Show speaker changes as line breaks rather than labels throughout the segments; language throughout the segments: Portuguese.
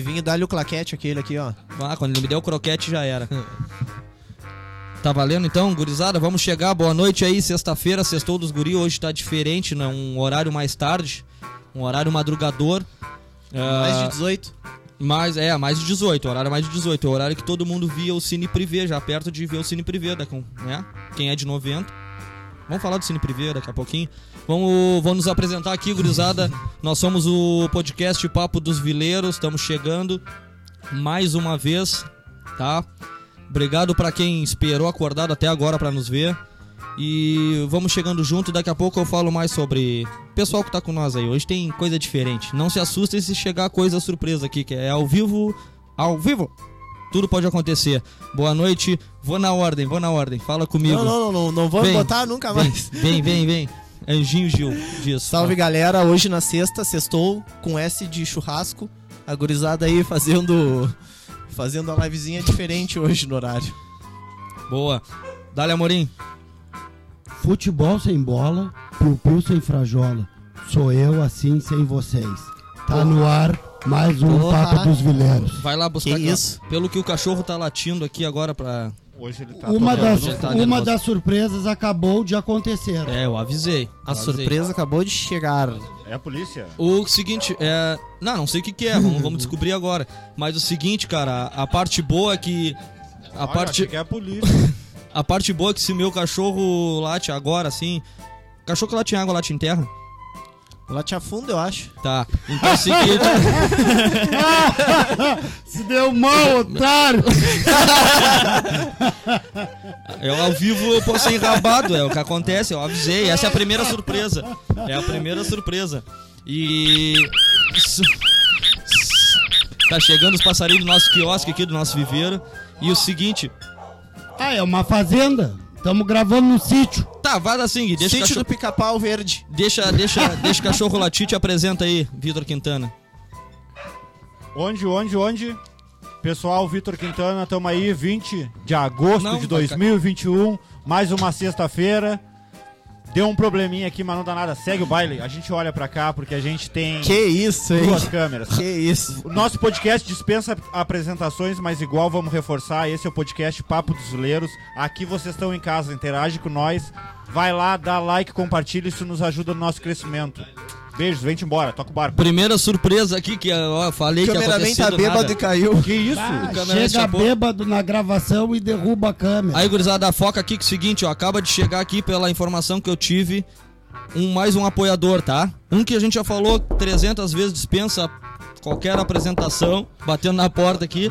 Vinho, dá-lhe o claquete aquele aqui, ó.
Ah, quando ele me deu o croquete já era. Tá valendo então, gurizada? Vamos chegar, boa noite aí, sexta-feira, sextou dos guri, hoje tá diferente, né? Um horário mais tarde, um horário madrugador.
Mais
Ah,
de 18.
mas é, mais de 18, horário mais de 18. É o horário que todo mundo via o Cine Privé, já perto de ver o Cine Privé, da, com- né? Quem é de 90. Vamos falar do Cine Privé daqui a pouquinho. Vamos, vamos nos apresentar aqui, gurizada. Nós somos o podcast Papo dos Vileiros, estamos chegando mais uma vez, tá? Obrigado pra quem esperou acordado até agora pra nos ver. E vamos chegando junto, daqui a pouco eu falo mais sobre o pessoal que tá com nós aí. Hoje tem coisa diferente. Não se assustem se chegar coisa surpresa aqui, que é ao vivo, ao vivo. Tudo pode acontecer. Boa noite. Vou na ordem, vou na ordem. Fala comigo.
Não, não, não, não, não vamos
Vem.
botar nunca mais.
Vem, vem, vem. Anjinho Gil, disso.
Salve galera, hoje na sexta, sextou com S de churrasco. A gurizada aí fazendo. Fazendo a livezinha diferente hoje no horário.
Boa. Dale Amorim.
Futebol sem bola, piu-piu sem frajola. Sou eu assim sem vocês. Tá no ar mais um
Porra.
Papo dos Vileiros.
Vai lá buscar.
Que
aquela-
isso?
Pelo que o cachorro tá latindo aqui agora pra.
Hoje ele tá
Uma
bom,
das,
já tá
uma
nervoso.
das surpresas acabou de acontecer.
É, eu avisei.
A
avisei.
surpresa acabou de chegar.
É a polícia?
O seguinte, é. Não, não sei o que, que é, vamos, vamos descobrir agora. Mas o seguinte, cara, a parte boa é que. A
Olha,
parte,
achei que é a polícia.
a parte boa é que se meu cachorro late agora, assim. Cachorro que late em água, late em terra?
Lá te afunda, eu acho.
Tá. Então é o seguinte.
Se deu mal, otário!
Eu ao vivo eu posso ser enrabado, é o que acontece, eu avisei. Essa é a primeira surpresa. É a primeira surpresa. E. Isso- Tá chegando os passarinhos do nosso quiosque aqui, do nosso viveiro. E o seguinte.
Ah, é uma fazenda. Estamos gravando no sítio.
Tá, vai da Sing, deixa, o
Sítio
cachorro-
do pica-pau verde.
deixa, deixa, deixa o cachorro latir, te apresenta aí, Vitor Quintana.
Onde, onde, onde? Pessoal, Vitor Quintana, tamo aí, 20 de agosto
Não,
de
vai
2021, mais uma sexta-feira. Deu um probleminha aqui, mas não dá nada. Segue o baile. A gente olha pra cá porque a gente tem
Que isso, hein?
duas câmeras.
Que isso.
O Nosso podcast dispensa apresentações, mas igual vamos reforçar. Esse é o podcast Papo dos Vileiros. Aqui vocês estão em casa, interage com nós. Vai lá, dá like, compartilha, isso nos ajuda no nosso crescimento. Beijos, vem embora, toca o barco.
Primeira surpresa aqui, que ó, falei
O
que ia
cameraman
acontecer
tá
do
bêbado
nada.
e caiu.
Que isso?
Ah,
camarada
chega
chapou.
bêbado na gravação e derruba a câmera.
Aí, gurizada, foca aqui que é o seguinte, ó, acaba de chegar aqui pela informação que eu tive, um mais um apoiador, tá? Um que a gente já falou 300 vezes, dispensa qualquer apresentação, batendo na porta aqui.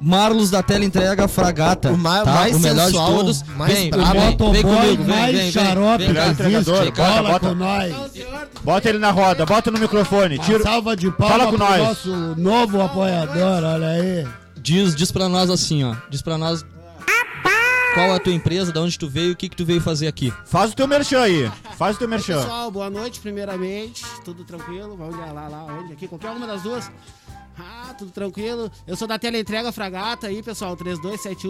Marlos da Teleentrega Fragata,
O ma-
tá?
mais
o melhor
sensual,
de todos.
mais
vem,
o
brabo.
vem, vem
motoboy
comigo, vem,
mais
vem, vem,
xarope
vem
que
cá.
existe.
entregador,
Cola
bota,
com
bota.
nós.
Bota ele na roda, bota no microfone.
Uma
Tira...
salva de palmas
Fala com
pro
nós.
nosso novo apoiador, olha aí.
Diz, diz pra nós assim, ó. Diz pra nós qual é a tua empresa, de onde tu veio, o que que tu veio fazer aqui.
Faz o teu merchan aí. Faz o teu merchan.
Pessoal, boa noite, primeiramente. Tudo tranquilo? Vamos olhar lá, lá, onde? Aqui, qualquer uma das duas. Ah, tudo tranquilo. Eu sou da teleentrega Fragata aí, pessoal.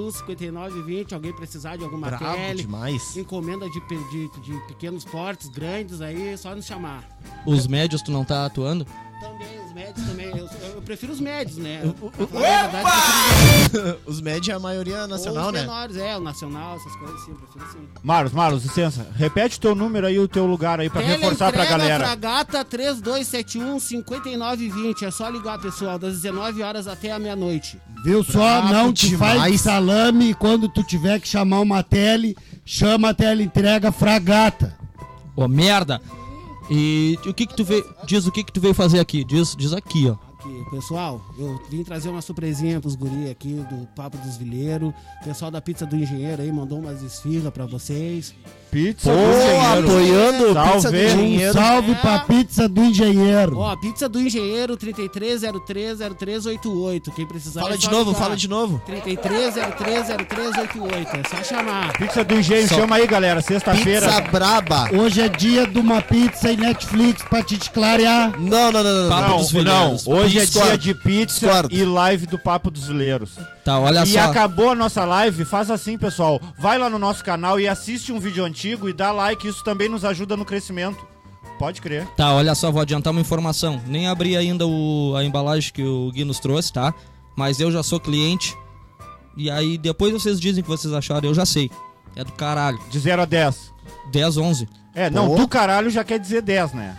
3271-5920. Alguém precisar de alguma
Brabo
tele.
demais.
Encomenda de, pe- de, de pequenos portes, grandes aí, só nos chamar.
Os médios tu não tá atuando?
Também, os médios também. Eu, eu prefiro os médios, né? Pra falar a verdade, eu prefiro os
Os médios é a maioria nacional,
os
né?
menores, é, o nacional, essas coisas sim, eu prefiro sim.
Marlos, Marlos, licença. Repete o teu número aí, o teu lugar aí pra reforçar pra
Teleentrega
galera.
Fragata 3271 5920. É só ligar, pessoal, das 19 horas até a meia-noite.
Viu só?
Brabo
não te
demais.
faz de salame e quando tu tiver que chamar uma tele, chama a tele entrega fragata.
Ô, merda! E o que que tu veio... Diz o que que tu veio fazer aqui. Diz, diz aqui, ó.
Aqui, pessoal, eu vim trazer uma surpresinha pros guri aqui do Papo dos Vileiros. O pessoal da Pizza do Engenheiro aí mandou umas esfirras pra vocês.
Pizza
Pô, apoiando o pizza do
Salve.
Um
dinheiro.
salve
É.
pra pizza do engenheiro.
Ó, Pizza do Engenheiro 33030388. Quem precisar é
Fala de novo, fala de novo.
33030388. É só chamar.
Pizza do engenho,
Só-
chama aí, galera. Sexta-feira.
Pizza braba.
Hoje é dia de uma pizza e Netflix pra te clarear.
Não, não, não, não. não.
Papo
Não,
dos Vileiros.
não, hoje é
Discordo.
dia de pizza
Discordo.
e live do Papo dos Vileiros.
Tá, olha
e
só.
acabou a nossa live, faz assim, pessoal. Vai lá no nosso canal e assiste um vídeo antigo e dá like, isso também nos ajuda no crescimento. Pode crer.
Tá, olha só, vou adiantar uma informação. Nem abri ainda o- a embalagem que o Gui nos trouxe, tá? Mas eu já sou cliente. E aí depois vocês dizem o que vocês acharam, eu já sei. É do caralho.
De 0 a 10.
10, 11.
É, não,
Pô.
do caralho já quer dizer 10, né?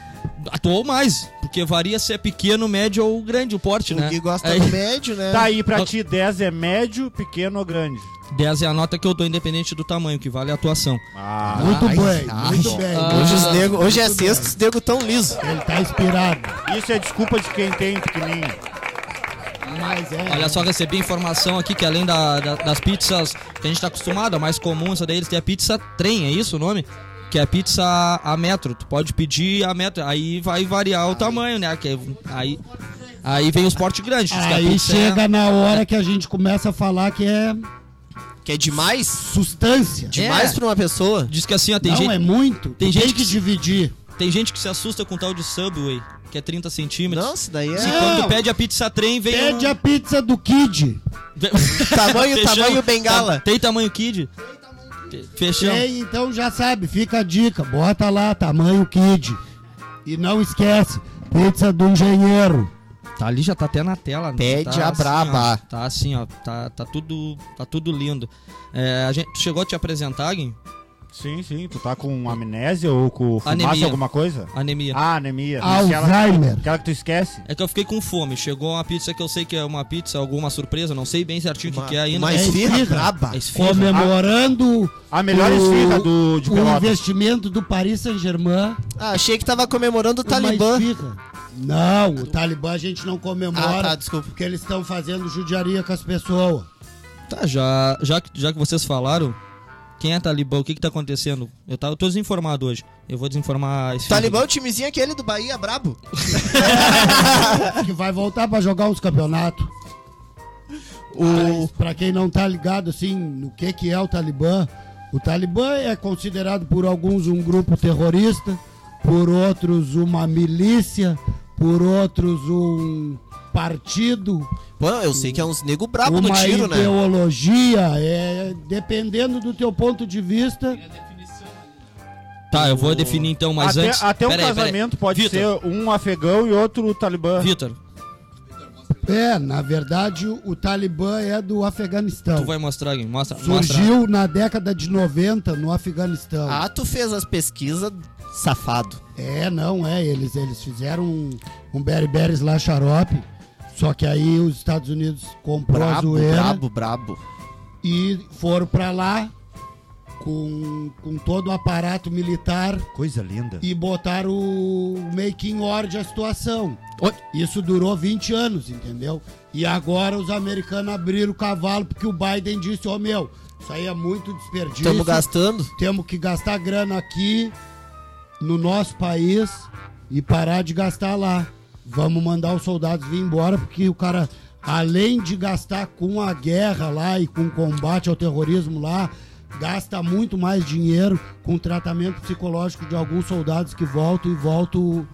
Ou mais, porque varia se é pequeno, médio ou grande o porte, né?
O Gui gosta
Aí,
do médio, né?
Tá aí, pra
Ó.
ti 10 é médio, pequeno ou grande?
10 é a nota que eu dou independente do tamanho, que vale a atuação.
Ah,
Muito
ai,
bem,
ai.
muito bem.
Hoje, os nego, hoje é sexta, os nego tão liso.
Ele tá inspirado.
isso é desculpa de quem tem pequenininho.
Mas é.
Olha só, recebi informação aqui que além da- da- das pizzas que a gente tá acostumado, a mais comum essa daí, eles têm a pizza trem, é isso o nome? Que é a pizza a metro. Tu pode pedir a metro. Aí vai variar o tamanho, né? Que aí, aí vem os portes grandes. diz que a
Aí
pizza é-
chega na hora que a gente começa a falar que é
Que é demais?
sustância.
É.
Demais pra uma pessoa?
Diz que assim, ó, tem,
Não
gente,
é muito.
tem
Tem,
gente
gente
que-
que dividir.
tem gente que se assusta com o tal de Subway, que é 30 centímetros.
Não, isso daí
E
é.
Sim.
quando
Não.
tu pede a pizza trem, vem. um
Pede a pizza do Kid.
Tamanho-
Fechamos.
tamanho bengala.
Tem tamanho kid? Fechamos.
Tem, então já sabe, fica a dica. Bota lá, tamanho Kid. E não esquece, pizza do engenheiro.
Tá ali, já tá até na tela. né?
Pede
tá
a braba.
Assim, ó, tá assim, ó. Tá, tá, tudo, tá tudo lindo. É, a gente, tu chegou a te apresentar, Gui?
Sim, sim. Tu tá com amnésia ou com fumaça,
Anemia.
alguma coisa?
Anemia.
Ah, anemia. Aquela,
Alzheimer.
aquela que tu esquece?
É que eu fiquei com fome. Chegou uma pizza que eu sei que é uma pizza, alguma surpresa, não sei bem certinho o que, que é ainda.
Mas
É
firra
esfirra.
braba.
É esfirra.
Comemorando
Ah.
A melhor
O-
esfirra do, de
o
Pelotas.
investimento do Paris Saint-Germain.
Ah, achei que tava comemorando o Talibã.
uma esfirra. Não, o Talibã a gente não comemora.
Ah, tá, desculpa.
Porque eles estão fazendo judiaria com as pessoas.
Tá, já, já, que- já que vocês falaram, quem é Talibã? O que que tá acontecendo? Eu, tá, eu tô desinformado hoje. Eu vou desinformar esse
Talibã é o timezinho aquele do Bahia, brabo.
que vai voltar pra jogar uns campeonatos. Mas, pra quem não tá ligado, assim, no que que é o Talibã, o Talibã é considerado por alguns um grupo terrorista, por outros uma milícia, por outros um partido,
Pô, eu sei que é uns nego brabo no
uma
tiro, né?
ideologia, é, dependendo do teu ponto de vista,
Tá, eu vou definir então, mas
até,
antes.
até um
Peraí, peraí.
casamento pode
Vitor,
ser um afegão e outro talibã.
Vitor,
é, na verdade, o Talibã é do Afeganistão.
tu vai mostrar, Gui. Mostra, mostra.
Surgiu na década de 90 no Afeganistão.
Ah, tu fez as pesquisas, safado.
É, não, é. Eles, eles fizeram um, um berberes lá xarope. Só que aí os Estados Unidos comprou a
Brabo,
zoeira
brabo, brabo.
e foram pra lá com, com todo o aparato militar
Coisa linda.
e botaram o making order a situação.
Oi.
Isso durou 20 anos, entendeu? E agora os americanos abriram o cavalo porque o Biden disse, ô meu, isso aí é muito desperdício
Estamos gastando.
temos que gastar grana aqui no nosso país e parar de gastar lá. Vamos mandar os soldados vir embora porque o cara, além de gastar com a guerra lá e com o combate ao terrorismo lá, gasta muito mais dinheiro com o tratamento psicológico de alguns soldados que voltam e voltam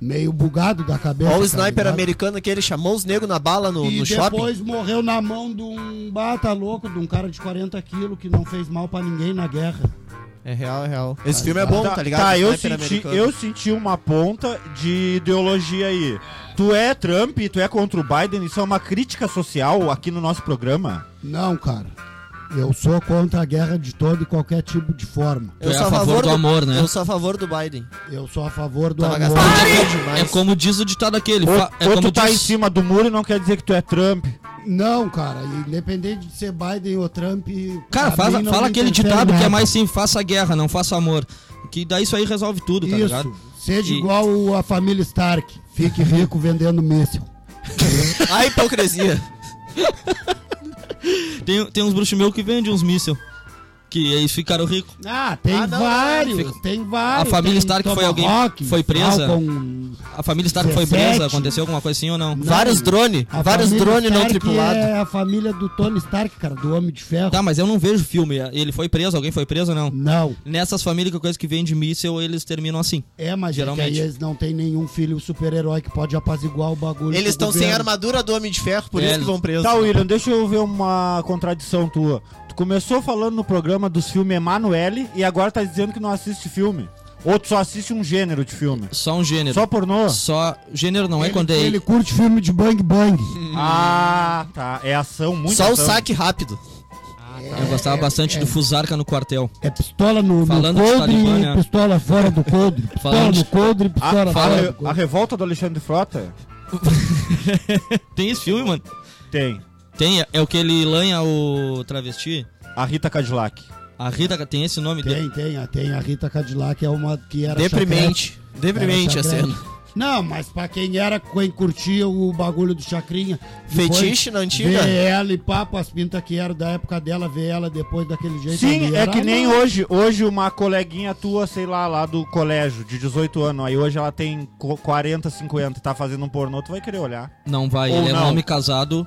meio bugado da cabeça.
Olha o
tá
sniper
ligado?
americano que ele chamou os negros na bala no,
E
no shopping.
depois morreu na mão de um bata louco, de um cara de 40 quilos que não fez mal pra ninguém na guerra.
É real, é real. Esse filme é bom, tá, ligado?
Tá, eu
Sniper
senti,
americano.
eu senti uma ponta de ideologia aí. Tu é Trump, tu é contra o Biden, isso é uma crítica social aqui no nosso programa?
Não, cara. Eu sou contra a guerra de todo e qualquer tipo de forma.
Tu é a favor do amor, né?
Eu sou a favor do Biden.
Eu sou a favor do
Tava
amor.
gastando dinheiro
É
demais.
como diz o ditado aquele.
Ou,
fa- é
ou
como
tu tá
diz-
em cima do muro e não quer dizer que tu é Trump.
Não, cara. Independente de ser Biden ou Trump.
Cara,
pra
faz-
mim não
fala
me
aquele
interfere
ditado que é
nada.
mais sim, faça guerra, não faça amor. Que daí isso aí resolve tudo, tá ligado?
Isso. Seja
E-
igual a família Stark. Fique rico vendendo míssil.
A hipocrisia.
Tem, tem uns bruxos meus que vendem uns míssil. Que eles ficaram ricos.
Ah, tem
Ah, não,
vários.
não,
Tem vários.
A família
Tem
Stark foi
Tomahawk,
alguém- foi presa?
Falcon.
A família Stark foi
17.
presa, aconteceu alguma coisa assim ou não?
Vários drones.
A
Vários
família
drones não
Stark
tripulados.
É a família do Tony Stark, cara, do Homem de Ferro.
Tá, mas eu não vejo filme. Ele foi preso, alguém foi preso ou não?
Não.
Nessas famílias que coisa que vende míssil, eles terminam assim.
É, mas
Geralmente.
Geralmente. aí eles não tem nenhum filho super-herói que pode apaziguar o bagulho.
Eles
com o
estão sem
governo.
armadura do Homem de Ferro, por
É,
isso que vão presos.
Tá, William, deixa eu ver uma contradição tua. Tu começou falando no programa dos filmes Emanuele e agora tá dizendo que não assiste filme. Ou tu só assiste um gênero de filme?
Só um gênero.
Só pornô?
Só- Gênero não é
ele,
quando é.
ele curte filme de bang bang.
Ah, tá. É ação, muito
Só o
ação.
saque rápido.
Eu gostava bastante do Fusarca no quartel.
É pistola no, no
Falando de
coldre
Talibã,
e
né?
pistola fora do coldre. Pistola
Falando de-
no coldre e
A,
pistola
a-
fora do
a- a revolta do Alexandre Frota?
Tem esse filme, mano?
Tem.
Tem, é o que ele lanha o travesti.
A Rita Cadillac.
A Rita tem esse nome dele.
Tem, tem, a- tem. A Rita Cadillac é uma que era chacrete.
Deprimente. Deprimente a
Era chacrete.
cena.
Não, mas pra quem era, quem curtia o bagulho do Chacrinha. depois
Fetiche na antiga?
Ver ela e papo, as pintas que eram da época dela, ver ela depois daquele jeito.
Sim,
ali,
é
era
que nem
não.
hoje. Hoje uma coleguinha tua, sei lá, lá do colégio, de 18 anos, aí hoje ela tem co- 40, 50, tá fazendo um pornô, tu vai querer olhar.
Não vai,
Ou
ele é
não.
um homem casado.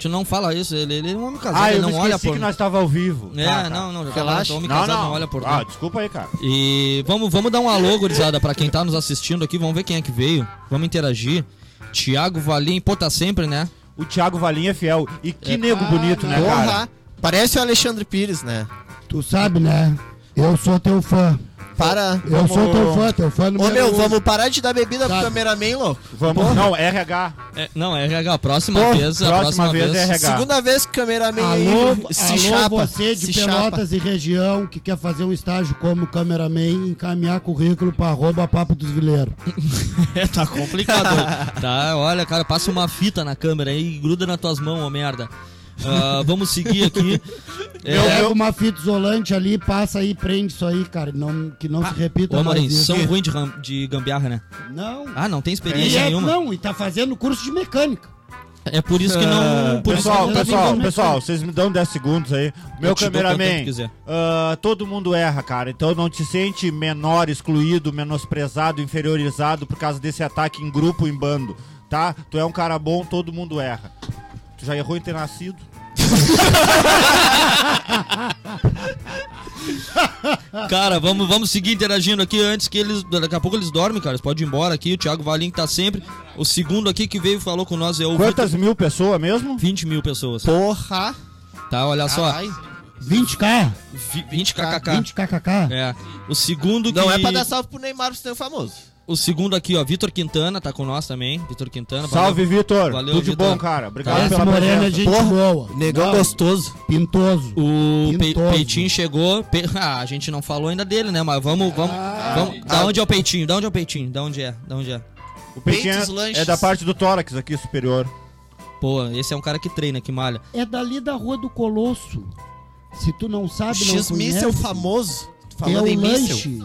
Tu não fala isso, ele, ele é um homem casado,
Ah,
ele
eu não
não
esqueci
olha
que
por.
nós tava ao vivo.
É,
Tá, tá.
não, não, já tá
Relaxa.
falando, homem
Não,
casado
não.
não, olha por.
ah, desculpa aí, cara.
E vamos, vamos dar um alô, gurizada, pra quem tá nos assistindo aqui. Vamos ver quem é que veio. Vamos interagir. Tiago Valim, pô, tá sempre, né?
O Thiago Valinha é fiel. E que nego bonito, né, cara?
Porra. Parece o Alexandre Pires, né?
Tu sabe, né? Eu sou teu fã.
Para.
Eu sou teu fã, teu fã
Ô
número
meu,
um.
vamos parar de dar bebida pro
Tá.
cameraman, louco.
Vamos. Não, RH.
É, não, é RH, próxima
Pô,
vez. a
próxima
próxima
vez
vez.
é RH.
Segunda vez que o cameraman
Alô,
aí se
alô
chapa.
você de
se chapa.
Pelotas e região que quer fazer um estágio como cameraman encaminhar currículo pra arroba papo dos vileiros.
É, tá complicado. hoje. tá, olha, cara, passa uma fita na câmera aí e gruda nas tuas mãos, ô merda. Ah, vamos seguir aqui. É,
Pega uma fita isolante ali, passa aí, prende isso aí, cara, não, que não se repita
É, Ô, Amorim,
mais isso.
são ruins de, ram- de gambiarra, né?
Não.
Ah, não tem
E
experiência
é,
nenhuma.
não, e tá fazendo curso de mecânica.
É por isso que não. Por
pessoal,
isso que não tá
pessoal,
vindo.
pessoal, vocês me dão 10 segundos aí. Meu
te dou quanto
cameraman,
tempo quiser.
ah, todo mundo erra, cara. Então não te sente menor, excluído, menosprezado, inferiorizado por causa desse ataque em grupo, em bando, tá? Tu é um cara bom, todo mundo erra. Tu já errou em ter nascido?
Cara, vamos, vamos seguir interagindo aqui antes que eles. Daqui a pouco eles dormem, cara. Eles podem ir embora aqui. O Thiago Valim tá sempre. O segundo aqui que veio e falou com nós é o Vitor.
Quantas mil pessoas mesmo?
20 mil pessoas.
Porra.
Tá, olha só.
Ai.
20k,
Vi- 20 kkk.
20 kkk.
É. O segundo que.
Não é pra dar salve pro Neymar, você é famoso.
O segundo aqui, ó. Vitor Quintana tá com nós também. Vitor Quintana. valeu.
Salve, Vitor.
Valeu,
Tudo de
Vitor.
bom, cara. Obrigado
Tá.
Esse
pela
moreno é
presença.
gente
Porra,
boa.
Negão
Não,
gostoso.
Pintoso.
O Pe-
Pintoso.
Peitinho chegou. Pe- Ah, a gente não falou ainda dele, né? Mas vamos. vamos,
Ah,
vamos...
tá.
Da onde é o Peitinho? Da onde é o Peitinho? Da onde é? Da onde é?
O peitinho
Peitos,
é-
lanches.
é da parte do tórax aqui, superior.
Pô, esse é um cara que treina, que malha.
É dali da Rua do Colosso. Se tu não sabe, não
X-Missel
conhece,
famoso.
é o
Falando em míssel.
lanche.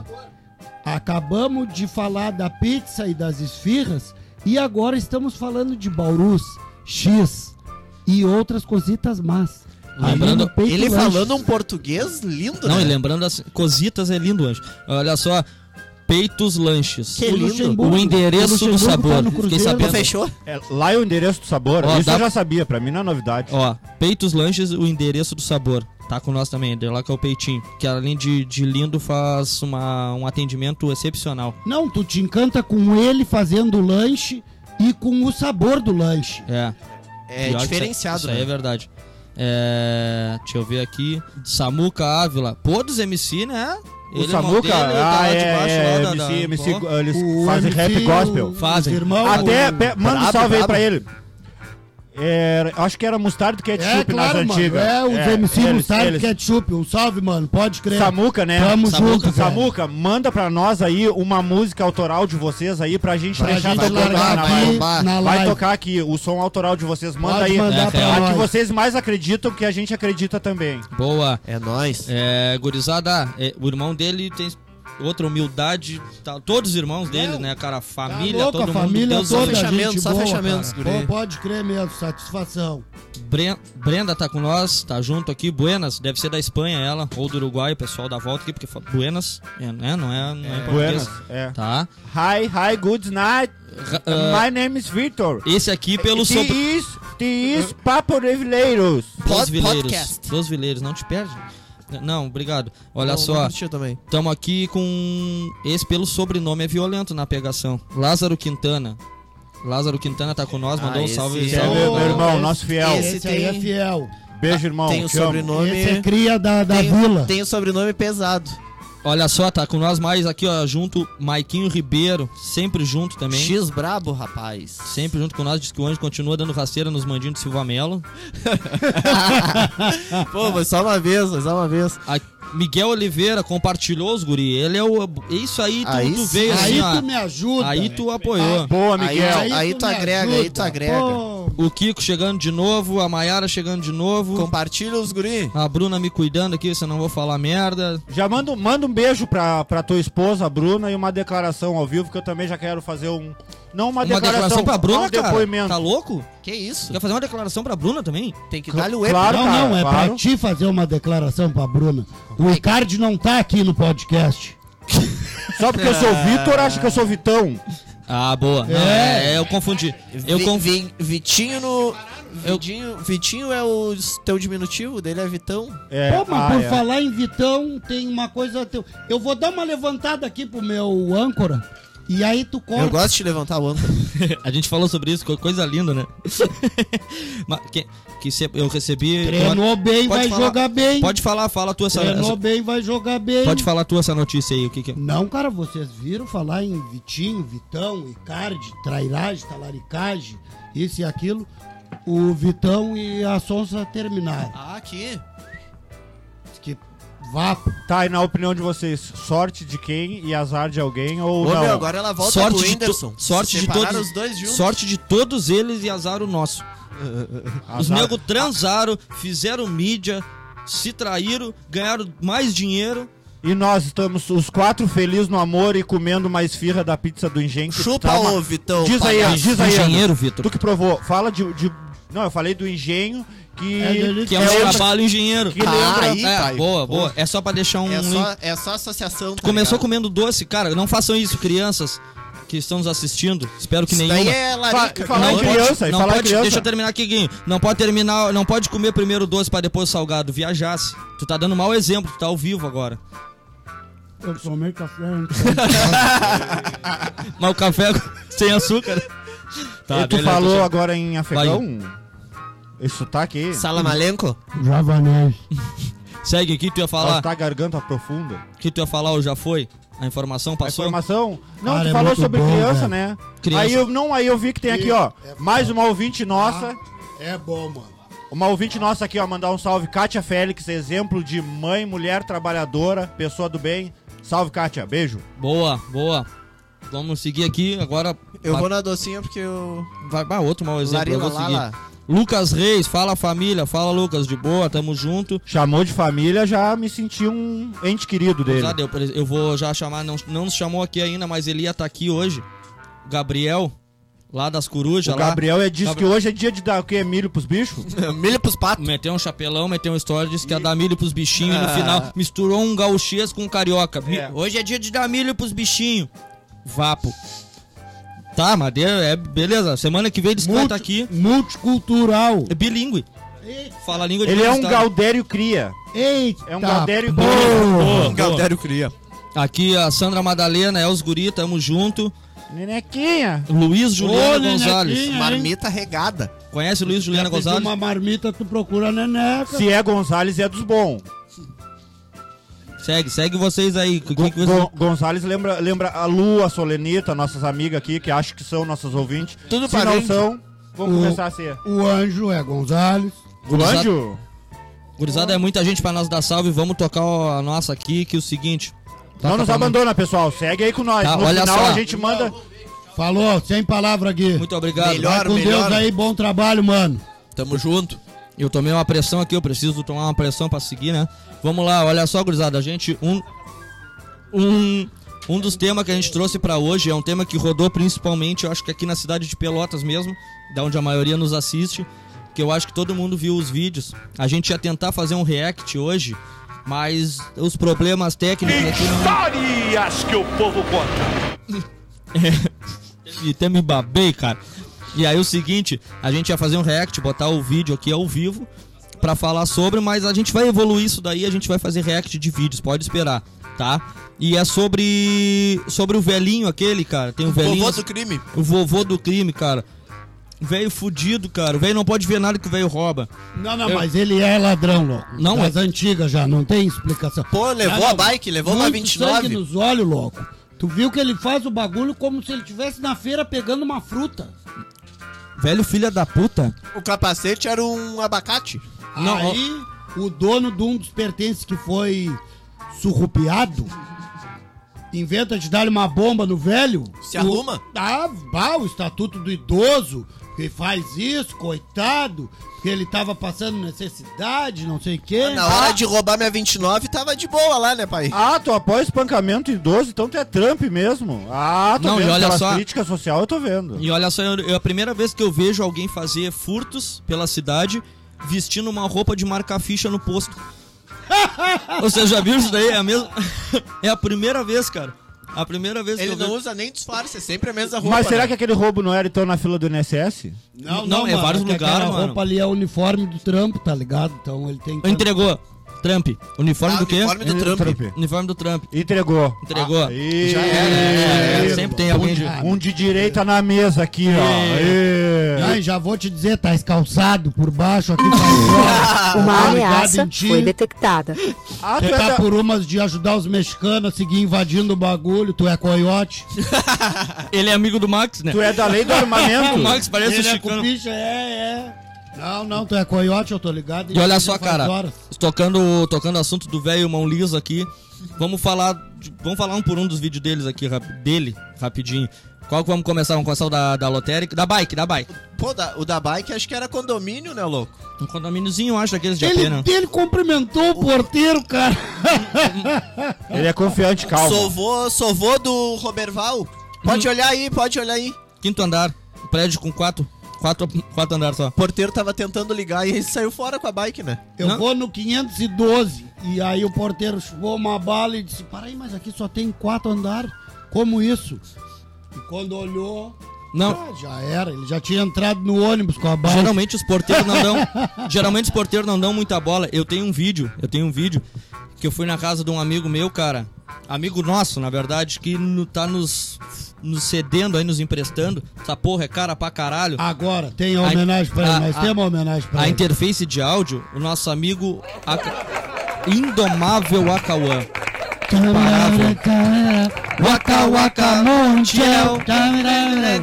Acabamos de falar da pizza e das esfirras e agora estamos falando de baurus, X e outras cositas más. Ali
Lembrando,
no Peito
Ele
Lanches.
falando um português lindo,
Não, é
né?
e lembrando das cositas é lindo, anjo. Olha só, Peitos Lanches.
Que
O
lindo.
Luxemburgo-
O endereço do
Luxemburgo tá
sabor.
no
Fiquei
Cruzeiro.
Tu
sabendo.
fechou?
É, lá é o endereço do sabor.
Ó,
Isso
dá-
eu já sabia, pra mim não é novidade.
Ó, Peitos Lanches, o endereço do sabor. Tá com nós também, de lá que é o Peitinho. Que além de, de lindo, faz uma, um atendimento excepcional.
Não, tu te encanta com ele fazendo o lanche e com o sabor do lanche.
É.
É
Pior que
diferenciado,
Isso, aí-
né?
isso aí é verdade. É, deixa eu ver aqui. Samuca Ávila. Pô, dos MC, né?
O
é
Samuca,
modelo, tá
ah,
lá
é,
debaixo
é,
lá
MC,
da- da-
MC,
pô.
eles
O
fazem
MC,
rap gospel.
o-
Fazem.
os Irmão, é,
Até,
o-
pe- manda um
brabo,
salve aí
brabo.
pra ele. É, acho que era mostarda e ketchup
É, claro,
nas
mano.
antigas.
É, os MC
eles-
Mustard
eles-
Ketchup. Um salve, mano. Pode crer.
Samuca, né?
Tamo
Samuca,
junto, velho.
Samuca, manda pra nós aí uma música autoral de vocês aí pra gente
Pra
deixar
gente
tocando
largar
lá na
aqui
live.
vai-
na
Vai
live.
tocar aqui o som autoral de vocês. Manda
Pode
aí.
mandar
É,
pra
cara.
A
nós.
que vocês mais acreditam que a gente acredita também.
Boa.
É nóis.
É, gurizada, é, o irmão dele tem outra humildade. tá, todos os irmãos dele, né, cara? A
Tá
família,
louco,
todo
a
mundo.
família
Deus
toda,
abençoe.
fechamento,
gente
só
boa,
fechamentos,
cara.
guri.
Pô, Pode crer mesmo, satisfação.
Bren- Brenda tá com nós, tá junto aqui. Buenas, deve ser da Espanha ela, ou do Uruguai, o pessoal da volta aqui, porque fa- Buenas, é, né? Não é, não é, em português.
Buenas. É.
Tá.
Hi, hi, good night.
Ra- ah,
My name is Victor.
esse
É
aqui pelo
This
sopro.
is, this is Papo Revileiros.
Dos
Pod-
vileiros.
podcast.
Dos vileiros, não te perde. Não, obrigado. Olha
Não- não
só.
curtiu também.
Tamo aqui com. Esse pelo sobrenome é violento na pegação. Lázaro Quintana. Lázaro Quintana tá com nós, mandou
Ah,
um salve.
esse
É,
é
salve.
meu, meu irmão,
esse-
nosso fiel.
Esse
Esse, aí
tem-
é fiel.
Beijo, irmão.
tem o
te amo.
sobrenome.
Esse é cria da, da
tem,
vila.
tem o sobrenome pesado.
Olha só, tá com nós mais aqui, ó, junto, Maiquinho Ribeiro, sempre junto também.
X brabo, rapaz.
Sempre junto com nós, diz que o anjo continua dando rasteira nos mandinhos de Silva Melo.
Pô, mas só uma vez, mas só uma vez.
A- Miguel Oliveira compartilhou os guri. Ele é o. Isso aí, tu,
Aí
tu
sim.
veio assim,
Aí
ó.
tu me ajuda.
aí tu apoiou.
Boa,
Aí,
Miguel.
aí, tu
me
agrega, aí tu
ajuda.
agrega.
Pô,
O Kiko chegando de novo, a Maiara chegando de novo.
Compartilha os guri.
A Bruna me cuidando aqui, se eu não vou falar merda.
Já manda, manda um beijo pra, pra tua esposa, a Bruna, e uma declaração ao vivo, que eu também já quero fazer um. Não uma,
Uma, declaração, pra Bruna,
um
cara.
depoimento.
Tá louco?
Que isso?
Quer fazer uma declaração pra Bruna também?
Tem que
Cla-
dar-lhe o eco.
claro.
Não,
cara,
não, é
claro.
pra ti fazer uma declaração pra Bruna. O Icardi não tá aqui no podcast.
Só porque eu sou o Vitor, acha que eu sou o Vitão.
Ah, boa. Não,
É.
é, eu confundi. Eu
Vi-
confundi.
Vi- Vitinho no. Vitinho, Vitinho é o s- teu diminutivo, dele é Vitão.
É,
Pô, mas
ah,
por
é.
falar em Vitão, tem uma coisa. teu- Eu vou dar uma levantada aqui pro meu âncora. E aí tu
Eu
corta.
gosto de levantar o âncora.
A gente falou sobre isso, co- coisa linda, né? Mas que, que se- eu recebi.
Treinou bem,
Pode
vai
falar.
jogar bem.
Pode falar, fala a tua essa,
Treinou
essa-
bem, vai jogar bem.
Pode falar a tua essa notícia aí, o que que é?
Não, cara, vocês viram falar em Vitinho, Vitão, Icardi, trairagem, talaricagem, isso e aquilo. O Vitão e a Sonsa terminaram.
Ah, aqui.
Que vapo.
Tá, e na opinião de vocês, sorte de quem e azar de alguém ou
Ô,
não?
meu, agora ela volta
sorte
pro
de to-
Whindersson.
sorte
Se
de
separaram
todos
os dois juntos.
sorte de todos eles e azar o nosso os
Azar-
nego transaram fizeram mídia se traíram ganharam mais dinheiro
E nós estamos os quatro felizes no amor e comendo uma esfirra da pizza do engenho. que
Chupa
tá uma-
ô, Vitão.
Diz aí,
palhaço.
diz aí.
engenheiro,
Ana.
Vitor.
Tu que provou. Fala de, de- Não, eu falei do engenho que...
É, ele-
que é um
lembra-
trabalho engenheiro
Que lembra...
Tá aí,
é,
pai.
boa boa é só pra deixar um
É
link.
só, é só associação. tá
começou
ligado?
comendo doce cara não façam isso crianças que estão nos assistindo espero que
Isso
nenhuma
daí é larica.
Fa- falar
não
em
é?
criança, e
não
falar em
pode,
criança.
Deixa eu terminar aqui, Guinho. Não pode terminar, não pode comer primeiro o doce pra depois o salgado. Viajasse. Tu tá dando mau exemplo, tu tá ao vivo agora.
Eu tomei café. antes.
Mas o café sem açúcar.
e tu
Tá, beleza,
falou
deixa-
agora em afegão? tá Esse sotaque aí?
Salamalenco?
Javanês.
Segue aqui, tu ia
Ela
falar.
tá garganta profunda.
Que tu ia falar ou já foi? A informação
A
passou?
informação? Não,
Cara,
tu
é
falou
muito
sobre
bom,
criança,
velho.
né?
Criança.
Aí eu não, aí eu vi que tem aqui, ó,
É foda.
mais uma ouvinte nossa.
É bom, mano.
Uma ouvinte nossa aqui, ó, mandar um salve. Kátia Félix, exemplo de mãe, mulher trabalhadora, pessoa do bem. Salve, Kátia. Beijo.
Boa, boa. Vamos seguir aqui agora.
Eu
vai,
vou na docinha porque eu.
vai, vai outro mau exemplo. eu
Larila,
vou
lá,
seguir.
lá.
Lucas Reis, fala família, fala Lucas, de boa, tamo junto.
Chamou de família, já me senti um ente querido dele.
Já deu, por exemplo, eu vou já chamar, não, não nos chamou aqui ainda, mas ele ia estar aqui hoje. Gabriel, lá das corujas,
O
lá.
Gabriel é, diz
Gabriel.
que hoje é dia de dar o quê? Milho pros bichos?
Milho pros patos.
Meteu um chapelão, meteu um story, disse que ia dar milho pros bichinhos e no final misturou um gauchês com um carioca. Mi-
Ah. É.
Hoje é dia de dar milho pros bichinhos. Vapo. Tá, mas deu- é, beleza. Semana que vem eles vão estar aqui.
Multicultural.
É bilíngue. Fala a língua de
Ele é
todos,
um
tá?
Gaudério Cria.
Eita.
É um Galdério
pô.
Bonito.
Boa, boa.
Galdério cria.
Aqui a Sandra Madalena, é os guri, tamo junto.
Nenequinha.
Luiz
Ô,
Juliana
Nenequinha,
Gonzalez.
hein?
Marmita regada.
Conhece o Luiz
Já
Juliana
pediu
Gonzalez?
uma marmita, tu procura a neneca.
Se é Gonzalez, é dos bons.
Segue, segue vocês aí. O que
Go-
que vocês-
Go- Gonzalez lembra, lembra a Lu, a Solenita, nossas amigas aqui, que acho que são nossas ouvintes.
Tudo
Se não
parente.
são, vamos
O-
começar a ser.
O anjo é Gonzalez.
Gulandio?
Gurizada, é muita gente pra nós dar salve. Vamos tocar a nossa aqui, que é o seguinte.
Não nos
pra-
abandona, pessoal. Segue aí com nós.
Tá,
no
olha
final
só.
a gente manda.
Falou, sem palavra aqui.
Muito obrigado.
Melhor.
Vai com
melhor.
Deus aí, bom trabalho, mano.
Tamo junto.
Eu tomei uma pressão aqui, eu preciso tomar uma pressão pra seguir, né? Vamos lá, olha só, gurizada, a gente um um um dos temas que a gente trouxe pra hoje é um tema que rodou principalmente, eu acho que aqui na cidade de Pelotas mesmo, da onde a maioria nos assiste, que eu acho que todo mundo viu os vídeos. A gente ia tentar fazer um react hoje, mas os problemas técnicos aqui não
Histórias que o povo conta.
E até me babei, cara. E aí o seguinte, a gente ia fazer um react, botar o vídeo aqui ao vivo pra falar sobre, mas a gente vai evoluir isso daí, a gente vai fazer react de vídeos, pode esperar, tá? E é sobre sobre o velhinho aquele, cara. Tem um velhinho,
Vovô do crime.
o vovô do crime, cara. Velho fudido, cara. O velho não pode ver nada que o velho rouba.
Não, não, mas ele é ladrão, louco.
Não, é-
das antigas já, não tem explicação.
Pô, levou
Não,
a bike, levou uma
muito
29.
sangue nos olhos, louco. Tu viu que ele faz o bagulho como se ele estivesse na feira pegando uma fruta.
Velho filha da puta.
O capacete era um abacate.
Não,
Aí, o dono de um dos pertences que foi surrupiado inventa de dar uma bomba no velho.
Se
O-
arruma?
Ah, bah, o estatuto do idoso, que faz isso, coitado, que ele tava passando necessidade, não sei o quê.
Tá Na hora de roubar minha 29, tava de boa lá, né, pai?
Ah, tu apoia espancamento idoso, então tu é Trump mesmo. Ah, tô
Não,
vendo
e olha
aquela
só-
crítica social, eu tô vendo.
E olha só, eu- eu- a primeira vez que eu vejo alguém fazer furtos pela cidade vestindo uma roupa de marca ficha no posto. Você já viu isso daí? É a mesma. É a primeira vez, cara. A primeira vez que
Ele
eu vejo.
não usa nem disfarce, é sempre a mesma roupa.
Mas será
né?
que aquele roubo não era então na fila do INSS?
Não,
Não, é vários
que aquela
lugares, mano.
roupa ali é o uniforme do trampo, tá ligado? Então ele tem que...
Entregou. Trump. Uniforme
Ah,
do quê? É.
uniforme do Trump.
Uniforme do Trump.
Entregou.
Entregou.
Ah, Aí,
né?
É, sempre tem alguém de.
Um de direita na mesa aqui, ó. Aê.
Ai, já vou te dizer, tá escalçado por baixo aqui. tá faz-
Uma
Tá ligado
ameaça
em ti.
foi detectada.
Ah, tu
Você
é
tá
da-
por umas de ajudar os mexicanos a seguir invadindo o bagulho, tu é coiote.
Ele é amigo do Max, né?
tu é da lei do armamento.
O Max parece o
Ele é
Chicano.
cupicha, é, é. Não, não, tu é coiote, eu tô ligado.
E olha
já
só,
faz
cara,
horas.
tocando tocando assunto do velho mão liso aqui, vamos falar de- vamos falar um por um dos vídeos deles aqui rap- dele rapidinho. Qual que vamos começar? Vamos começar o da, da lotérica, da bike, da bike.
Pô, da- o da bike acho que era condomínio, né, louco?
Um condomíniozinho, eu acho, daqueles de né?
Ele,
pena.
ele cumprimentou o porteiro, cara.
Ele é confiante, calma.
Sovô, sovô do Roberval. Pode olhar aí, pode olhar aí.
Quinto andar, um prédio com quatro, quatro, quatro andares só.
O porteiro tava tentando ligar e ele saiu fora com a bike, né?
Eu
Não.
vou no 512 e aí o porteiro chupou uma bala e disse: Para aí, mas aqui só tem quatro andares. Como isso? E quando olhou,
Não,
ah, já era. Ele já tinha entrado no ônibus com a bala.
Geralmente os porteiros não dão. geralmente os porteiros não dão muita bola. Eu tenho um vídeo, eu tenho um vídeo que eu fui na casa de um amigo meu, cara. Amigo nosso, na verdade, que no- tá nos, nos cedendo aí, nos emprestando. Essa porra é cara pra caralho.
Agora, tem a homenagem pra
A-
ele. Nós
a-
temos a homenagem pra
A
ele.
interface de áudio, o nosso amigo Aka- Indomável Akawan. Parável. Waka Waka Montiel.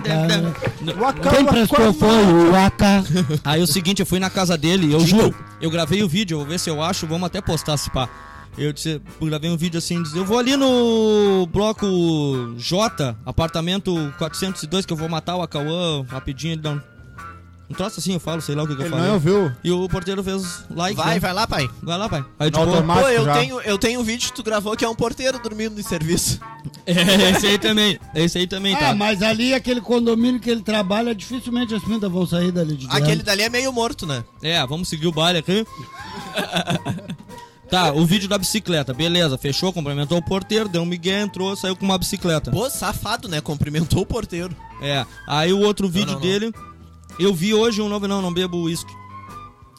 Quem prestou foi o Waka.
Aí é o seguinte, eu fui na casa dele, eu juro, eu gravei o vídeo, eu vou ver se eu acho, vamos até postar se pá. Eu disse, eu gravei um vídeo assim, disse, eu vou ali no bloco J, apartamento 402, que eu vou matar o Acauã rapidinho, ele dá um, um troço assim, eu falo, sei lá o que, que eu
Ele
falei.
não é ouviu.
E o porteiro fez like.
Vai,
né?
vai lá, pai.
Vai lá, pai. Aí eu,
No
tipo,
automático
Pô, eu
já.
tenho, eu tenho um vídeo que tu gravou que é um porteiro dormindo em serviço.
é, esse aí também, esse aí também,
Então.
tá.
Ah, mas ali aquele condomínio que ele trabalha, dificilmente as pintas vão sair dali de dentro.
Aquele dali é meio morto, né?
É, vamos seguir o baile aqui. tá, o vídeo da bicicleta, beleza, fechou, cumprimentou o porteiro, deu um migué, entrou, saiu com uma bicicleta.
Pô, safado, né? Cumprimentou o porteiro.
É, aí o outro vídeo
não, não.
dele, eu vi hoje um novo, não, não bebo uísque.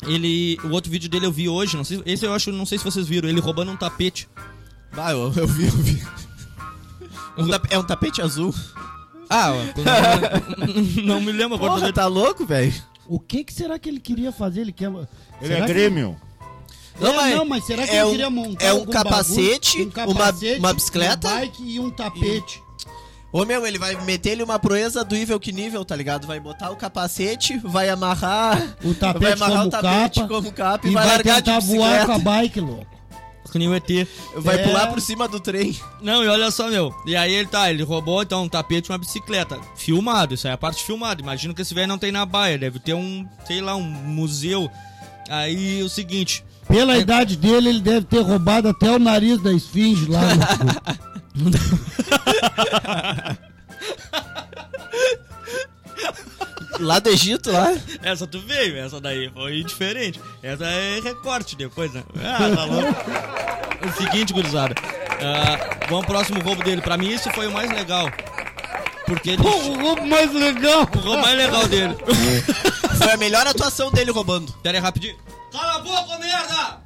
Ele, o outro vídeo dele eu vi hoje, não sei, esse eu acho, não sei se vocês viram, ele roubando um tapete.
Bah, eu, eu vi, eu vi. Um tap- é um tapete azul.
Ah, ó, não, não me lembro agora. do
Porra,
jeito.
tá louco, velho?
O que, que será que ele queria fazer? Ele quer.
Ele
será
é
que-
Grêmio.
É, não, mas será que
é
ele
um-
queria montar
É um
algum
capacete,
bagulho? Um capacete,
uma, uma bicicleta.
Uma bike e um tapete.
Ô meu, ele vai meter ele uma proeza do nível que nível, tá ligado? Vai botar o capacete, vai amarrar.
O tapete
vai amarrar
como
o tapete
capa,
como capa
E,
e, vai,
vai
largar de
tentar voar com a
bicicleta.
bike, louco.
é Que nem o ET.
Vai
É.
pular por cima do trem.
Não, e olha só, meu. E aí ele tá, ele roubou então um tapete e uma bicicleta. Filmado, isso aí é a parte filmada. Imagino que esse velho não tem na baia, deve ter um, sei lá, um museu. Aí o seguinte,
Pela idade dele, ele deve ter roubado até o nariz da esfinge lá. né? louco.
Lá do Egito, lá.
essa tu veio, essa daí foi diferente. Essa é recorte depois, né? Ah, tá louco. o seguinte, gurizada. ah, vamos pro próximo roubo dele. Pra mim, isso foi o mais legal. Porque ele.
Pô, o roubo mais legal.
O roubo mais legal dele.
Foi a
É.
melhor atuação dele roubando.
Pera aí, rapidinho. Cala a boca, ô merda!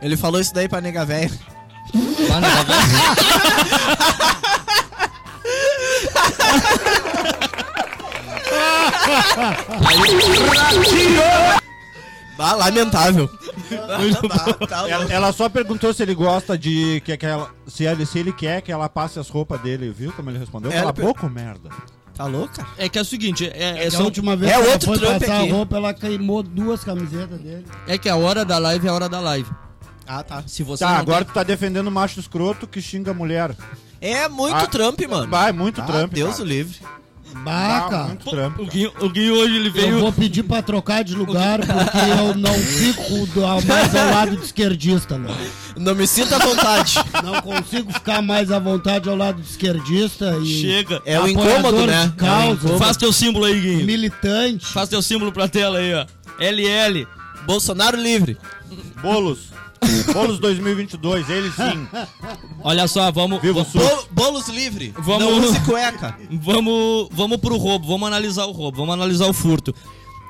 Ele falou isso daí pra nega véia. Ah, lamentável. Tá, tá
Ela,
louco.
ela só perguntou se ele gosta de que aquela. Se ele, se ele quer que ela passe as roupas dele, viu como ele respondeu?
Ela
Cala a
per-
boca, merda.
Tá louco, cara?
É que é o seguinte, é, é,
Da
são-
última vez
é
que ela
outro
foi
Trump
passar
aqui.
a roupa, ela queimou duas camisetas dele.
é que a hora da live é a hora da live.
Ah, tá.
Se você
Tá,
não
agora tu tá defendendo o macho escroto que xinga a mulher.
É muito
Ah,
Trump, mano.
Vai, muito
Ah,
Trump.
Deus
cara.
o livre.
Ah,
Bah, cara.
muito Trump.
O Gui, o Gui hoje ele
Eu
veio.
vou pedir pra trocar de lugar porque eu não fico do- mais ao lado de esquerdista, meu.
Não me sinta à vontade.
Não consigo ficar mais à vontade ao lado de esquerdista e
Chega.
É o
Apoiador
incômodo,
de
né? É o
causa.
incômodo.
Faz teu símbolo aí, Gui.
militante.
Faz teu símbolo pra tela aí, ó. LL.
Bolsonaro livre.
Bolos. Bolos 2022, ele sim.
Olha só, vamos.
Viva o
va-
SUS.
Bol- Bolos livre.
Vamos-
Não use cueca.
Vamos, vamos pro roubo, vamos analisar o roubo, vamos analisar o furto.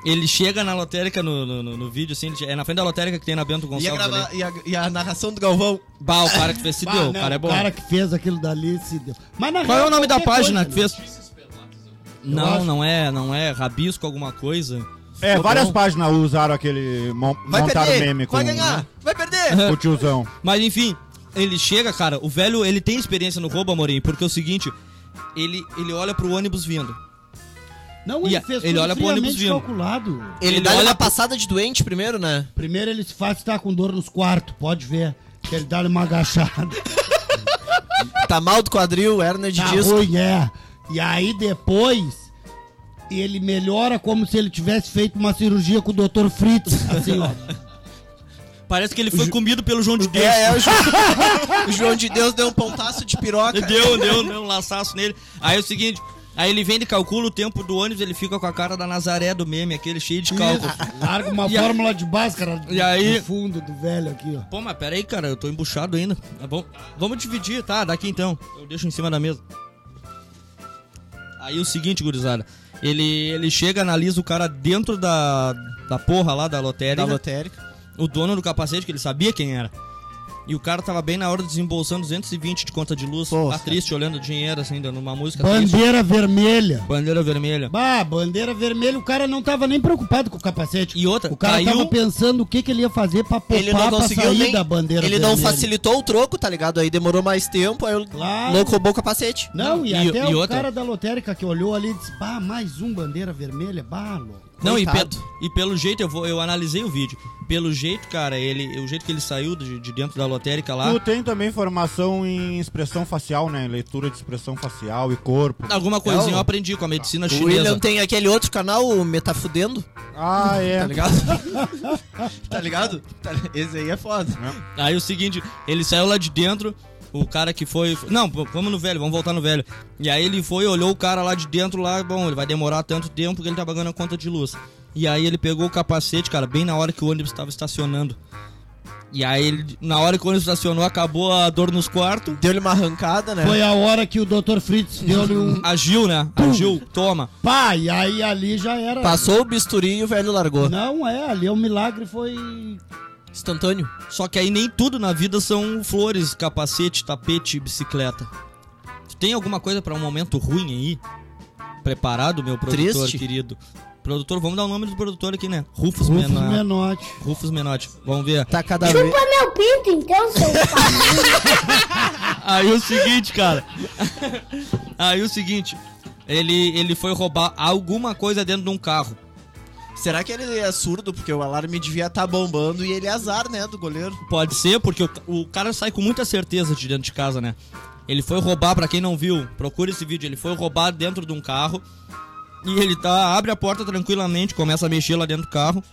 Ele chega na lotérica no, no, no- no vídeo, assim, ele che- é na frente da lotérica que tem na Bento
E é a,
Gonçalves.
grava-
ali.
e a- e a narração do Galvão.
Bah, o cara que fez se
Bah,
deu, o
não,
cara é bom.
Ah, né, O cara que fez aquilo dali se deu. Mas na
Qual é o
real,
nome da
qualquer
página que
coisa, né?
fez? Não,
acho.
não é, não é Rabisco alguma coisa.
É, várias páginas usaram aquele. mon-
Vai
montaram
perder.
meme com
vai ganhar. Vai perder.
o tiozão.
Mas enfim, ele chega, cara, o velho, ele tem experiência no roubo, Amorim, porque é o seguinte, ele, ele olha pro ônibus vindo.
Não, ele
E a-
fez
ele
tudo
olha pro ônibus
friamente
vindo.
calculado.
Ele,
Ele
dá
olha
uma
pro-
passada de doente primeiro, né?
Primeiro ele se faz estar com dor nos quartos, pode ver. Que ele dá-lhe uma agachada.
Tá mal do quadril, hernia de
tá
disco.
ruim, é. E aí depois ele melhora como se ele tivesse feito uma cirurgia com o Dr. Fritz. Assim, ó.
Parece que ele foi comido pelo João de Deus.
É, é, o João, o João de Deus deu um pontaço de piroca.
Deu, deu, deu um laçaço nele. Aí é o seguinte, aí ele vem e calcula o tempo do ônibus, ele fica com a cara da Nazaré do meme, aquele cheio de cálculo.
Larga uma
E a-
fórmula de Bhaskara
E aí-
no fundo do velho aqui, ó.
Pô, mas peraí, cara, eu tô embuchado ainda. Tá bom? Vamos dividir, tá? Daqui então. Eu deixo em cima da mesa. Aí é o seguinte, gurizada. Ele, ele chega, analisa o cara dentro da, da porra lá da lotérica.
Da lotérica.
o dono do capacete, que ele sabia quem era. E o cara tava bem na hora desembolsando 220 de conta de luz.
Pô,
tá triste, olhando o dinheiro, assim, dando uma música triste.
Bandeira vermelha.
Bandeira vermelha.
Bah, bandeira vermelha, o cara não tava nem preocupado com o capacete.
E outra,
O cara
caiu-
tava pensando o que, que ele ia fazer pra poupar
Ele não
pra
conseguiu
sair
nem.
da bandeira
ele não
vermelha.
facilitou o troco, tá ligado? Aí demorou mais tempo, aí o
Claro.
louco roubou o capacete.
Não, e,
E-
até
e
o
outra-
cara da lotérica que olhou ali e disse, bah, mais um bandeira vermelha, bah, louco.
Não, e,
Coitado.
pe- e pelo jeito, eu, vou, eu analisei o vídeo. Pelo jeito, cara, ele, o jeito que ele saiu de, de dentro da lotérica lá.
Tu tem também formação em expressão facial, né? Leitura de expressão facial e corpo.
Alguma coisinha
É, o-
eu aprendi com a medicina
O William
chinesa. tá
tem aquele outro canal, o Metafudendo,
Ah,
tá
é.
ligado? tá ligado? Tá- Esse aí é foda.
Aí o seguinte, ele saiu lá de dentro, o cara que foi. Não, pô, vamos no velho, vamos voltar no velho. E aí ele foi, olhou o cara lá de dentro, lá, bom, ele vai demorar tanto tempo que ele tá pagando a conta de luz. E aí ele pegou o capacete, cara, bem na hora que o ônibus tava estacionando. E aí, ele- na hora que o ônibus estacionou, acabou a dor nos quartos.
Deu-lhe uma arrancada, né?
Foi a hora que o Dr. Fritz deu-lhe um
Agiu, né? Agiu, toma.
pá, e aí ali já era.
Passou o bisturi e o velho largou.
Não, é, ali o milagre foi...
Instantâneo.
Só que aí nem tudo na vida são flores, capacete, tapete, bicicleta. Tu tem alguma coisa pra um momento ruim aí? Preparado, meu produtor
Triste.
querido? Produtor, vamos dar o nome do produtor aqui, né? Rufus,
Rufus
Menotti.
Menotti.
Rufus Menotti. Vamos ver.
Tá cada vez.
Chupa meu pinto, então, seu
Aí o seguinte, cara. aí o seguinte. Ele, ele foi roubar alguma coisa dentro de um carro.
Será que ele é surdo? Porque o alarme devia estar bombando e ele é azar, né? Do goleiro.
Pode ser, porque o, ca- o cara sai com muita certeza de dentro de casa, né? Ele foi roubar, pra quem não viu, procura esse vídeo. Ele foi roubar dentro de um carro. E ele tá, abre a porta tranquilamente, começa a mexer lá dentro do carro.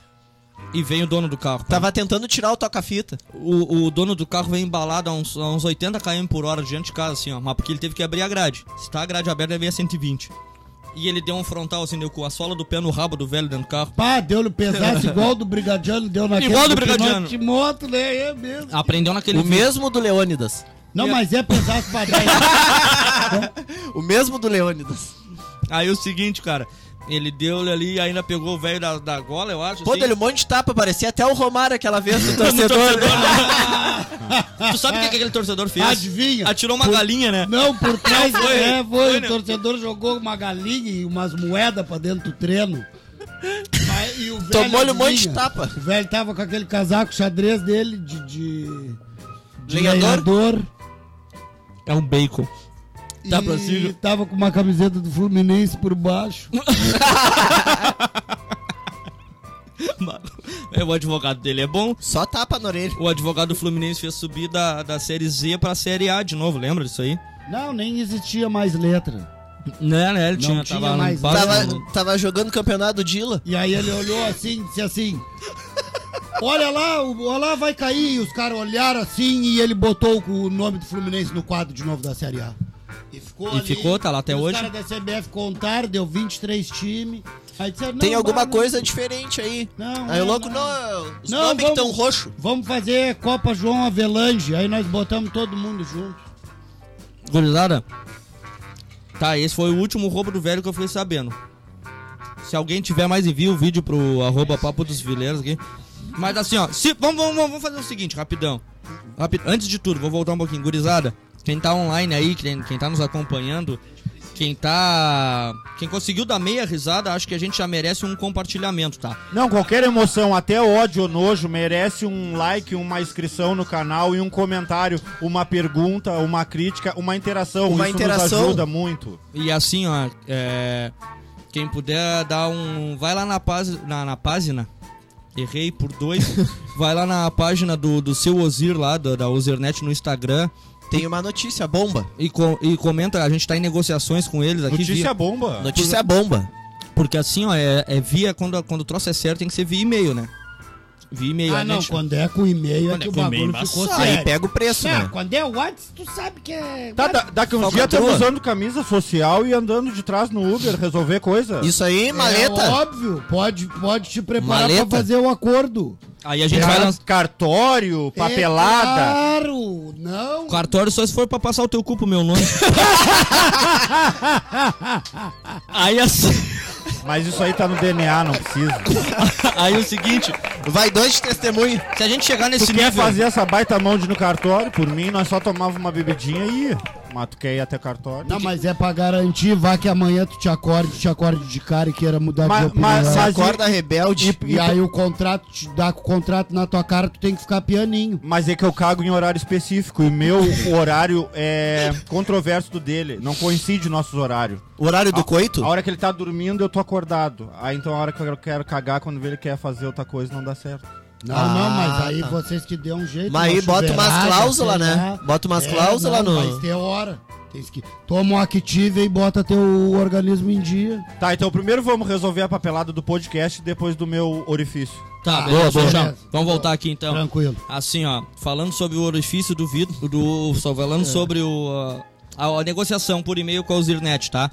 E vem o dono do carro.
Tava tentando tirar o toca-fita.
O, o dono do carro vem embalado a uns, a uns 80 km por hora diante de casa, assim, ó. Mas porque ele teve que abrir a grade. Se tá a grade aberta, ele vem a 120. E ele deu um frontal, assim, deu com a sola do pé no rabo do velho dentro do carro.
Pá, deu-lhe o pesaço igual do Brigadiano, deu naquele
Igual do
Pinóquio
Brigadiano. Ah,
de moto, né? É mesmo.
Aprendeu naquele
O
vídeo.
mesmo do Leônidas.
Não, mas é pesaço pra dar.
O mesmo do Leônidas.
Aí o seguinte, cara, Ele deu-lhe ali e ainda pegou o velho da, da gola, eu acho.
Pô,
assim.
dele um monte de tapa, parecia até o Romário aquela vez do torcedor. né?
Tu sabe o que, que aquele torcedor fez?
Adivinha?
Atirou uma galinha, né?
Não, por trás
Não, foi.
é, foi.
Foi,
o
né?
torcedor jogou uma galinha e umas moedas pra dentro do treino. Mas- e o velho
Tomou-lhe um monte de
adivinha?
tapa.
O velho tava com aquele casaco xadrez dele de. de, de
Lenhador?
lenhador.
É um bacon. Tá,
e
Brasil?
tava com uma camiseta do Fluminense por baixo.
Hum. É, o advogado dele é bom.
Só tapa na orelha.
O advogado do Fluminense fez subir da, da série Z pra série A de novo, lembra disso aí?
Não, nem existia mais letra.
Né, né? Ele
Não
tinha,
tinha
tava lá
mais
no
nada.
Vasco,
Tava, tava jogando campeonato Dila.
E aí ele olhou assim, disse assim: Olha lá, o- olha lá, vai cair. E os caras olharam assim e ele botou o nome do Fluminense no quadro de novo da Série A. E ficou,
E ficou, tá lá até
e
hoje.
Os caras da CBF contaram, deu 23 times. Aí disseram,
Tem
não,
alguma
bah, não-
coisa diferente aí.
Não,
aí
não,
logo,
não.
não, os
Não,
nomes que estão
vamos-
roxo.
Vamos fazer Copa João Avelange. Aí nós botamos todo mundo junto.
Gurizada, tá, esse foi o último roubo do velho que eu fiquei sabendo. Se alguém tiver mais, envia o vídeo pro arroba papo dos vileiros aqui. Mas assim, ó, se, vamos, vamos, vamos fazer o seguinte, rapidão. Rapi- antes de tudo, vou voltar um pouquinho. Gurizada, quem tá online aí, quem, quem tá nos acompanhando, quem tá... Quem conseguiu dar meia risada, acho que a gente já merece um compartilhamento, tá?
Não, qualquer emoção, até ódio ou nojo, merece um like, uma inscrição no canal e um comentário, uma pergunta, uma crítica, uma interação.
Uma
Isso
interação.
nos ajuda muito.
E assim, ó, é, quem puder dar um. Vai lá na, paz, na, na página. Errei por dois. vai lá na página do, do seu Ozir lá, da, da Ozirnet no Instagram.
Tem uma notícia bomba.
E, co- e comenta, a gente tá em negociações com eles aqui.
Notícia
via-
bomba.
Notícia bomba.
porque assim, ó, é, é via. Quando, quando o troço é certo, tem que ser via e-mail, né? Via e-mail.
Ah,
a
não,
gente-
quando é com e-mail é
Quando é
que o
com e-mail,
bagulho
mas
ficou
Aí
sério.
pega o preço,
Não,
né?
quando é WhatsApp, tu sabe que é.
Tá, da- daqui uns dias
Falcatrua.
estamos usando camisa social e andando de trás no Uber resolver coisa.
Isso aí, maleta.
É óbvio, pode, pode te preparar
Maleta?
pra fazer o acordo.
Aí a gente
É.
Car-
vai lançar.
Cartório, papelada.
É claro, não.
Cartório só se for pra passar o teu cu pro meu nome. aí assim.
Mas isso aí tá no DNA, não precisa.
Aí o seguinte,
Vai dois é de testemunho.
se a gente chegar nesse
Tu quer
nível,
fazer essa baita mão de ir no cartório? Por mim, nós só tomava uma bebidinha e ia. Mas tu quer ir até cartório?
Não, mas é pra garantir, vá que amanhã tu te acorde, te acorde de cara e queira mudar
Mas-
de opinião.
mas- mas-
Acorda rebelde.
e aí o contrato, te dá com o contrato na tua cara, tu tem que ficar pianinho.
Mas é que eu cago em horário específico e meu horário é controverso do dele. Não coincide nossos horários.
O horário
Ah,
do coito?
A hora que ele tá dormindo, eu tô acordado. Aí então a hora que eu quero cagar, quando ele quer fazer outra coisa, não dá certo.
Não,
Ah,
não, mas aí
tá.
vocês que deu um jeito.
Mas aí
uma
bota umas
chuveirada,
cláusulas,
sei
né?
lá.
Bota umas cláusulas
É, não,
no-
Mas tem hora. Tem que... Toma um Active e bota teu organismo em dia.
Tá, então primeiro vamos resolver a papelada do podcast depois do meu orifício.
tá,
Ah,
beleza,
boa, boa.
já.
Beleza.
Vamos voltar aqui então.
Tranquilo.
Assim, ó, falando sobre o orifício do vidro, do só falando sobre o a, a negociação por e-mail com a Zirnet, tá? V-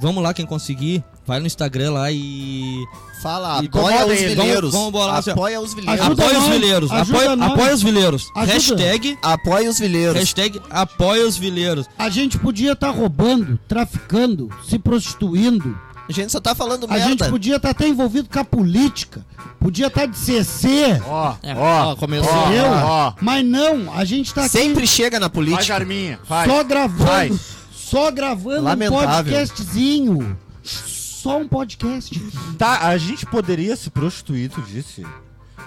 Vamos lá quem conseguir, vai no Instagram lá e
Fala, apoia
E incomoda
os
ele. Vamos-
vileiros.
vamos bolar assim, ó.
Apoia os
Ajuda
vileiros.
apoia os
nós,
vileiros,
ajuda
apoia,
nós.
apoia os vileiros.
Ajuda.
Hashtag
Apoia os vileiros.
Hashtag apoia os vileiros.
A gente podia estar roubando, traficando, se prostituindo.
A gente só tá falando
A gente
merda.
podia estar até envolvido com a política. Podia estar de CC.
Ó,
É,
ó,
ó, começou.
entendeu?
ó.
Mas não, a gente tá aqui
Sempre chega na
Vai,
política.
Jarminha, vai.
só gravando.
vai.
Só gravando um
Lamentável.
podcastzinho. Só um podcast.
Tá, a gente poderia se prostituir, tu disse?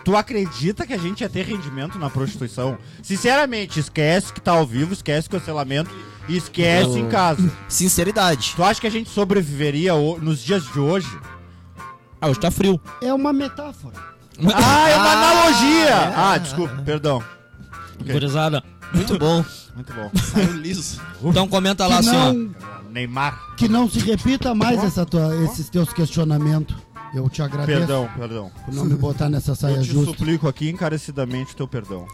Tu acredita que a gente ia ter rendimento na prostituição? Sinceramente, esquece que tá ao vivo, esquece o cancelamento e esquece em casa.
Sinceridade.
Tu acha que a gente sobreviveria ho- nos dias de hoje?
Ah, hoje tá frio.
É uma metáfora.
Ah, é uma analogia! Ah, desculpa, perdão.
Gurizada.
Muito bom.
Muito bom.
Tá
Então comenta lá
Que
assim, ó.
não,
Neymar.
que não se repita mais essa tua- esses teus questionamentos. Eu te agradeço
Perdão, perdão.
por não me botar nessa
Eu
saia
te
justa.
suplico aqui encarecidamente o teu perdão.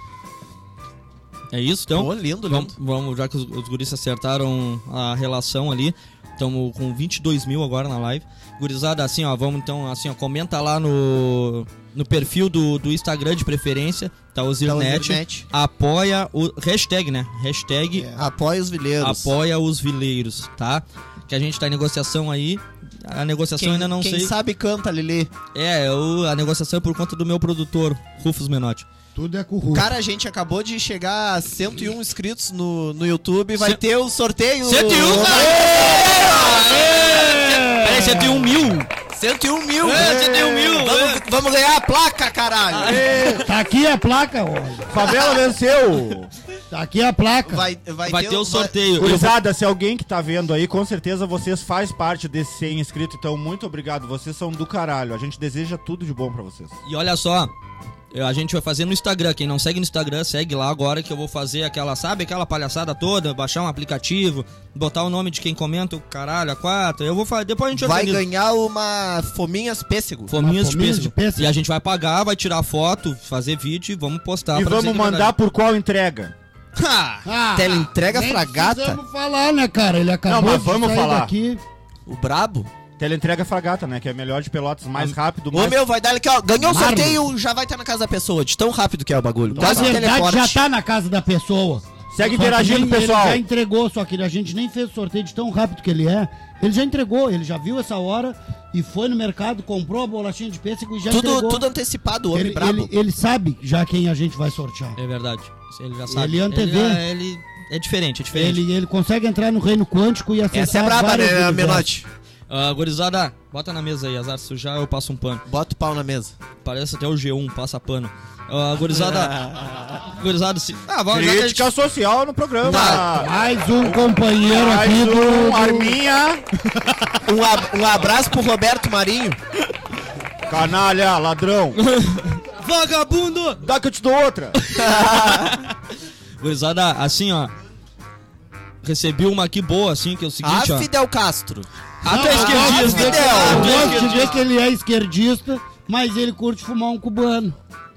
É isso, então?
Pô, Tá lindo, lindo.
Vamos, vamos, já que os, os guris acertaram a relação ali. Estamos com 22 mil agora na live. Gurizada, assim, ó, vamos então, assim, ó, comenta lá no, no perfil do, do Instagram de preferência, tá o Zirnet.
Net.
apoia o. Hashtag, né? Hashtag
É, Apoia os vileiros.
apoia os vileiros, tá? Que a gente tá em negociação aí. A negociação
Quem,
ainda não
quem
sei.
sabe canta, Lelê.
É, eu- a negociação é por conta do meu produtor, Rufus Menotti.
Tudo é com o Hulk.
Cara, a gente acabou de chegar a 101 inscritos no, no YouTube. Vai ter o sorteio.
101, cara! um, Peraí, 101 mil!
101 mil!
É, 101 mil, é.
Vamos, vamos ganhar a placa, caralho!
Tá aqui a placa, olha.
Favela venceu!
Tá aqui a placa.
Vai, vai,
Vai ter o sorteio.
Gurizada, se alguém que tá vendo aí, com certeza vocês faz parte desse 100 inscrito, então muito obrigado, vocês são do caralho. A gente deseja tudo de bom pra vocês.
E olha só, eu- a gente vai fazer no Instagram. Quem não segue no Instagram, segue lá agora que eu vou fazer aquela, sabe, aquela palhaçada toda, baixar um aplicativo, botar o nome de quem comenta, o caralho, a quatro. Eu vou fazer, depois a gente
Vai
organiza.
ganhar uma fominhas pêssego.
Fominhas,
Uma
de,
fominhas
pêssego.
de pêssego.
E a gente vai pagar, vai tirar foto, fazer vídeo e vamos postar.
e
pra dizer
vamos
que é
mandar por qual entrega?
verdade.
Ah,
Tela entrega
nem
fragata.
precisamos falar, né, cara? Ele acabou
Não, mas
de
vamos
sair
falar.
daqui.
O brabo.
Teleentrega fragata, né? Que é melhor de pelotas, mais rápido,
Ô
mais...
meu, vai dar aqui, ó. Ganhou o
Mármore.
um
sorteio, já vai estar na casa da pessoa, de tão rápido que é o bagulho.
Na
Quase um
verdade,
teleporte.
já tá na casa da pessoa. Só
Segue
que
interagindo,
ele- ele
pessoal.
já entregou, só que a gente nem fez o sorteio de tão rápido que ele é. Ele já entregou, ele já viu essa hora e foi no mercado, comprou a bolachinha de pêssego e já
Tudo,
entregou.
tudo antecipado, o homem
ele,
brabo.
ele, ele sabe já quem a gente vai sortear.
É verdade. Ele já sabe.
Ele é antevê.
Ele, ele- é diferente, é diferente.
Ele, ele consegue entrar no reino quântico e acessar
Essa é braba,
vários
né,
universos.
Menotti?
Ah, gurizada, bota na mesa aí, azar sujar, eu passo um pano.
Bota o pau na mesa.
Parece até o G1, passa pano. Ah, gurizada. gurizada, se. Ah, vamos já que a gente-
Crítica social no programa.
Tá.
Mais um companheiro
Mais
aqui do...
um,
do-
Arminha.
Um, ab- um abraço pro Roberto Marinho.
Canalha, ladrão.
Vagabundo!
Dá que eu te dou outra.
Gurizada, assim, ó. Recebi uma aqui boa, assim, que é o
Ah,
seguinte, ó.
Fidel Castro.
Até esquerdista.
Fidel.
Eu
Até
gosto de
esquerdista.
ver que ele é esquerdista, mas ele curte fumar um cubano.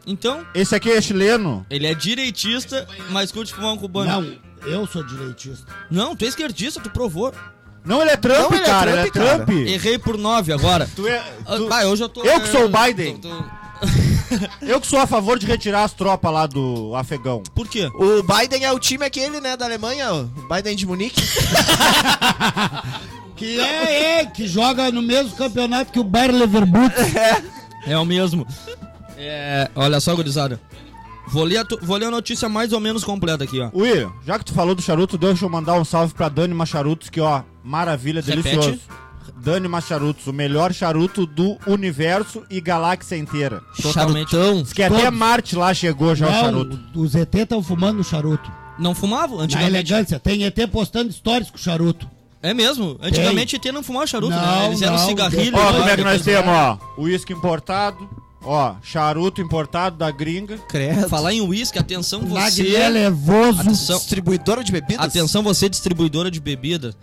Então,
Esse aqui é chileno.
ele é direitista, mas curte fumar um cubano.
Não, eu sou direitista.
Não, tu é esquerdista, tu provou.
Não, ele é Trump,
Não, ele é
cara.
Trump,
ele é
cara.
Trump.
Errei por nove agora.
Tu é-
Ah,
tu-
vai, hoje eu tô.
Eu que sou o
eh,
Biden.
tô- tô-
Eu que sou a favor de retirar as tropas lá do afegão.
Por quê?
O Biden é o time aquele, né, da Alemanha, o Biden de Munique.
Que é ele que joga no mesmo campeonato que o Bayer Leverkusen.
É o mesmo. É, olha só, gurizada. Vou ler, a tu- vou ler a notícia mais ou menos completa aqui, ó.
Will, já que tu falou do charuto, deixa eu mandar um salve pra Dani Macharutos, que ó, maravilha,
Repete.
delicioso. Dani Macharutos, o melhor charuto do universo e galáxia inteira.
Totalmente.
Charutão.
Diz que até Marte lá chegou
é
já o
Não,
charuto.
os ET estão tá fumando charuto.
Não fumava
Na
antigamente?
elegância, tem ET postando stories com charuto.
É mesmo. Antigamente ET não fumava charuto, né?
Não,
Eles eram
não,
cigarrilho.
depois-
Ó,
né?
como é que nós
Depois-
temos, ó? Uísque importado, ó, charuto importado da gringa.
Credo.
Falar em uísque, atenção
Magné
você.
levoso.
Atenção,
Distribuidora de bebidas?
atenção você, distribuidora de bebida.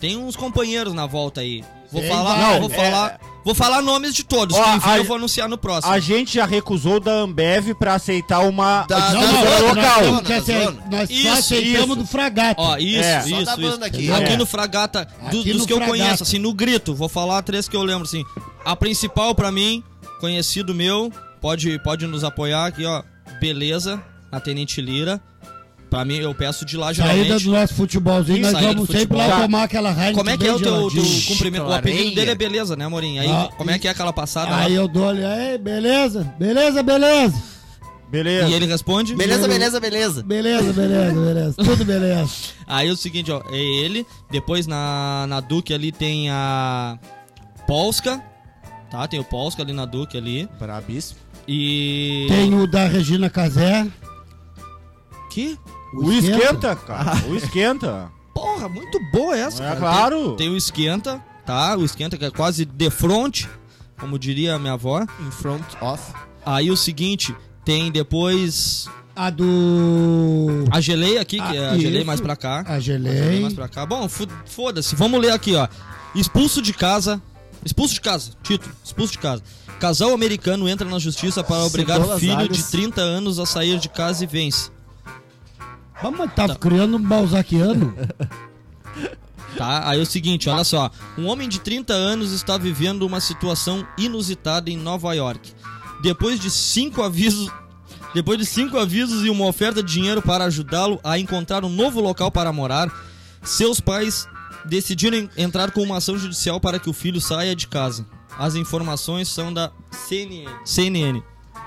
Tem uns companheiros na volta aí. Vou
Tem
falar,
vários.
vou falar, vou falar nomes de todos.
Ó,
que enfim
a-
eu vou anunciar no próximo.
A gente já recusou da Ambev pra aceitar uma
Da- da
Não, né? não,
zona,
nós
local.
temos que
Da
acei-
zona.
Nós só
Isso,
aceitamos
isso.
do fragata.
Ó, isso,
É.
isso.
Só da
isso.
banda aqui.
Aqui
É.
no Fragata, do-
Aqui
dos
no
que eu
Fragata.
conheço, assim, no grito, vou falar três que eu lembro, assim. A principal pra mim, conhecido meu, pode, pode nos apoiar aqui, ó. Beleza, a Tenente Lira. Pra mim, eu peço de lá
Saída
geralmente.
do nosso futebolzinho, nós
Saída do
vamos sempre
futebol.
lá
Tá.
tomar aquela Heineken
Como é que
bem
é o teu, teu
geladinha.
cumprimento? O apelido
Clareia.
dele é beleza, né, Morim? Aí,
Ah,
como é que é aquela passada? lá?
Aí eu dou-lhe, "Ei, beleza, beleza, beleza.
Beleza.
E ele responde.
Beleza, beleza, beleza.
Beleza, beleza, beleza. Tudo beleza.
Aí é o seguinte, ó, é ele. Depois na, na Duque ali tem a Polska. Tá, tem o Polska ali na Duque ali.
Brabíssimo.
E.
Tem o da Regina Casé.
Que?
O esquenta, cara. O esquenta.
Porra, muito boa essa,
É
cara.
claro.
Tem, tem o esquenta, tá? O esquenta que é quase de front, como diria a minha avó.
In front of.
Aí o seguinte, tem depois
A do.
a geleia aqui, que é a
Ah,
geleia
isso.
mais pra cá.
A
A geleia
Gelei.
mais pra cá. Bom, fu- foda-se. Vamos ler aqui, ó. Expulso de casa. Expulso de casa, título. Expulso de casa. Casal americano entra na justiça para obrigar
Cebolas
filho
alhos.
de 30 anos a sair de casa e vence.
Vamos, tá criando um balzaquiano.
Tá? Aí é o seguinte, olha só. Um homem de 30 anos está vivendo uma situação inusitada em Nova York. Depois de cinco avisos. Depois de cinco avisos e uma oferta de dinheiro para ajudá-lo a encontrar um novo local para morar, seus pais decidiram en- entrar com uma ação judicial para que o filho saia de casa. As informações são da CNN. CNN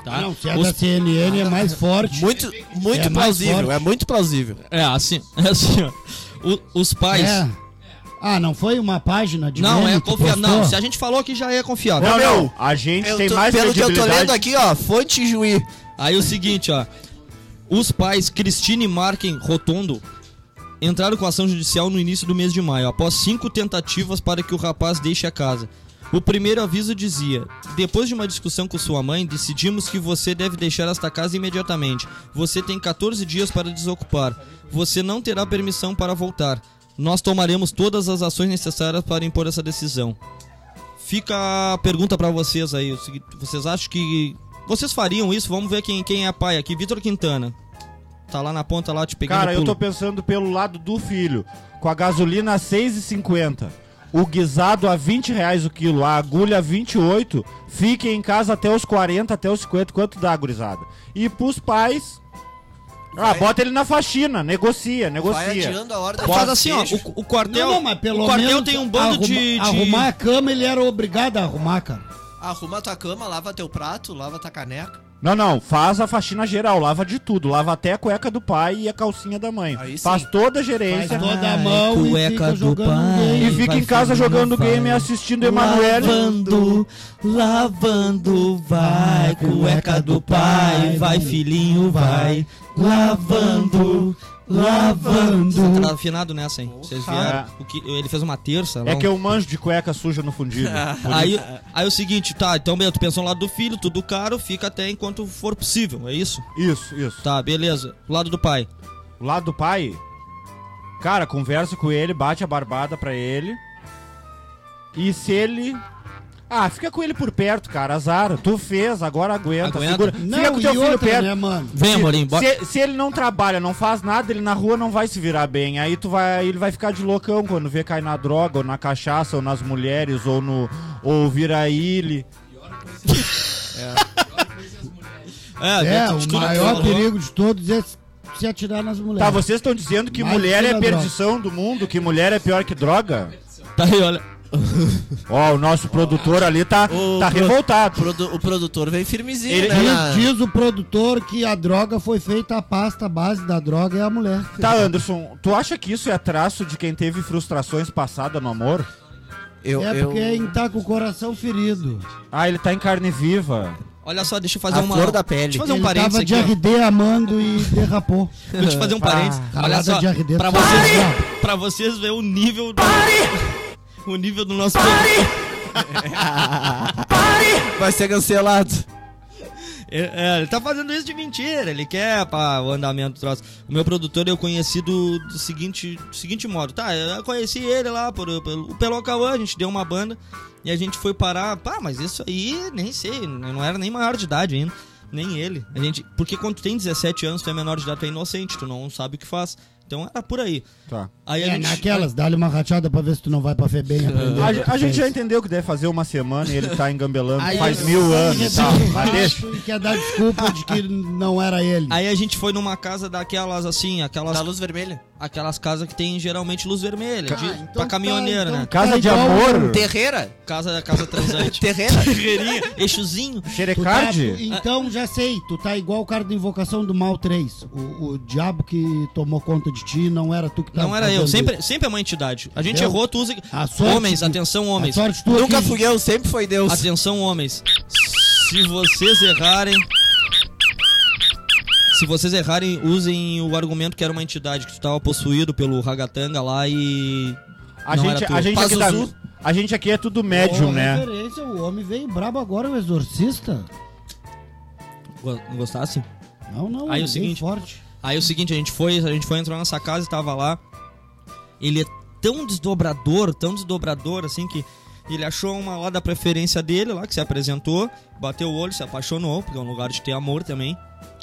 tá?
Não, se é
Os-
da CNN é mais forte.
Muito, muito
É mais
plausível,
forte.
é muito plausível.
É assim, é assim, ó. O- os pais.
É. Ah, não foi uma página de
Não,
meme
é
que
confiável. Não,
postou?
se a gente falou que já é confiável.
Não,
meu,
não. A gente
Eu
tem
tô-
mais
pelo que eu tô
credibilidade.
lendo aqui, ó, fonte Juí.
Aí o seguinte, ó. Os pais Cristine e Marken Rotondo entraram com ação judicial no início do mês de maio, após cinco tentativas para que o rapaz deixe a casa. O primeiro aviso dizia: Depois de uma discussão com sua mãe, decidimos que você deve deixar esta casa imediatamente. Você tem 14 dias para desocupar. Você não terá permissão para voltar. Nós tomaremos todas as ações necessárias para impor essa decisão. Fica a pergunta pra vocês aí. o seguinte, Vocês acham que. Vocês fariam isso? Vamos ver quem, quem é pai aqui. Vitor Quintana. Tá lá na ponta, lá te pegando.
Cara, eu
pulo.
tô pensando pelo lado do filho. Com a gasolina a 6,50, o guisado a 20 reais o quilo, a agulha a 28, fiquem em casa até os 40, até os 50, quanto dá, gurizada? E pros pais... Ah, bota ele na faxina, negocia, negocia.
a hora da
Faz assim, ó. O, o quartel.
Não, não, mas pelo
o quartel
menos
tem um bando
arruma-
de. de-
Arrumar a cama, ele era obrigado a arrumar, cara.
Arruma tua cama, lava teu prato, lava tua caneca.
Não, não, faz a faxina geral, lava de tudo, lava até a cueca do pai e a calcinha da mãe.
Aí sim.
Faz toda a
Faz
gerência
toda a
Ai,
mão e
cueca
fica
do
jogando um
pai.
e
game.
fica
vai
em casa
fazendo
jogando
vai.
game e assistindo Emanuele.
Lavando, lavando, vai, cueca do pai, vai, filhinho, vai. Lavando, lavando. Tá afinado nessa, hein? Vocês vieram. O que, ele fez uma terça lá.
É
um-
que eu manjo de cueca suja no fundido.
Aí, aí é o seguinte, tá, então meu, tu pensou no lado do filho, tudo caro, fica até enquanto for possível, é isso?
Isso, isso.
Tá, beleza. O lado do pai.
O lado do pai, cara, conversa com ele, bate a barbada pra ele. E se ele. Ah, fica com ele por perto, cara. Azar. Tu fez, agora aguenta.
Aguenta.
segura. fica
Não,
com teu
e
filho
outra,
perto.
né, mano?
Vem, Amorim, bora.
Se, se ele não trabalha, não faz nada, ele na rua não vai se virar bem. Aí tu vai, ele vai ficar de loucão quando vê cair na droga, ou na cachaça, ou nas mulheres, ou no. ou vira ele.
É,
dentro de
o
tudo que
maior
tu falou.
perigo de todos é se atirar nas mulheres.
Tá, vocês estão dizendo que
Mais
mulher é
vira
a perdição do mundo, que mulher é pior que droga?
Tá aí, olha.
Ó, o nosso produtor ali tá,
Ô,
tá
pro-
revoltado.
o produtor vem firmezinho,
Ele-
né? na-
Diz, diz o produtor que a droga foi feita, a pasta base da droga é a mulher.
Tá, Anderson, tu acha que isso é traço de quem teve frustrações passadas no amor?
Eu,
é
eu-
porque ele tá com o coração ferido.
Ah, ele tá em carne viva.
Olha só, deixa eu fazer
a
uma.
flor da pele.
Deixa eu fazer um
ele
parênteses
tava de
aqui. ó.
RD amando e derrapou.
Deixa eu te fazer um parênteses. Olha
Calada
só,
Ah, de RD.
pra
tá
vocês,
ligado?
pra vocês verem o nível do. O nível do nosso.
um- Vai ser cancelado.
É, é, ele tá fazendo isso de mentira, ele quer pá, o andamento do troço. O meu produtor eu conheci do, do seguinte, do seguinte modo, tá? Eu conheci ele lá por, pelo, pelo Ocauã, a gente deu uma banda e a gente foi parar, pá, mas isso aí nem sei, eu não era nem maior de idade ainda, nem ele. A gente, porque quando tu tem 17 anos, tu é menor de idade, tu é inocente, tu não sabe o que faz. Então era por aí.
Tá.
Aí a
É,
gente-
naquelas, dá-lhe uma rachada pra ver se tu não vai pra Febem aprender.
A,
o que
ge-
tu
a gente
fez.
já entendeu que deve fazer uma semana e ele tá engambelando
Aí
faz
ele
mil
sai
anos e
tá.
tal.
arrebentando o
Mas deixa.
rastro e quer é dar desculpa de que não era ele.
Aí a gente foi numa casa daquelas assim, aquelas,
Da luz vermelha.
aquelas casas que tem geralmente luz vermelha, de,
Ah, então
pra
tá,
caminhoneiro,
então
né?
Casa
Tá
de
igual
amor?
Terreira?
Casa, casa transante.
Terreira?
Ferreirinha, eixozinho.
Tu tá-
Xerecard?
então já sei, tu tá igual o cara da Invocação do Mal 3. O, o diabo que tomou conta de ti não era tu que tava
Não era eu,
fazendo
sempre,
isso.
sempre é uma entidade. A gente
Entendeu?
errou, tu usa.
tá A sorte
homens,
que-
atenção, homens.
A sorte é tua
Nunca
que-
fui eu, sempre foi Deus.
Atenção, homens. Se vocês errarem. Se vocês errarem, usem o argumento que era uma entidade, que tu tava possuído pelo Ragatanga lá e.
A
Não
gente,
era tu.
a, gente aqui tá-
Pazuzu.
a gente aqui é tudo médium,
Ó,
né?
referência, O homem veio brabo agora, o exorcista.
Go- Não gostasse?
Não, não,
Aí o
veio
seguinte-
forte.
Aí é o seguinte, a gente foi, a gente foi entrar nessa casa e tava lá. Ele é tão desdobrador, tão desdobrador, assim que ele achou uma lá da preferência dele, lá que se apresentou, bateu o olho, se apaixonou, porque é um lugar de ter amor também.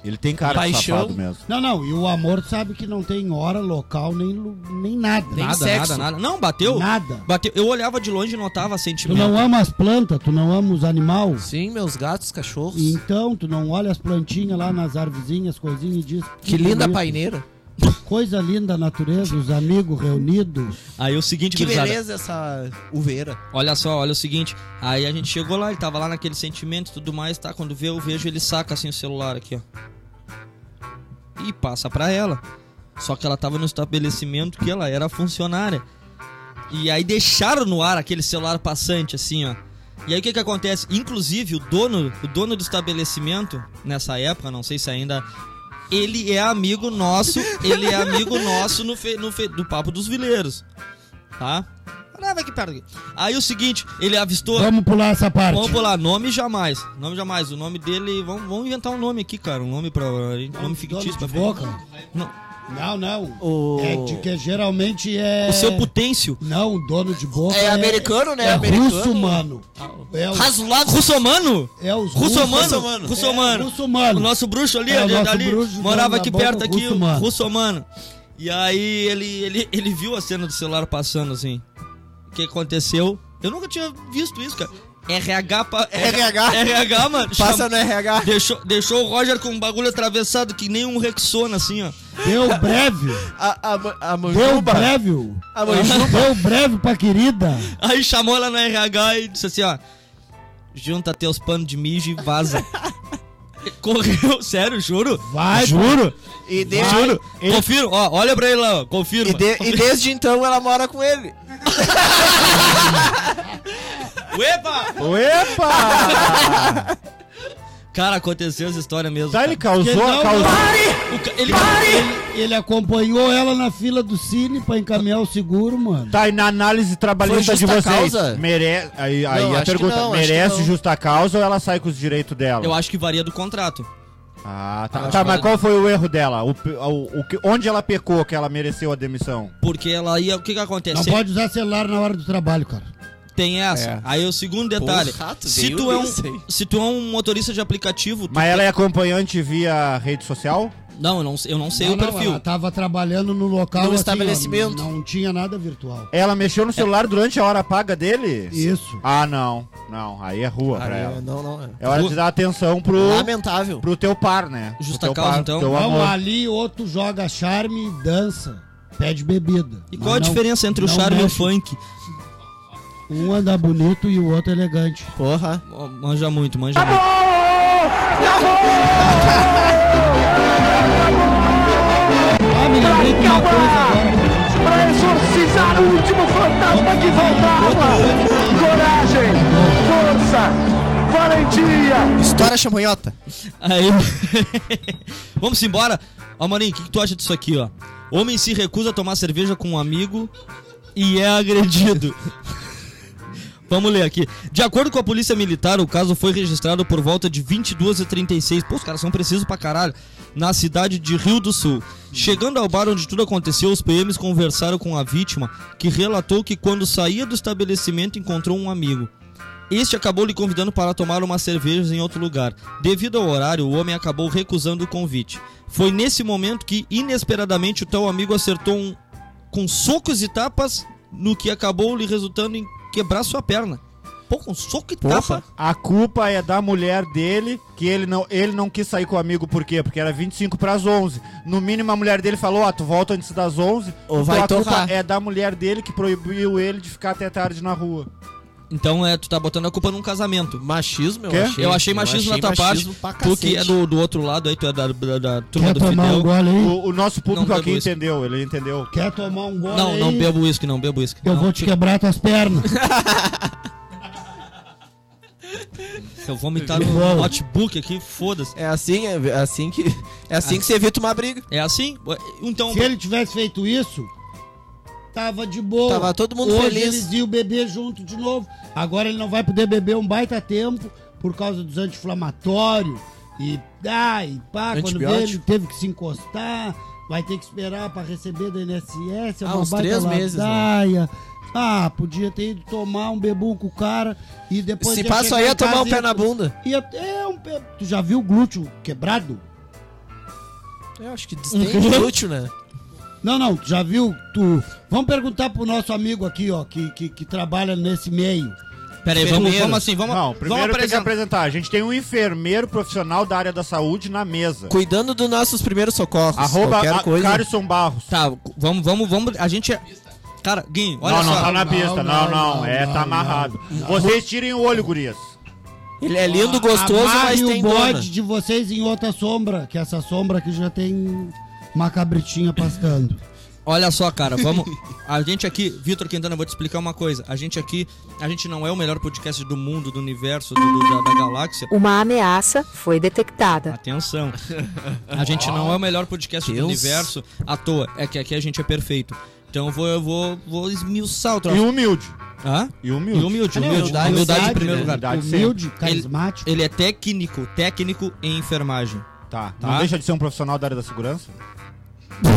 Ele tem cara de
Paixão.
safado mesmo.
Não, não, e o amor sabe que não tem hora, local, nem, lu- nem nada.
Nem
nada,
sexo.
nada, nada. Não, bateu.
Nada.
Bateu. Eu olhava de longe e notava
Tu
sentimento.
não ama as plantas, tu não ama os animais.
Sim, meus gatos, cachorros.
Então, tu não olha as plantinhas lá nas arvezinhas, coisinhas e diz.
Que linda né?
bonito.
paineira.
coisa linda a natureza, os amigos reunidos.
Aí é o seguinte,
Que
gurizada,
beleza essa uveira.
Olha só, olha o seguinte. Aí a gente chegou lá, ele tava lá naquele sentimento e tudo mais, tá? Quando vê, eu vejo, ele saca assim o celular aqui, ó. E passa pra ela. Só que ela tava no estabelecimento que ela era funcionária. E aí deixaram no ar aquele celular passante, assim, ó. E aí o que que acontece? Inclusive, o dono, o dono do estabelecimento, nessa época, não sei se ainda... Ele é amigo nosso, ele é amigo nosso no, fe, no fe- do Papo dos Vileiros, tá? Ah, vai aqui perto aqui. Aí o seguinte, ele avistou...
Vamos pular essa parte.
Vamos pular, nome jamais. Nome jamais. O nome dele. Vamos, vamos inventar um nome aqui, cara. Um nome pra. Nome, fictício pra
de
frente.
boca?
Não.
Não, não.
O-
É de que geralmente é.
O seu potêncio.
Não, dono de boca.
É americano, né?
É
Americano.
russo, mano. É, os-
Rasulado. Russomano?
é os
Russomano?
Russomano.
Russomano.
É, russomano.
O nosso bruxo ali,
É, o
ali-
nosso
ali,
bruxo, dono
morava
da
aqui
boca,
perto, aqui,
russomano.
o Russomano. E aí ele, ele, ele viu a cena do celular passando assim. O que aconteceu? Eu nunca tinha visto isso, cara. RH. Pa,
RH.
RH, mano.
Passa
Chama-
no RH.
Deixou, deixou o Roger com um bagulho atravessado que nem um Rexona, assim, ó.
Deu breve.
A, a, ma- a
Deu
manjuba.
breve.
A
né?
manjuba.
Deu breve pra querida.
Aí chamou ela na RH e disse assim, ó. Junta teus panos de mijo e vaza. Correu, sério, juro.
Vai,
juro.
E, de-
Juro. Confiro, ó, olha pra ele lá, ó. Confirma.
e, de- e desde então ela mora com ele.
Uepa!
Epa!
Cara, aconteceu essa história mesmo.
Tá, ele
cara.
causou,
Que não,
causou.
O ca- ele-
Ele acompanhou ela na fila do Cine pra encaminhar o seguro, mano.
Tá, e na análise trabalhista
Foi
de
justa
vocês,
causa?
merece. Aí, aí
Não,
a
acho que
pergunta:
não, acho que
merece
não.
justa causa ou ela sai com os direitos dela?
Eu acho que varia do contrato.
Ah, tá.
acho
Tá,
que
mas
vale-
qual foi o erro dela? O, pe- o- o que- onde ela pecou que ela mereceu a demissão?
Porque ela ia. O que que acontece?
Não
Você
pode usar celular na hora do trabalho, cara.
Tem essa.
É.
Aí o segundo detalhe.
Porra, tu
se,
veio
tu é
desse
um,
aí.
se tu é um motorista de aplicativo. tu
Mas
tem-
ela é acompanhante via rede social?
Não, eu não, eu não sei
Não,
o
não,
perfil.
ela tava trabalhando no local.
No
assim, ó,
estabelecimento.
Não, tinha nada virtual.
Ela mexeu
É.
no celular durante a hora paga dele?
Isso.
Ah, não. Não, aí é rua pra
Ah,
ela.
não, não. é.
É hora de dar atenção pro,
Ah, Lamentável.
pro teu par, né? Pro
Justa
teu
causa,
par,
então.
Teu
Não,
amor.
ali outro joga charme e dança. Pede bebida.
E
Mas
qual a
não-
diferença entre o
não
charme e o
mexe.
funk?
Um anda bonito e o outro elegante.
Porra.
Ó, Manja muito, manja muito.
Ah, me lembrei de uma coisa agora.
Pra exorcizar o último fantasma que voltava. Coragem, força, valentia.
História chamanhota.
Aí. Vamos embora? Ó, Marinho, o que, que tu acha disso aqui, ó? Homem se recusa a tomar cerveja com um amigo e é agredido. Vamos ler aqui. De acordo com a polícia militar, o caso foi registrado por volta de 22h36. Pô, os caras são precisos pra caralho. Na cidade de Rio do Sul. Chegando ao bar onde tudo aconteceu, os PMs conversaram com a vítima, que relatou que quando saía do estabelecimento encontrou um amigo. Este acabou lhe convidando para tomar umas cervejas em outro lugar. Devido ao horário, o homem acabou recusando o convite. Foi nesse momento que, inesperadamente, o tal amigo acertou um com socos e tapas, no que acabou lhe resultando em quebrar sua perna. Pô, com soco e tapa?
A culpa é da mulher dele, que ele não, ele não quis sair com o amigo, por quê? Porque era 25 pras 11. No mínimo, a mulher dele falou, ó, tu volta antes das 11.
Ou
então
vai
a culpa
tocar.
é da mulher dele que proibiu ele de ficar até tarde na rua.
Então, é, tu tá botando a culpa num casamento.
Machismo, eu
Quê?
achei.
Eu achei machismo na tua parte.
machismo pra
Tu que
cacete.
é do, do outro lado aí, tu é da, da, da turma
Quer
do
tomar um
Fidel.
gole aí?
O, o nosso público
Hum. Não
aqui
bebo isso.
entendeu, ele entendeu.
Quer tomar um gole
Não,
aí?
não bebo uísque, não bebo uísque.
Eu
Não,
vou te quebrar tuas pernas.
Eu vou vomitar no
Bom.
notebook aqui, foda-se.
É assim, é é assim que. É assim que você evita uma briga.
É assim? Então,
Se ele tivesse feito isso, tava de boa.
Tava todo mundo
Hoje
feliz.
eles iam beber junto de novo. Agora ele não vai poder beber um baita tempo por causa dos anti-inflamatórios. E dá, e pá, quando vê,
Antibiótico.
ele teve que se encostar, vai ter que esperar pra receber do INSS. é
Ah,
uma
uns
baita
três meses, né?
ladaia. Ah, podia ter ido tomar um bebum com o cara e depois...
Se
ia
passa
chegar
aí
em
a tomar
casa
um
e-
pé na bunda.
ia- é um pé- Tu já viu o glúteo quebrado?
Eu acho que destende
Uhum.
glúteo, né?
Não, não, tu já viu? Tu... Vamos perguntar pro nosso amigo aqui, ó, que, que, que trabalha nesse meio.
Peraí, vamos,
Enfermeiros.
vamos assim, vamos,
Não,
vamos
primeiro tem que
apresentar.
apresentar. A gente tem um enfermeiro profissional da área da saúde na mesa.
Cuidando dos nossos primeiros socorros.
Arroba
qualquer
a-
coisa.
Carson Barros.
Tá, vamos, vamos, vamos. A gente é. Cara, Guim, olha
não,
só.
não tá na
Não,
pista. Não, não.
não, não,
é,
não,
tá
não.
amarrado. Vocês tirem o olho, gurias.
Ele é lindo, gostoso, mas
Amarre
tem né?
o
dona.
bode de vocês em outra sombra, que essa sombra aqui já tem uma cabritinha pastando.
Olha só, cara, vamos. A gente aqui, Vitor Quintana, eu vou te explicar uma coisa. A gente aqui, a gente não é o melhor podcast do mundo, do universo, do- do- da, da galáxia.
Uma ameaça foi detectada.
Atenção. A gente não é o melhor podcast do
Deus.
universo à toa. É que aqui a gente é perfeito. Então eu vou, eu vou, vou esmiuçar o
E
troço.
humilde.
Hã?
E
E
humilde.
humilde, humilde.
humildade,
Humildade,
humildade,
em primeiro
né?
lugar.
Humildade sempre.
Humilde, carismático.
Ele é técnico, técnico em enfermagem.
Tá.
Tá.
Não deixa de ser um profissional da área da segurança?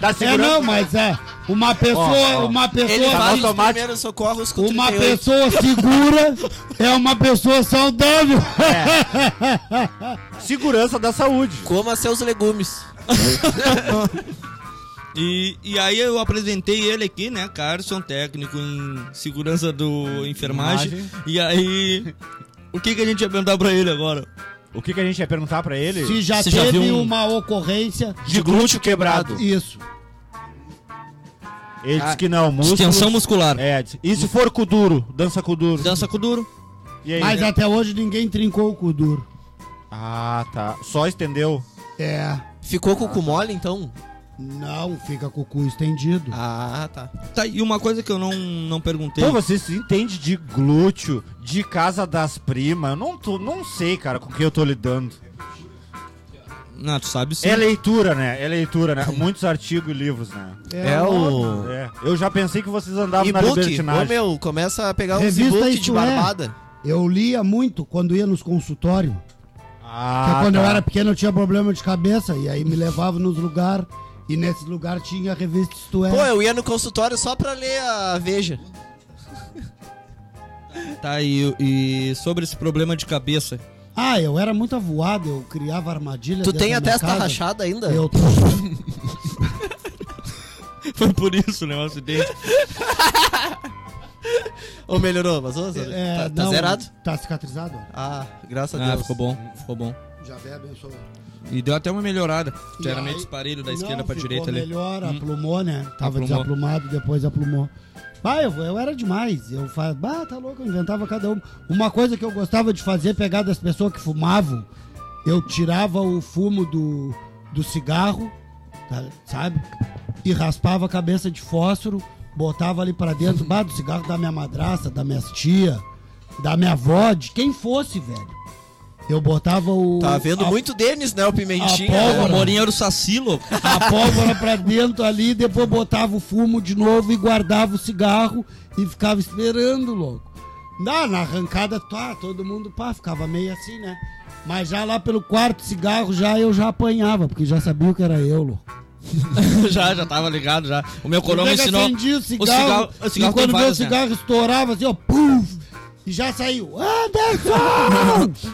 Da
É,
segurança.
não, mas é. Uma pessoa,
Ó, ó.
uma pessoa.
tá
Ele faz os
Tá automático.
primeiros socorros com
Uma
38.
pessoa segura é uma pessoa saudável.
Segurança da saúde.
Coma seus legumes.
E, e aí eu apresentei ele aqui, né? Carson, técnico em segurança do enfermagem.
Enfermagem.
E aí. O que, que a gente ia perguntar pra ele agora?
O que, que a gente ia perguntar pra ele?
Se já
Você já
teve
viu um-
uma ocorrência.
De glúteo quebrado.
Isso.
Ele disse que não. Músculo.
Extensão muscular.
É, disse- e se for com o duro? Dança com o duro.
Dança com o duro.
E aí?
Mas é- até hoje ninguém trincou o cu duro.
Ah, tá. Só estendeu.
É.
Ficou com o cu mole, então?
Não, fica com o cu estendido.
Ah, tá.
Tá, e uma coisa que eu não, não perguntei.
Pô, você se entende de glúteo, de casa das primas. Eu não, tô, não sei, cara, com quem eu tô lidando.
Não, né, tu sabe sim.
É leitura, né? É leitura, né? Muitos artigos e livros, né?
É, o...
É. Eu já pensei que vocês andavam na
E-book? Ô,
libertinagem.
meu, começa a pegar uns
Revista
e-book
Isto
de
É.
barbada.
Eu lia muito quando ia nos consultórios. Porque
Ah,
quando eu
tá.
era pequeno eu tinha problema de cabeça. E aí me levava nos lugares. E nesse lugar tinha a revista Isto É.
Pô, eu ia no consultório só pra ler a Veja.
Tá, e, e sobre esse problema de cabeça.
Ah, eu era muito avoado. Eu criava armadilha.
Tu
dentro
tem
da
a
minha
testa
casa.
rachada Tá ainda?
Eu tô...
Foi por isso, né? Um acidente.
Ou melhorou? Mas, ô,
É,
tá, tá
não,
zerado?
Tá cicatrizado. ó.
Ah, graças a
Ah,
Deus.
ficou bom, ficou bom.
Já vê abençoado.
E deu até uma melhorada. Tu
E
era
aí-
meio disparelho da
Não,
esquerda pra
ficou
direita ali. Hum.
melhor, aplumou, né? Tava
Aplumou.
desaplumado, depois aplumou. Ah, eu, eu era demais. Eu faz, bah, tá louco, eu inventava cada um. Uma coisa que eu gostava de fazer, pegar das pessoas que fumavam, eu tirava o fumo do, do cigarro, tá- sabe? E raspava a cabeça de fósforo, botava ali pra dentro, bah, do cigarro da minha madraça, da minha tia, da minha avó, de quem fosse, velho. Eu botava o.
Tá vendo
a
muito Denis, né? O Pimentinha.
a
né?
O
pólvora.
Amorim era o Saci, louco.
a pólvora pra dentro ali, depois botava o fumo de novo e guardava o cigarro e ficava esperando, louco. Na, na arrancada, tá, todo mundo, pá, ficava meio assim, né? Mas já lá pelo quarto cigarro, já eu já apanhava, porque já sabia que era eu, louco.
já, já tava ligado, já. O meu coroa me
Nega
ensinou.
acendia o
o cigarro,
cigarro,
o cigarro
e quando
tem
meu
vários, né?
cigarro estourava assim, ó, puf, e já saiu. Anderson!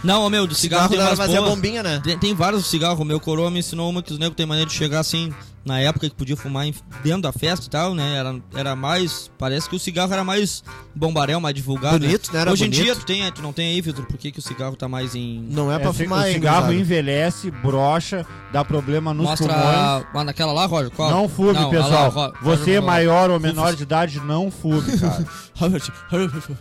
Não, ô, meu, do
Cigarro
cigarro, tem
dá pra
várias
fazer a
boas.
bombinha, né?
Tem, tem vários cigarros. O meu coroa me ensinou uma que os negros tem maneira de chegar assim, na época que podia fumar em- dentro da festa e tal, né? Era, era mais. Parece que o cigarro era mais bombarel, mais divulgado.
Bonito, né? Era
Hoje
bonito.
em dia tu, tem, tu não tem aí, Vitor, por que, que o cigarro tá mais em.
Não é pra
É, ci-
fumar
o
hein,
cigarro
gurizada?
envelhece, brocha, dá problema nos
Mostra.
pulmões.
a- ah, naquela lá, Roger? Qual?
Não fume,
a lá,
pessoal.
Ro-
Você
um
Roger,
maior ou menor de idade, não fume, cara.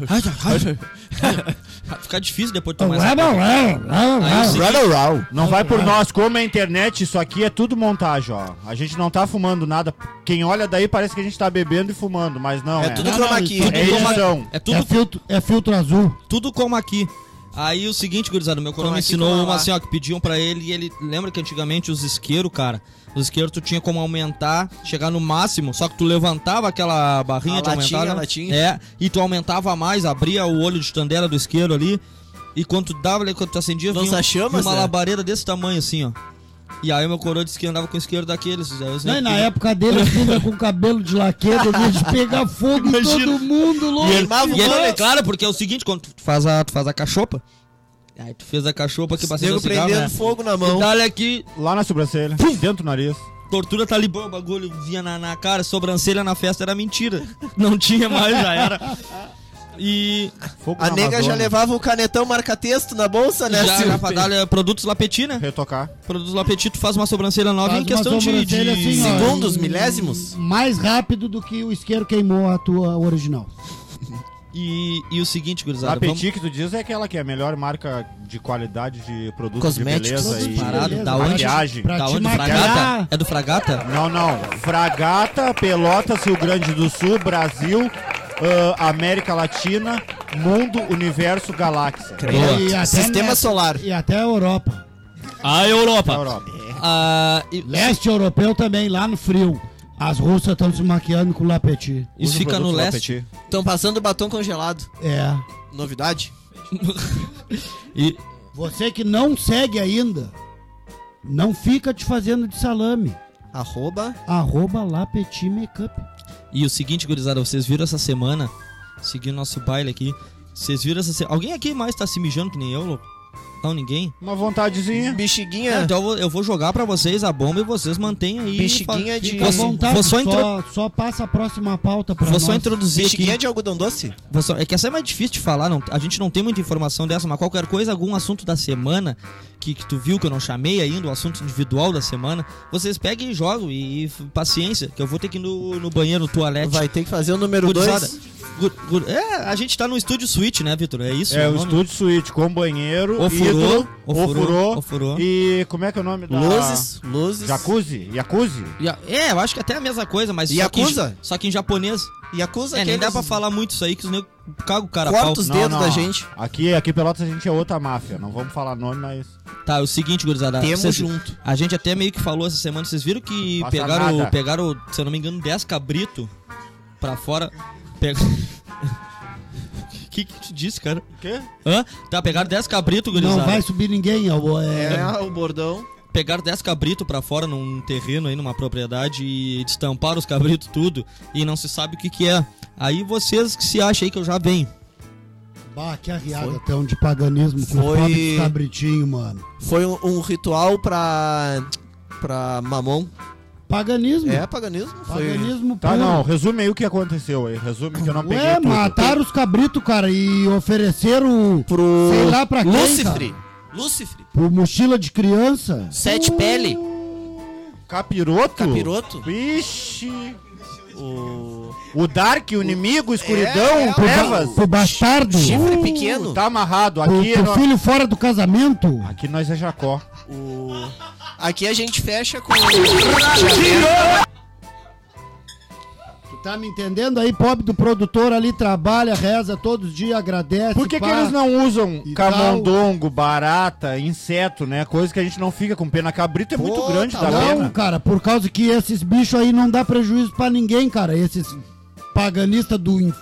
Ai, ai, ai. Fica difícil depois de tomar
é
essa. Aí o
Aí,
seguinte-
Não vai por nós, como é a internet, isso aqui é tudo montagem, ó. A gente não tá fumando nada. Quem olha daí parece que a gente tá bebendo e fumando, mas não.
É
É,
tudo
Não,
chroma
não,
key.
tudo
É edição.
É tudo
é, filtro, é filtro azul.
Tudo como aqui. Aí o seguinte, gurizada, meu coronel
Como
me
aqui,
ensinou
como
uma
lá.
assim, ó, que pediam pra ele e ele. Lembra que antigamente os isqueiros, cara? Os isqueiros tu tinha como aumentar, chegar no máximo, só que tu levantava aquela barrinha
A
de
latinha,
aumentar.
a latinha.
É, e tu aumentava mais, abria o olho de tandela do isqueiro ali. E quando tu dava, ali, quando tu acendia, vinha,
Lança-chamas,
vinha uma
né?
labareda desse tamanho, assim, ó. E aí meu coroa disse que andava com isqueiro daqueles. né? Aí os
Não, e
negros-
na época dele, filha com cabelo de laquedo, eu ia de pegar fogo em todo mundo, louco.
E ele- Queimava o
E ele-
Rolex.
claro, porque é o seguinte, quando tu faz a, tu faz a cachopa, aí tu fez a cachopa que passei no
Nego
cigarro,
prendendo
né?
fogo na
E
mão.
dá-lhe aqui,
Lá na sobrancelha, dentro do nariz.
tortura talibã, o bagulho vinha na, na cara, sobrancelha na festa era mentira. Não tinha mais, já era. E
Fogo
A
na
nega já
Amazônia.
levava o canetão marca-texto na bolsa, né?
já,
Silvio?
já pra dar, é, produtos Lapeti, né?
Retocar.
Produtos Lapeti, tu faz uma sobrancelha nova
Faz
em questão
uma
de, de...
sobrancelha assim, ó.
segundos, milésimos.
Mais rápido do que o isqueiro queimou a tua original.
E, e o seguinte, gurizada,
A
Tá, vamos...
Petit que tu diz é aquela que é a melhor marca de qualidade de produto
Cosméticos.
de beleza e
Parado,
Beleza,
da
pra-
onde?
maquiagem.
Pra
Da
te
tá onde?
maquiar.
Fragata? É do Fragata?
Não, não. Fragata, Pelotas, Rio Grande do Sul, Brasil, ah, América Latina, Mundo, Universo, Galáxia.
Boa.
E até
Sistema
leste-
solar.
E até a Europa.
A
Na
Europa.
Europa.
Ah, e-
Leste europeu também, lá no frio. As russas estão se maquiando com lapeti.
isso
Usa o
fica no
produto La
leste.
Petit.
Estão passando batom congelado.
É.
Novidade?
E,
Você que não segue ainda, não fica te fazendo de salame.
Arroba.
Arroba lapeti makeup.
e o seguinte, gurizada, vocês viram essa semana, seguindo nosso baile aqui, vocês viram essa semana... Alguém aqui mais tá se mijando que nem eu, louco? Não, ninguém?
Uma vontadezinha.
Ah,
Bexiguinha.
então eu vou, eu vou jogar pra vocês a bomba e vocês mantêm aí...
Bexiguinha de.
Fica à
Você-
vontade,
vou só
só,
intro-
só passa a próxima pauta pra
Vou
nós.
só introduzir aqui...
Bexiguinha de algodão doce?
Vou só- É que essa é mais difícil de falar, não- a gente não tem muita informação dessa, mas qualquer coisa, algum assunto da semana que, que tu viu que eu não chamei ainda, o assunto individual da semana, vocês peguem e jogam e, e f- paciência, que eu vou ter que ir no, no banheiro, no toalete.
Vai ter que fazer o número
É, tipo, Gurizada,
2.
gu- gu- É, a gente tá no estúdio suíte, né, Vitor? É isso?
É o
nome?
estúdio suíte com banheiro,
Ofurô,
ídolo,
ofurô,
ofurô,
ofurô.
e como é que é o nome da...
Luzes, luzes.
Jacuzzi? Jacuzzi?
E a- É, eu acho que até é a mesma coisa, mas só que, em-
Yakuza?
só que em japonês.
Yakuza,
É, nem
aqueles-
dá pra falar muito isso aí, que os negros cagam o cara a pau.
Corta os dedos da gente.
Aqui, aqui em Pelotas a gente é outra máfia. Não vamos falar nome, mas.
Tá, é o seguinte, gurizada.
Temos
vocês-
junto.
A gente até meio que falou essa semana, vocês viram que
Passa
pegaram,
nada.
pegaram, se eu não me engano, 10 cabrito pra fora. Pega... que que tu disse, cara?
O quê?
Hã? Tá, pegaram 10 cabrito, gurizada.
Não vai subir ninguém, é, o- é-
É, o bordão.
Pegaram 10 cabrito pra fora num terreno aí, numa propriedade e destamparam os cabritos tudo e não se sabe o que que é. Aí vocês que se acham aí que eu já venho.
Bah, que arriada tão de paganismo com
Foi-
o pobre dos cabritinho, mano.
Foi um, um ritual pra. pra mamon.
Paganismo.
É, paganismo? Foi.
Paganismo
Tá,
puro.
não, resume aí o que aconteceu aí. Resume que eu não peguei.
Ué, tá
tudo.
mataram os cabritos, cara, e ofereceram
Pro.
Sei lá pra quem,
Lúcifre. Lúcifre.
pro mochila de criança.
Uh! Sete pele.
Capiroto?
Capiroto.
Vixe!
O.
O Dark, o inimigo, escuridão,
É, é,
Pro, ba-
trevas.
pro bastardo.
Chifre pequeno.
Tá amarrado.
Pro,
Aqui,
pro
nó-
filho fora do casamento.
aqui nós é Jacó.
O... Aqui a gente fecha com.
Tu tá me entendendo aí? Pobre do produtor ali trabalha, reza todos os dias, agradece.
Por que, que
pá.
eles não usam
E
camundongo, barata, inseto, né? Coisa que a gente não fica com pena. Cabrito é
Pô,
muito grande né?
tá
da
louco.
Não,
pena.
cara, por causa que esses bichos aí não dá prejuízo pra ninguém, cara. Esses paganistas do. in-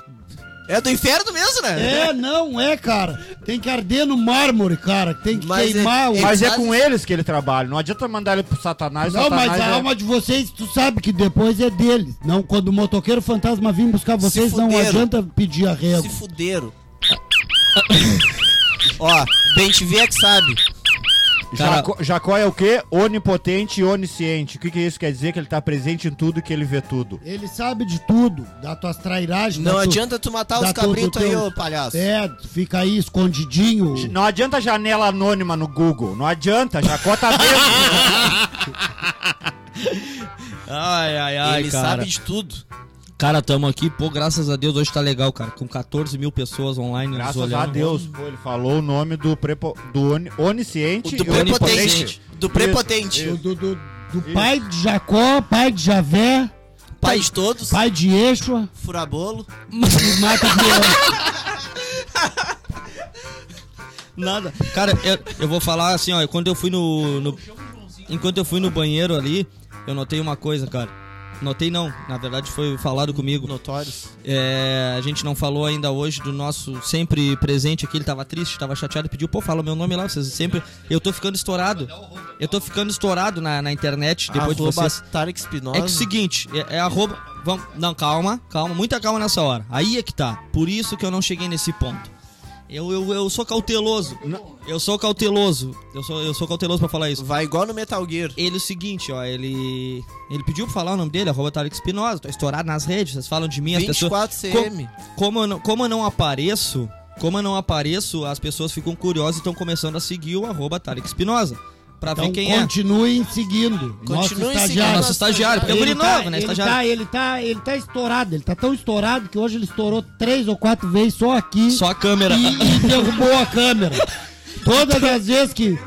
É do inferno mesmo, né?
É, não é, cara. Tem que arder no mármore, cara. Tem que
Mas é-
queimar o.
Mas é
Eles
com eles que ele trabalha. Não adianta mandar ele pro Satanás.
Não,
satanás
mas a
é-
alma de vocês, tu sabe que depois é deles. Não, quando o motoqueiro fantasma vir buscar vocês, não
fuderam.
adianta pedir a reza.
Se fuderam. Ó, bem te ver é que sabe.
Cara-
Jacó, Jacó é o quê? Onipotente e onisciente. O que, que isso quer dizer? Que ele tá presente em tudo que ele vê tudo.
Ele sabe de tudo, das tuas trairagens.
Não
da tu-
adianta tu matar os
da tua-
cabritos
do
aí,
teu-
ô palhaço.
É, tu fica aí escondidinho.
Não adianta janela anônima no Google. Não adianta, Jacó tá dentro.
Ai, ai, ai,
Ele
cara.
sabe de tudo.
Cara, tamo aqui, pô, graças a Deus, hoje tá legal, cara. Com 14 mil pessoas online. nos
Graças a
olhando.
Deus. Pô, ele falou o nome do, prepo, do oni- onisciente
Do
e onipotente.
prepotente. Do prepotente.
Do, do- do- do pai de Jacó, pai de Javé,
Pai
tá-
de todos.
pai de Eixua,
Furabolo.
e mata criança.
Nada. Cara, eu, eu vou falar assim, ó. Quando eu fui no, no- Enquanto eu fui no banheiro ali, eu notei uma coisa, cara. Notei não, na verdade foi falado comigo.
Notórios.
É, a gente não falou ainda hoje do nosso sempre presente aqui, ele tava triste, tava chateado, pediu, pô, fala meu nome lá, vocês sempre. Eu tô ficando estourado. Eu tô ficando estourado na, na internet depois de
Arroba
vocês.
Tarek
Ah, É
Spinoza.
que é o seguinte, é, é arroba. Vamos, não, calma, calma, muita calma nessa hora. Aí é que tá. Por isso que eu não cheguei nesse ponto. Eu, eu, eu sou cauteloso. Eu sou cauteloso. Eu sou, eu sou cauteloso pra falar isso.
Vai igual no Metal Gear.
Ele, é o seguinte, ó, ele. Ele pediu pra falar o nome dele, arroba Tarek Espinosa. Tá estourado nas redes, vocês falam de mim, as pessoas.
24CM.
Como eu, não, como eu não apareço, como eu não apareço, as pessoas ficam curiosas e estão começando a seguir o arroba Tarek Espinosa. Pra
Então
ver quem é.
continuem seguindo. nosso
Continuem
É
estagiário.
nosso estagiário, porque é um
Ele,
guri
tá,
novo, né?
ele,
Estagiário.
tá, ele, tá, ele tá estourado, ele tá tão estourado que hoje ele estourou três ou quatro vezes só aqui
Só a câmera.
tá- e, e derrubou a câmera. Todas as vezes que.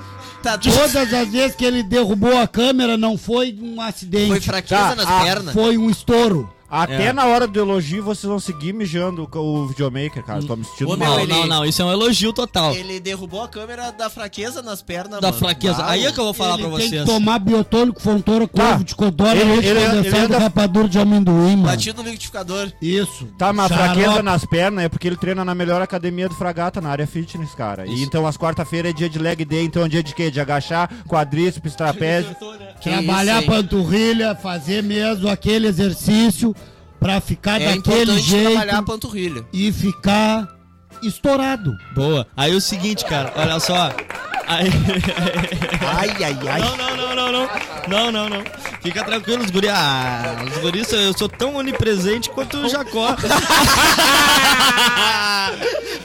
Tá
Todas as vezes que ele derrubou a câmera não foi um acidente.
Foi fraqueza
Tá,
nas
ah,
pernas.
Foi um estouro.
Até
É.
na hora do elogio vocês vão seguir mijando o, o videomaker, cara. Tô me sentindo
Ô,
mal.
Não,
ele-
não, não, isso é um elogio total.
Ele tá derrubou a câmera da fraqueza nas pernas,
Da
mano.
fraqueza.
Uau.
Aí é que eu vou falar
ele
pra
tem
vocês.
que tomar biotônico, fontora, com
Tá.
ovo de codorna,
Ele-
leite
ele- ele
condensado,
anda-
rapadura de amendoim, mano.
Bati no liquidificador.
Isso.
Tá, mas a
Xarope.
fraqueza nas pernas é porque ele treina na melhor academia do Fragata, na área fitness, cara. E então as quarta-feira é dia de leg day, então é dia de quê? De agachar, quadríceps, trapézio.
Que
Trabalhar a
isso, hein?
panturrilha, fazer mesmo aquele exercício pra ficar
É
daquele
importante
jeito
trabalhar a panturrilha.
e ficar estourado.
Boa. Aí é o seguinte, cara, olha só. Aí...
Ai, ai, ai.
Não, não, não, não, não. Não, não, não. Fica tranquilo, os guri. Ah, os guris, eu sou tão onipresente quanto o Jacó.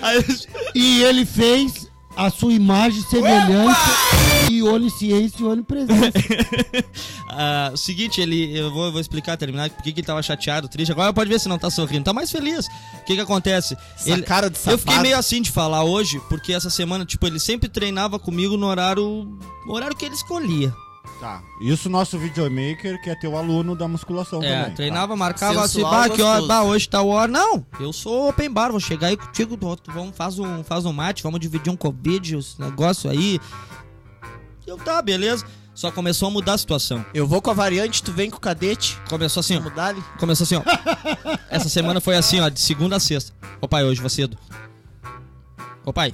Aí,
E ele fez a sua imagem semelhante e onisciência e onipresença.
ah, o seguinte, ele. Eu vou, eu vou explicar, terminar, por que que ele tava chateado, triste. Agora pode ver se não tá sorrindo. Tá mais feliz. O que que acontece?
Essa
Ele,
cara de
Eu
safado.
fiquei meio assim de falar hoje, porque essa semana, tipo, ele sempre treinava comigo no horário. no horário que ele escolhia.
Tá. Isso nosso videomaker, que é teu aluno da musculação
É,
também. tá.
treinava, marcava assim,
Sensual,
bah, que hora,
gostoso.
bah, hoje tá hora. Não, eu sou open bar, vou chegar aí contigo, tu- tu- vamos, faz um, faz um mate, vamos dividir um covid, esse negócio aí. Eu, tá, beleza. Só começou a mudar a situação.
Eu vou com a variante, tu vem com o cadete.
Começou assim, ó.
Vamos dar-lhe.
Começou assim, ó. Essa semana foi assim, ó, de segunda a sexta. Ô pai, hoje eu vou cedo. Ô pai,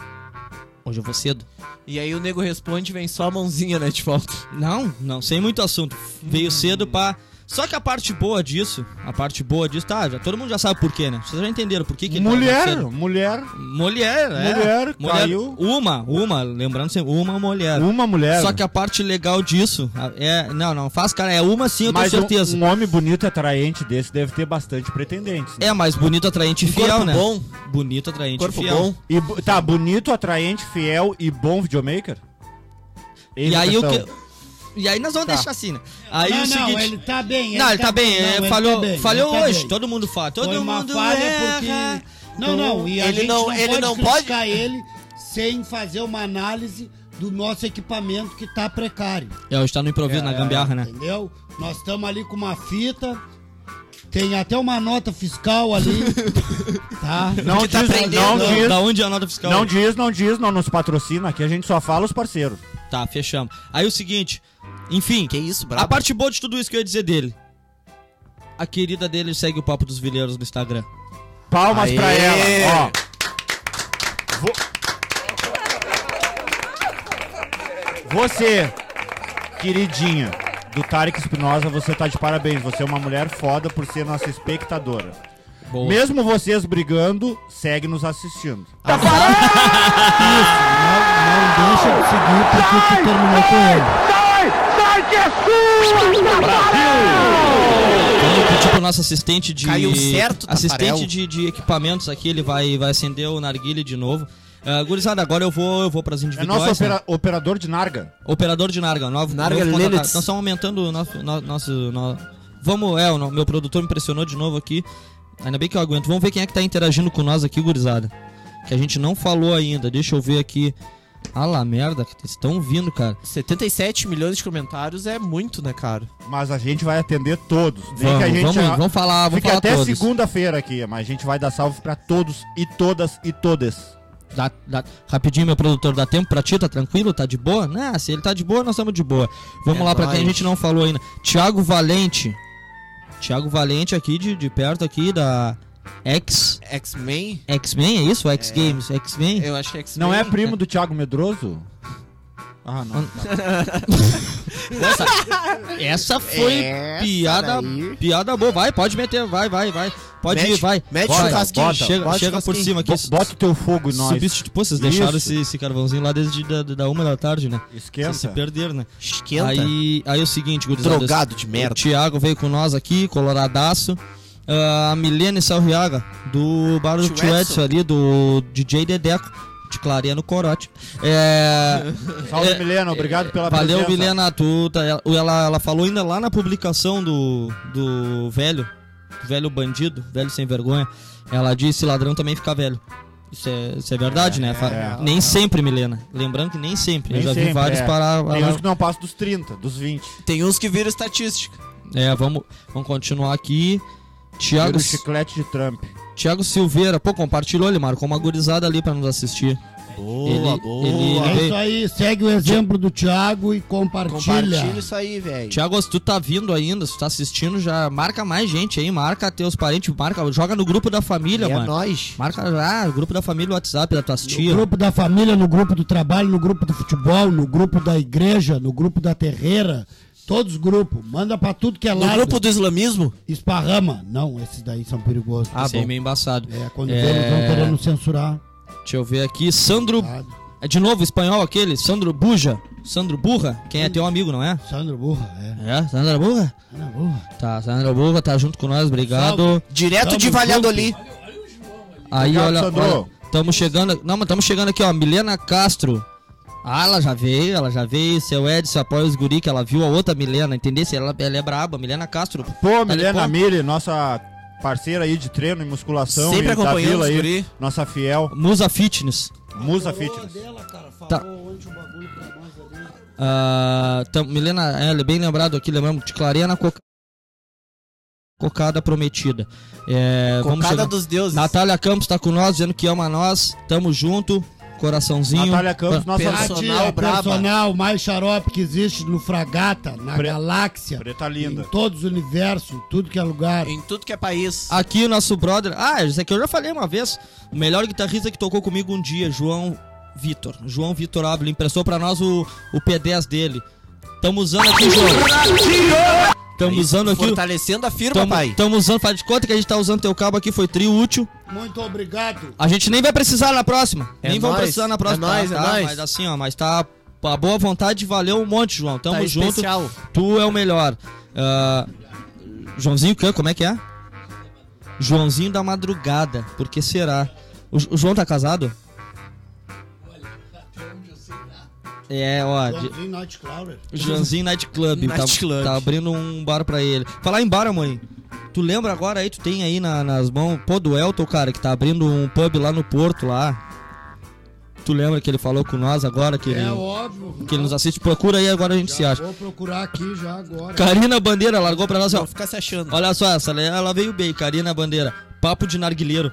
hoje eu vou cedo.
E aí o nego responde, vem só a mãozinha, né, de volta.
Não, não, sem muito assunto. Veio cedo pra. Só que a parte boa disso, a parte boa disso, tá, já, todo mundo já sabe por quê, né? Vocês já entenderam por que que ele tava
Mulher,
cedo.
mulher,
Mulher, é.
Mulher, caiu.
Uma, uma, lembrando sempre, uma mulher.
uma mulher.
É. Só que a parte legal disso a- é. Não, não, faz cara, é uma sim, eu tenho
Mas um-
certeza.
Um, homem bonito e atraente desse deve ter bastante pretendentes. né?
É mais bonito, atraente e
Corpo
fiel, né?
bom,
Bonito, atraente e
corpo
fiel.
bom.
E bo- tá, bonito, atraente, fiel e bom videomaker?
E aí, o
eu
que, e aí nós vamos
Tá.
deixar assim, né? Aí
não,
o
não,
seguinte.
ele tá bem.
não, ele tá bem,
não,
é,
ele
falhou,
tá bem,
falhou
ele tá
hoje,
bem.
todo mundo fala, todo
Foi uma
mundo
falha
erra.
porque... Não, não, e a
Ele
gente
não-
não,
ele
pode
não
criticar ele sem fazer uma análise do nosso equipamento que tá precário.
É, hoje tá no improviso, na
Ah,
gambiarra, né?
Entendeu? Nós estamos ali com uma fita, tem até uma nota fiscal ali, tá?
Não
que tá
diz, não,
aprendendo.
diz,
Da onde é a nota fiscal?
não diz, não diz, não nos patrocina. Aqui a gente só fala os parceiros.
Tá, fechamos. Aí o seguinte, enfim,
Que isso,
a
brabo.
parte boa de tudo isso que eu ia dizer dele. A querida dele segue o Papo dos Vileiros no Instagram.
Palmas
Aê!
pra ela, ó. Vo- Você, queridinha do Tarek Espinosa, você tá de parabéns. Você é uma mulher foda por ser nossa espectadora.
Boa.
Mesmo vocês brigando, segue nos assistindo.
Não deixa de seguir porque tu terminou com ele.
Sai! Sai que é sua!
Vamos pedir pro nosso assistente de.
Caiu certo,
Assistente
Tafarel.
de, de equipamentos aqui, ele vai, vai acender o narguile de novo. Ah, gurizada, agora eu vou, eu vou pras
É
individuais.
nosso
né?
opera- operador de Narga.
Operador de Narga, novo.
Narga
novo contratado.
Liliths.
Nós estamos aumentando o nosso. no- nosso no- Vamos, é, o no- meu produtor me impressionou de novo aqui. Ainda bem que eu aguento. Vamos ver quem é que tá interagindo com nós aqui, gurizada. Que a gente não falou ainda. Deixa eu ver aqui. Ah lá, merda, que vocês estão vindo, cara.
77 milhões de comentários é muito, né, cara?
Mas a gente vai atender todos. Nem
Vamos,
que a gente
vamos,
a-
vamos falar, vamos
fique
falar
até
todos.
segunda-feira aqui, mas a gente vai dar salve pra todos e todas e todas.
Dá- dá- rapidinho, meu produtor, dá tempo pra ti? Tá tranquilo? Tá de boa? Né, se ele tá de boa, nós estamos de boa. Vamos
É
lá pra quem a
nóis.
gente não falou ainda. Tiago Valente. Tiago Valente aqui, de, de perto aqui, da X...
X-Men?
X-Men, é isso? X Games,
É.
X-Men?
Eu acho que é X-Men.
Não é primo do Thiago Medroso? Ah, não.
Essa, essa foi
Essa
piada,
daí.
piada boa. Vai, pode meter, vai, vai, vai. Pode
Mete-
ir, vai.
mete
Bota,
churrasquinho,
bota, chega,
bota
chega por
churrasquinho.
cima aqui.
Bo- Bota o teu fogo em nós.
Substitu- Pô, vocês deixaram
Isso.
esse, esse carvãozinho lá desde da, da uma da tarde, né? Vocês se
Esquenta.
perderam, né?
Esquenta.
Aí, aí é o seguinte, gurizada.
Drogado de merda.
O Thiago veio com nós aqui, coloradaço. Ah, a Milene Salriaga, do Bar do Tio
Edson.
Edson ali, do DJ Dedeco. Te clareia no corote. É,
Salve,
é,
Milena. Obrigado pela
Valeu,
presença.
Milena. Tu, tá- ela, ela falou ainda lá na publicação do, do velho, do velho bandido, velho sem vergonha. Ela disse: ladrão também fica velho. Isso é, isso é verdade, né? Fa-
é.
nem sempre, Milena. Lembrando que nem sempre.
Nem
Eu já
sempre,
vi vários
é.
parar.
Tem uns que não passam dos 30, dos 20.
Tem uns que viram estatística.
É, vamos, vamos continuar aqui.
Tira
Tiago,
o chiclete de Trump.
Tiago Silveira, pô, compartilhou, ele marcou uma gurizada ali pra nos assistir.
Boa,
Ele-
boa.
ele-
É isso aí, segue o exemplo do Thiago e compartilha.
Compartilha isso aí, velho.
Tiago, se tu tá vindo ainda, se tu tá assistindo, já marca mais gente aí, marca teus parentes, marca, joga no grupo da família,
É
mano.
nóis.
Marca já, grupo da família, o WhatsApp da tua
No
tia.
grupo da família, no grupo do trabalho, no grupo do futebol, no grupo da igreja, no grupo da terreira. Todos os grupos. Manda pra tudo que é
No
lado.
grupo do islamismo?
Esparrama. Não, esses daí são perigosos.
Ah, bom. meio embaçado.
É, quando
É.
eles vão querendo censurar.
Deixa eu ver aqui, Sandro...
Ah.
Sabe?
É de novo espanhol aquele? Sandro Buja? Sandro Burra? Quem é teu amigo, não é?
Sandro Burra, é.
É, Sandro Burra?
Sandro Burra.
Tá, Sandro Burra tá junto com nós, obrigado.
Direto
Tamo
de Valladolid.
Aí,
Obrigado,
olha,
Sandro.
olha, estamos chegando. Não, mas estamos chegando aqui, ó. Milena Castro. Ah, ela já veio, ela já veio. Seu Edson apoia os guri, que ela viu a outra Milena, entendeu? Ela, ela é braba, Milena Castro.
Pô,
Tá
Milena
limpando?
Mille, nossa parceira aí de treino e musculação.
Sempre
e da
acompanhando
vila
os
aí,
guri.
Nossa fiel.
Musa Fitness.
Musa Fitness.
Tá. Ah, tam- Milena, é, bem lembrado aqui, lembramos, de Clareia na coca... cocada prometida. É, vamos
Cocada
chegar...
dos deuses.
Natália Campos tá com nós, dizendo que ama nós. Tamo junto, coraçãozinho. Ah.
Natália Campos, nossa
Pera-
preta,
Personal
Personal,
braba.
é personal mais xarope que existe no Fragata, na
Pre-
galáxia,
preta
em
linda.
todos os universos, em tudo que é lugar.
Em tudo que é país.
Aqui o nosso brother. Ah, isso aqui eu já falei uma vez. O melhor guitarrista que tocou comigo um dia, João Vitor. João Vitor Abel emprestou pra nós o, o P10 dele. Tamo usando aqui, João. Tamo usando aqui.
Fortalecendo a firma,
Tamo,
pai.
tamo usando, faz de conta que a gente tá usando teu cabo aqui, foi trio útil.
Muito obrigado.
A gente nem vai precisar na próxima.
É
nem vamos
nóis,
precisar na próxima.
é nóis,
tá,
é
tá?
nóis.
Mas assim, ó, mas tá. A boa vontade valeu um monte, João. Tamo
Tá
junto.
especial.
Tu é o melhor. Ah, Joãozinho, que- como é que é? Joãozinho da madrugada. Por que será? O, Jo- o João tá casado? É, ó. de-
Joãozinho Night Cloud.
Joãozinho Nightclub.
Night
tá,
Club.
tá abrindo um bar pra ele. Falar em bar, mãe. Tu lembra agora aí, tu tem aí na- nas mãos, pô, do Elton, cara, que tá abrindo um pub lá no Porto, lá. Tu lembra que ele falou com nós agora, que,
É
ele,
óbvio.
que ele nos assiste? Procura aí, agora a gente se acha.
Vou procurar aqui já agora.
Karina Bandeira largou pra nós, ó.
Não ficar se achando.
Olha só essa, né? ela veio bem, Karina Bandeira. Papo de narguilheiro.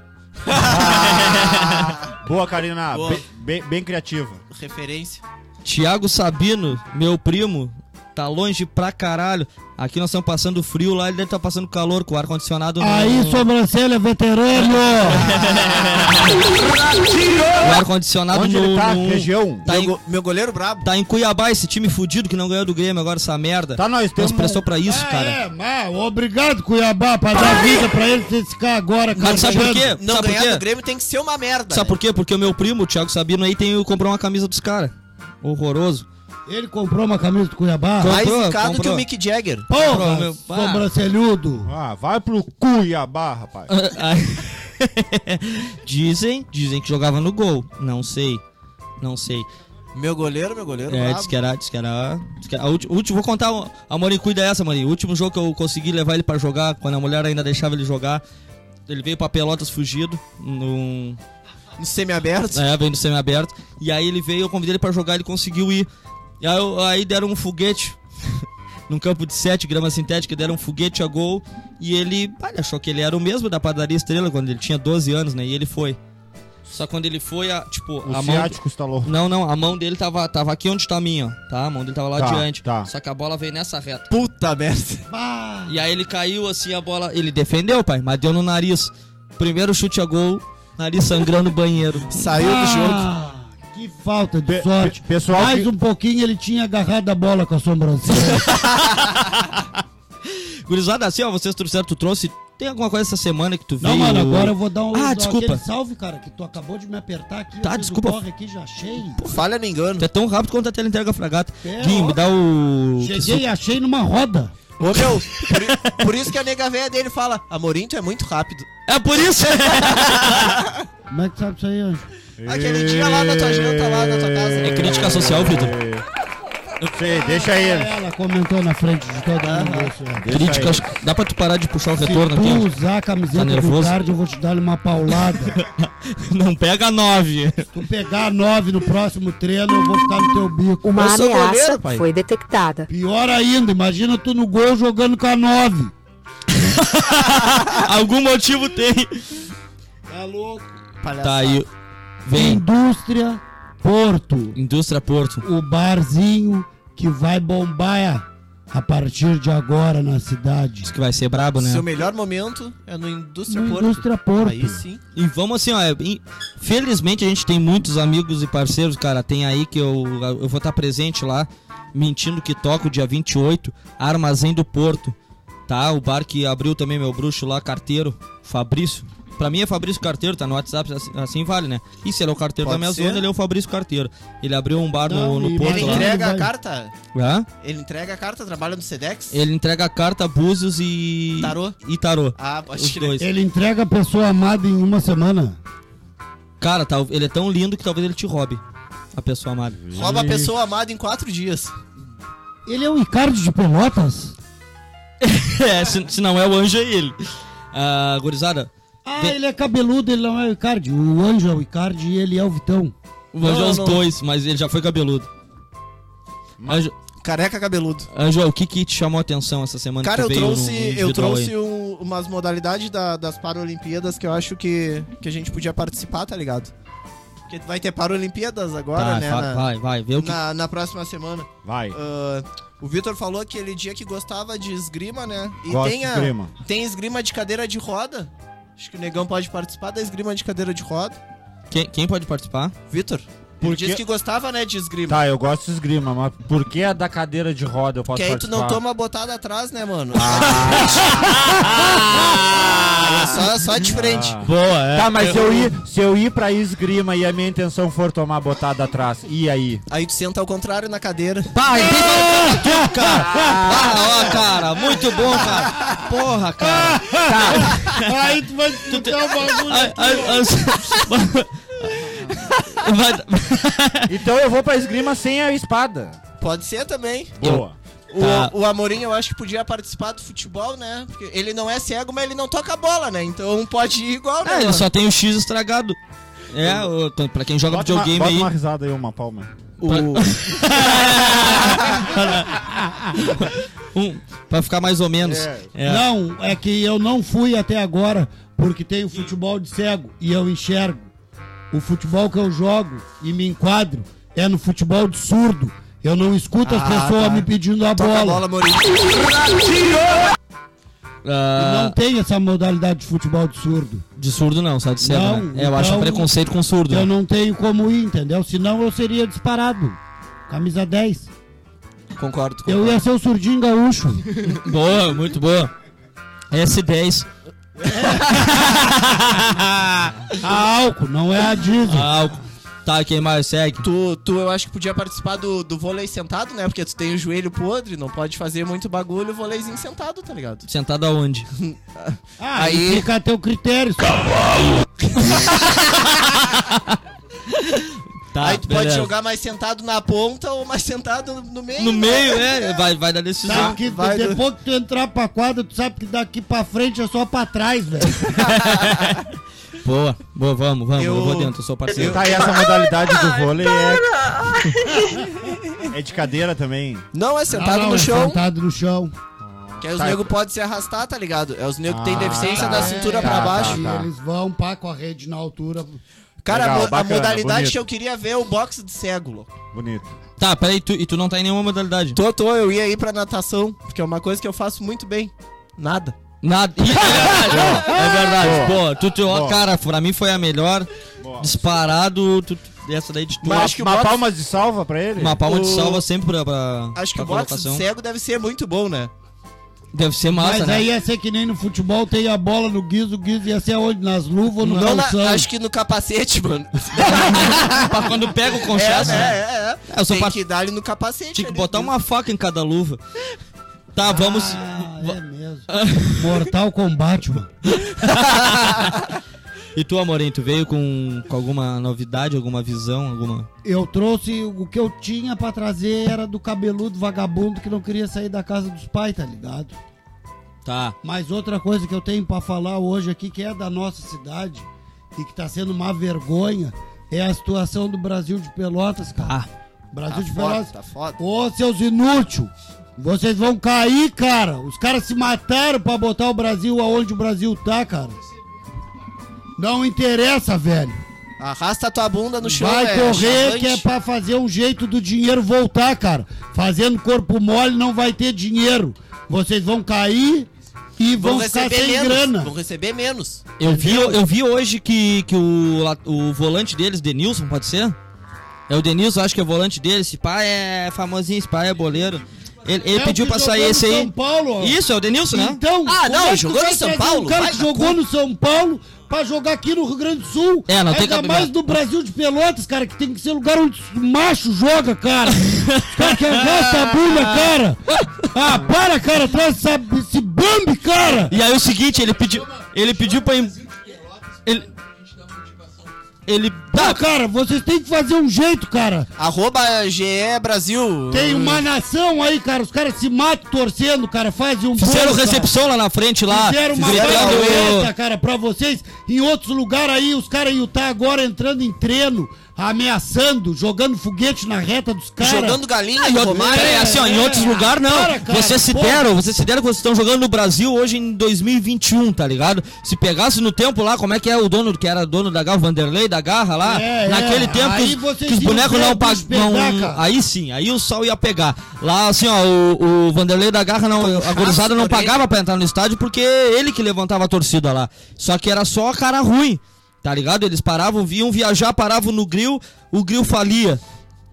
Boa, Karina.
Boa.
Bem, bem- bem criativa.
Referência.
Tiago Sabino, meu primo, tá longe pra caralho. Aqui nós estamos passando frio, lá ele deve estar passando calor com o ar-condicionado. no-
Aí, sobrancelha, veterano!
É O ar-condicionado
Onde
no.
ele tá?
no-
Região?
Tá
meu,
em-
go- meu goleiro brabo.
Tá em Cuiabá esse time fudido que não ganhou do Grêmio agora, essa merda.
Tá, nós
Nós
temos...
prestou pra isso,
Ah,
cara.
É, mas obrigado, Cuiabá, pra dar vida pra ele se ficar agora.
Cara, sabe por quê?
Não
sabe por
ganhar
quê?
do Grêmio tem que ser uma merda.
Sabe
né?
por quê? Porque o meu primo, o Thiago Sabino, aí tem, comprou uma camisa dos caras. Horroroso.
Ele comprou uma camisa do Cuiabá.
Com-
Mais
Comprou,
zicado que
comprou.
o Mick Jagger.
Porra,
meu- Ah.
sobrancelhudo.
Ah, vai pro Cuiabá, rapaz.
Ah, dizem, dizem que jogava no gol. Não sei. Não sei.
Meu goleiro, meu goleiro
É,
brabo.
diz que era. Diz que era, diz que era- a ulti- o último, vou contar. um- A Mori cuida essa, Mori. O último jogo que eu consegui levar ele pra jogar, quando a mulher ainda deixava ele jogar. Ele veio pra Pelotas fugido, num,
No semi-aberto.
é, veio no semi-aberto. E aí ele veio, eu convidei ele pra jogar, ele conseguiu ir. E aí, eu- aí deram um foguete num campo de 7 gramas sintética, deram um foguete a gol. E ele, ah, ele achou que ele era o mesmo da padaria Estrela quando ele tinha 12 anos, né? E ele foi. Só quando ele foi, a, tipo,
O
a mão.
ciático estalou.
Não, não, a mão dele tava, tava aqui onde tá a minha, ó. Tá? A mão dele tava lá
Tá,
adiante.
tá.
Só que a bola veio nessa reta.
Puta merda.
Ah,
E aí ele caiu assim, a bola. Ele defendeu, pai, mas deu no nariz. Primeiro chute a gol, nariz sangrando banheiro.
Saiu do jogo.
Ah, que Que falta de
Pe-
sorte.
pe- pessoal
Mais
que-
um pouquinho ele tinha agarrado a bola com a sobrancelha.
Gurizada, assim, ó, vocês trouxeram, tu trouxe. Tem alguma coisa essa semana que tu viu?
Não, mano, agora eu vou dar um
Ah,
dar
desculpa.
aquele salve, cara, que tu acabou de me apertar aqui. eu
Tá,
fiz o
desculpa.
Corre aqui, já achei.
Falha nem engano.
Tu é tão rápido quanto a teleentrega fragata.
É,
Gui,
ó.
me dá o. que
Cheguei e achei numa roda.
Ô, meu, por, i- por isso que a nega velha dele fala, Amorim, tu é muito rápido.
su- É por isso!
Como é que sabe isso aí, anjo?
Aquele dia lá na tua janta, tá lá na tua casa.
é crítica social, Vitor.
Sei, deixa aí.
Ah, Ela comentou na frente de todo mundo. isso, ó.
Deixa
Crítica.
aí.
Dá pra tu parar de puxar o
Se
retorno
tu
aqui?
usar a
Tá
camiseta do
nervoso?
card, eu vou te dar uma paulada.
Não pega nove.
tu pegar a nove no próximo treino, eu vou ficar no teu bico.
Uma
Eu sou
ameaça
goleiro, pai.
foi detectada.
Pior ainda, imagina tu no gol jogando com a nove.
Algum motivo tem.
Tá
É louco.
Tá aí.
Hum.
Vem.
Indústria Porto.
Indústria Porto.
o barzinho que vai bombar é a partir de agora na cidade.
Isso que vai ser brabo, né?
Seu melhor momento é no Indústria
No
Porto.
Indústria Porto.
Aí sim.
E vamos assim, ó. é, in- Felizmente a gente tem muitos amigos e parceiros, cara. Tem aí que eu, eu vou estar presente lá, mentindo que toco dia 28, Armazém do Porto. Tá? O bar que abriu também meu bruxo lá, carteiro, Fabrício. Pra mim é Fabrício Carteiro, tá no WhatsApp, assim, assim vale, né? E se ele é o carteiro
Pode
da minha
ser.
zona, ele é o Fabrício Carteiro. Ele abriu um bar no,
Não,
no
e
Porto
Ele
Porto,
lá.
né?
entrega
Vai.
a carta?
Hã?
Ele entrega a carta, trabalha no Sedex?
Ele entrega carta, búzios e.
Tarô?
E tarô.
Ah, pode
Os
crer.
dois.
Ele entrega a pessoa amada em uma semana.
Cara, tal- ele é tão lindo que talvez ele te roube. A pessoa amada.
Rouba a pessoa amada em quatro dias.
Ele é o Icardi de Pelotas?
É, se, se não é o anjo, é ele. Ah, gurizada,
Ah,
De-
ele é cabeludo, ele não é o Icardi. O anjo é o Icardi e ele é o Vitão.
o anjo
Não,
é os
não.
dois, mas ele já foi cabeludo. Anjo,
Careca cabeludo.
Anjo, o que que te chamou a atenção essa semana
Cara,
que
eu
tu veio
trouxe,
no- no
eu
individual
trouxe
aí?
um- umas modalidades da- das Paralimpíadas que eu acho que, que a gente podia participar, tá ligado? Porque vai ter Paralimpíadas agora,
Tá,
né?
fa-
na,
vai, vai, vê o que...
na- na próxima semana.
Vai.
Ah, o Vitor falou aquele dia que gostava de esgrima, né? E
Gosto
tem,
de
a-
esgrima.
tem esgrima de cadeira de roda. Acho que o negão pode participar da esgrima de cadeira de roda.
Quem, quem pode participar?
Vitor,
Por
ele
quê?
disse que gostava, né, de esgrima.
Tá, eu gosto de esgrima, mas por que a da cadeira de roda eu posso
Que aí tu não
participar? Ah.
toma a botada atrás, né, mano? É só, só de frente.
Boa, é.
Tá, mas se eu, ir, se eu ir pra esgrima e a minha intenção for tomar botada atrás, e aí?
Aí tu senta ao contrário na cadeira.
Pai, ah, cara! Ah, ó, cara, muito bom, cara! Porra, cara! então-
Aí tu vai
então
escutar o bagulho.
Ai, ai, ai, Vai-
Então eu vou pra esgrima sem a espada.
Pode ser também.
Boa.
O,
Tá.
o Amorim, eu acho que podia participar do futebol, né? Porque ele não é cego, mas ele não toca a bola, né? Então pode ir igual, né?
É, ele
mano?
só tem o X estragado. É, o- pra quem joga
Bota, uma,
videogame
bota
aí.
uma risada aí, uma palma.
O-
Um, pra ficar mais ou menos. É.
Não, é que eu não fui até agora porque tenho futebol de cego e eu enxergo. O futebol que eu jogo e me enquadro é no futebol de surdo. Eu não escuto as
Ah,
pessoas
tá.
me pedindo a
Toca a
bola.
bola, Amorim.
E
Ah,
Não tem essa modalidade de futebol de surdo.
de surdo não, só de cego,
Não,
né? É, eu acho
então-
preconceito com surdo. né?
Eu não tenho como ir, entendeu? Senão eu seria disparado. Camisa 10.
Concordo.
Eu ia ser o surdinho gaúcho.
Boa, muito boa. S10.
A álcool, não é a diesel.
Ah, tá, quem mais segue?
Tu, tu, eu acho que podia participar do, do vôlei sentado, né? Porque tu tem o joelho podre, não pode fazer muito bagulho, vôleizinho sentado, tá ligado?
Sentado aonde?
Ah,
aí-
aí fica a teu critério.
Tá,
Aí tu pode
beleza.
jogar mais sentado na ponta ou mais sentado no meio.
No
né?
meio, é, vai, vai dar decisão.
Sabe que
Tá. vai do-
depois que tu entrar pra quadra, tu sabe que daqui pra frente é só pra trás, velho.
Boa, boa, vamos, vamos, eu,
Eu-
vou dentro, eu sou parceiro.
Tá, e essa modalidade do vôlei é. É de cadeira também.
Não, é
Ah,
sentado
não,
no
é
chão.
Sentado no chão.
Que aí os
Tá.
nego podem se arrastar, tá ligado? É os nego que
Ah,
tem deficiência
tá.
da cintura
Ah,
É,
pra
tá,
baixo.
E
tá.
eles vão pá com a rede na altura.
Cara,
Legal,
a mo- a,
bacana,
modalidade
bonito.
que eu queria ver é o boxe de cego. louco.
Bonito.
Tá, peraí, tu, e tu não tá em nenhuma modalidade?
Tô, tô, eu ia ir pra natação, porque é uma coisa que eu faço muito bem. Nada.
Nada. Ih, É
Ah,
verdade, é verdade. Pô, tu, tu, ó,
Boa.
cara, pra mim foi a melhor.
Boa.
Disparado, tu, tu- dessa daí de tu.
Mas acho que o
uma
Botas-
palma de salva pra ele?
Uma palma de
o-
salva sempre pra, pra,
Acho que
pra
o boxe de cego deve ser muito bom, né?
Deve ser massa,
Mas
né?
aí ia ser que nem no futebol, tem a bola no guiso, o guiso ia ser onde? Nas luvas ou no
Não, na-
calção?
acho que no capacete, mano.
pra quando pega o
É,
conchaço, né?
é, é, é.
Eu sou
Tem
part-
que dar ele no capacete.
Tinha que
ali.
botar uma faca em cada luva. Tá, vamos.
Ah,
va-
é mesmo. Mortal Kombat, mano.
E tu, Amorim, tu veio com, com alguma novidade, alguma visão, alguma.
Eu trouxe o que eu tinha pra trazer era do cabeludo vagabundo que não queria sair da casa dos pais, tá ligado?
Tá.
Mas outra coisa que eu tenho pra falar hoje aqui, que é da nossa cidade e que tá sendo uma vergonha, é a situação do Brasil de Pelotas,
Ah.
cara.
Tá
Brasil de
foda,
Pelotas.
tá foda.
Ô, seus inúteis! Vocês vão cair, cara! Os caras se mataram pra botar o Brasil aonde o Brasil tá, cara. Não interessa, velho.
Arrasta a tua bunda no chão,
Vai
é
correr
chavante.
que é pra fazer um jeito do dinheiro voltar, cara. Fazendo corpo mole não vai ter dinheiro. Vocês vão cair e vão,
Vão
ficar
receber
sem
menos.
grana.
Vão receber menos.
Eu vi, eu vi hoje que, que o, la- o volante deles, Denilson, pode ser? É o Denilson, acho que é o volante dele. Esse pai é famosinho, esse pai é boleiro. Ele, ele
É o
pediu
que
pra
jogou
sair
no
esse aí.
São Paulo, ó.
Isso, é o Denilson, né?
Então,
Ah,
como
não,
é que
jogou
tu vai
em São
trazer
Paulo?
Um cara
Vai
que
dar
jogou
conta.
no São Paulo pra jogar aqui no Rio Grande do Sul.
É, não tem
Ainda
campeonato.
mais no Brasil de Pelotas, cara, que tem que ser lugar onde o macho joga, cara. Os caras que arrasta a bunda, cara. Ah, para, cara, traz essa, esse bambi, cara.
E aí o seguinte, ele pediu. Ele pediu pra. em- Ele. Ele.
Tá,
Tá,
cara, vocês têm que fazer um jeito, cara.
Arroba GE Brasil.
Tem
Hum.
uma nação aí, cara. Os caras se matam torcendo, cara. Fazem um
fizeram
bolo, cara.
recepção lá na frente, lá.
Fizeram uma
gritando.
baita, cara, pra vocês. Em outros lugares aí, os caras iam estar Tá agora entrando em treino, ameaçando, jogando foguete na reta dos caras.
Jogando galinha,
Ah,
no
e outro,
Romário.
peraí, assim, ó, em
é,
outros lugares não.
para, cara,
vocês se
pô.
deram, vocês se deram que vocês estão jogando no Brasil hoje em 2021, tá ligado? Se pegasse no tempo lá, como é que é o dono que era dono da garra, o Vanderlei da garra lá,
É, é.
naquele tempo
Aí
que, os-
vocês
que os
iam
bonecos
ver
não
o bicho
pagam.
pegar, cara.
Aí sim, aí o sol ia pegar. Lá assim, ó, o, o Vanderlei da garra não, a gurizada não
por ele.
pagava pra entrar no estádio porque ele que levantava a torcida lá. Só que era só cara ruim. Tá ligado? Eles paravam, vinham viajar, paravam no grill, o grill falia.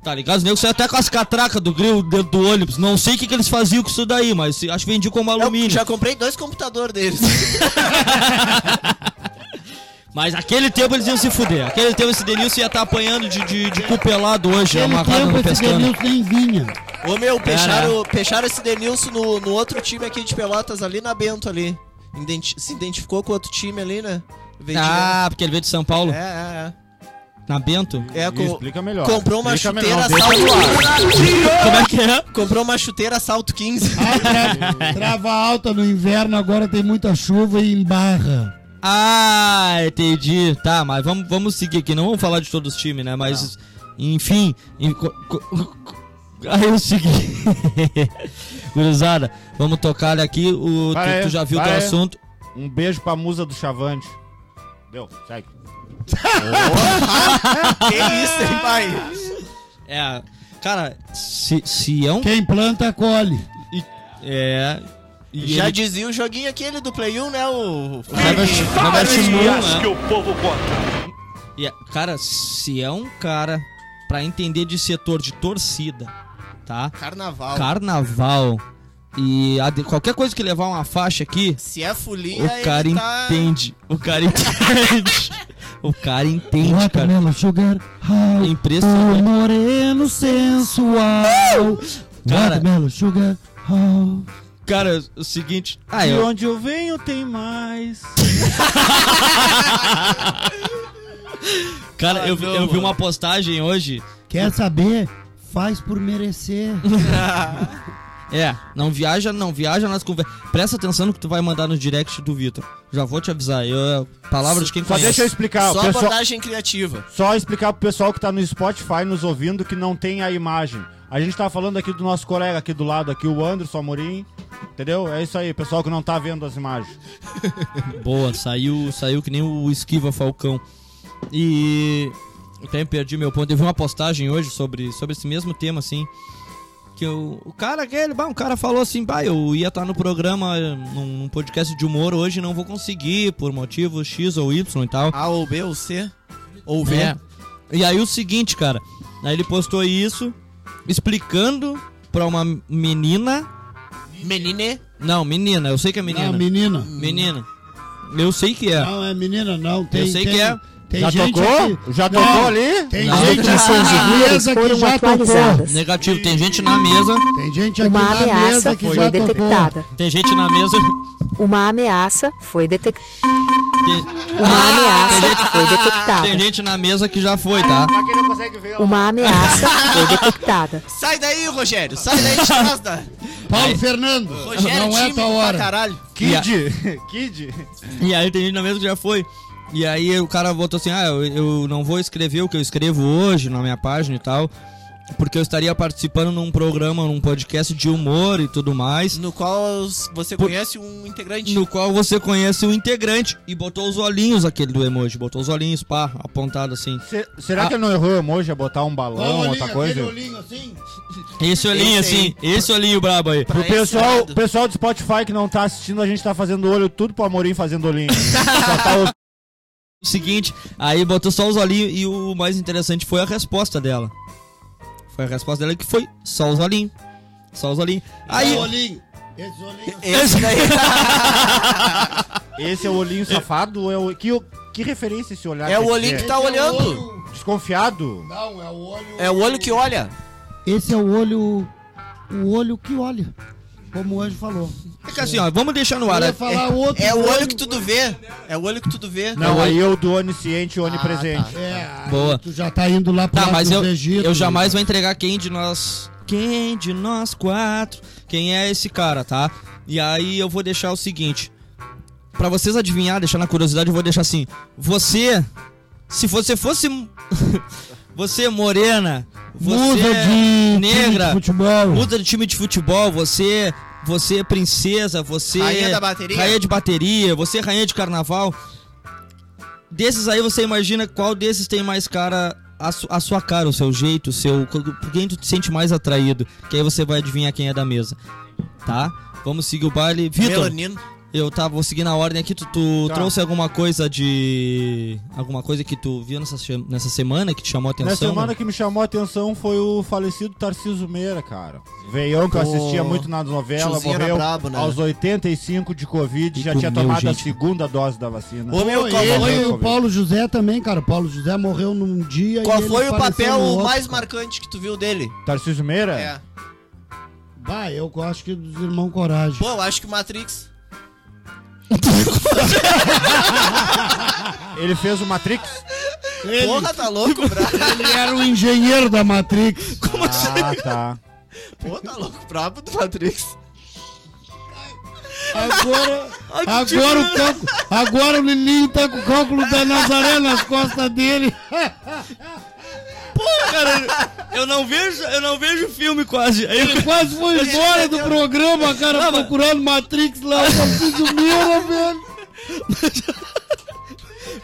Tá ligado? Os negros saíam até com as catracas do grill dentro do ônibus. Não sei o que, que eles faziam com isso daí, mas acho que vendiam como
Eu
alumínio.
É já comprei dois computadores deles.
Mas aquele tempo eles iam se fuder. Aquele tempo esse Denilson ia estar apanhando de, de, de cupelado hoje,
Aquele
amarrado
tempo
no
esse
pescando.
Denilson nem vinha.
Ô meu, fecharam, fecharam esse Denilson no, no outro time aqui de Pelotas, ali na Bento ali. Identi- se identificou com outro time ali, né? Veio
Ah, porque ele veio de São Paulo,
de- É,
na Bento.
é, é. É,
Me
co-
explica melhor.
comprou uma
Explica
chuteira
melhor, deixa-
salto
Como é que é?
Comprou uma chuteira salto 15.
Ah, tra- trava alta no inverno, agora tem muita chuva e embarra.
Ah, entendi. Tá, mas vamos, vamos seguir aqui. Não vamos falar de todos os times, né? Mas, enfim. em co- co- co- Aí eu segui. Gurizada, vamos tocar aqui. O, tu,
Vai,
tu já viu o
vai.
teu assunto.
Um beijo pra musa do Chavante. Deu, segue.
que isso, hein, pai?
É, cara, se, se é um.
Quem planta, colhe.
e- É. E
Já
ele-
dizia o joguinho aquele do Play 1, né? O.
Robert- Robert
E
Moon,
acho
né?
que o povo gosta.
E é- Cara, se é um cara pra entender de setor de torcida, tá?
Carnaval.
Carnaval. E a de- qualquer coisa que levar uma faixa aqui,
Se é folia,
O cara
ele tá...
entende. O cara entende. o cara entende, cara.
Watermelon sugar
É
high. O
Impressionante.
moreno sensual.
Uh! Cara.
Watermelon sugar high.
Cara, o seguinte. Ah,
E
eu,
onde eu venho tem mais.
cara, eu, vi-
Ah, não,
eu vi
mano.
uma postagem hoje.
Quer saber? Faz por merecer.
É, não viaja, não viaja nas conversas. Presta atenção no que tu vai mandar no direct do Vitor. Já vou te avisar. Eu, palavra de quem
Só
conhece.
deixa eu explicar.
Só
o pessoal,
abordagem criativa.
Só explicar pro pessoal que tá no Spotify nos ouvindo que não tem a imagem. A gente tá falando aqui do nosso colega aqui do lado, aqui, o Anderson Amorim. Entendeu? É isso aí, pessoal que não tá vendo as imagens.
Boa, saiu, saiu que nem o Esquiva Falcão. E até perdi meu ponto. Eu vi uma postagem hoje sobre, sobre esse mesmo tema, assim. Que o, o cara aquele, bah, um cara falou assim, bah, eu ia estar no programa, eh, num, num podcast de humor hoje, não vou conseguir, por motivo X ou Y e tal.
A ou B ou C. Ou V.
É. E aí o seguinte, cara. Aí ele postou isso explicando pra uma menina.
Menine.
Não, menina, eu sei que é menina.
Não, Ah, menina.
menina. Eu sei que é.
Não, é menina, não. Tem,
Eu sei
tem-
que é.
Tem
Já
gente
tocou?
aqui-
Já
Não,
tocou ali?
Tem
Não.
gente aqui
As
na
informações
mesa que
foram
já tocou.
atualizadas.
Negativo, tem gente na mesa.
Tem gente aqui
Uma
na
ameaça
mesa que
foi
já tocou.
detectada.
Tem gente na mesa.
Uma ameaça foi detectada.
Tem,
Uma ameaça foi
tem
Tá.
detectada.
gente na mesa que já foi, tá?
Ah.
Pra quem não consegue ver, ó.
Uma ameaça foi detectada.
Sai daí, Rogério. Sai daí de casa. da-
Paulo Fernando,
Rogério,
não é
time
tua
pra
hora.
caralho.
Kid, Kid.
E aí tem gente na mesa que já foi. E aí o cara botou assim, ah, eu, eu não vou escrever o que eu escrevo hoje na minha página e tal. Porque eu estaria participando num programa, num podcast de humor e tudo mais.
No qual os- você conhece um integrante.
No qual você conhece o integrante. E botou os olhinhos aquele do emoji. Botou os olhinhos, pá, apontado assim.
Se- será
Ah.
que ele não errou o emoji a botar um balão,
Olha,
outra
aquele
coisa?
olhinho assim.
Esse olhinho
Esse aí.
assim, esse olhinho brabo aí.
Pra
Pro
tá
esse
pessoal,
lado.
pessoal do Spotify que não tá assistindo, a gente tá fazendo olho tudo pro Amorim fazendo olhinho. Só tá o-
O seguinte, aí botou só os olhinhos e o mais interessante foi a resposta dela. Foi a resposta dela que foi só os olhinhos. Só os olhinhos.
É
Aí,
Esse olhinho. Esse
Tá
olhinho.
Esse daí.
Esse é o olhinho safado? ou É o... que, que referência esse olhar?
É o
quer
olhinho que
dizer?
tá
Esse é o
olhando.
olho-
Desconfiado?
Não, é o olho.
É o olho que olha.
Esse é o olho. O olho que olha. Como o anjo falou.
fica assim, ó, vamos deixar no
Eu
ar.
ia falar outro
É o olho que tudo vê. É o olho que tudo vê.
Não,
é
aí eu do onisciente e onipresente.
Ah, É, aí
Boa.
Tu já tá indo lá pro
Tá,
lado
mas
dos
eu,
Egito.
eu jamais vou entregar quem de nós. Quem de nós quatro? Quem é esse cara, tá? E aí eu vou deixar o seguinte. Pra vocês adivinhar, deixar na curiosidade, eu vou deixar assim. Você. Se você fosse. você morena. Você é
Muda de
negra.
time de futebol.
Muda de time de futebol, você. Você é princesa, você.
Rainha da bateria.
Rainha de bateria, você é rainha de carnaval. Desses aí você imagina qual desses tem mais cara. A, su- a sua cara, o seu jeito, o seu. Por quem tu te sente mais atraído? Que aí você vai adivinhar quem é da mesa. Tá? Vamos seguir o baile. Vitor,
Melanino.
eu tava, vou seguir na ordem aqui. Tu, tu
Tá.
trouxe alguma coisa de. Alguma coisa que tu viu nessa, se- nessa semana que te chamou a atenção? né?
Na semana que me chamou a atenção foi o falecido Tarciso Meira, cara. Veião que eu
Pô,
assistia muito na novela,
tiozinho era
morreu
brabo, né?
aos 85 de Covid,
E
já tinha
comeu,
tomado a
gente.
segunda dose da vacina.
Ô, meu,
Pô,
qual
ele
foi
e
o-
o Paulo José também, cara. O Paulo José morreu num dia e
Qual
ele
foi o
faleceu
papel
no outro,
mais
cara.
marcante que tu viu dele?
Tarciso Meira?
É.
Bah, eu acho que dos irmãos Coragem.
Pô, eu acho que o Matrix.
Ele fez o Matrix?
Porra, tá louco, brabo.
Ele era o engenheiro da Matrix.
ah, tá.
Pô, tá louco, brabo do Matrix.
Agora, agora, o cálculo, agora o Lilinho tá com o cálculo da Nazaré nas costas dele.
Eu não vejo, eu não vejo filme quase.
Ele quase foi embora do programa, cara, procurando Matrix lá. O Tarcísio Meira, velho.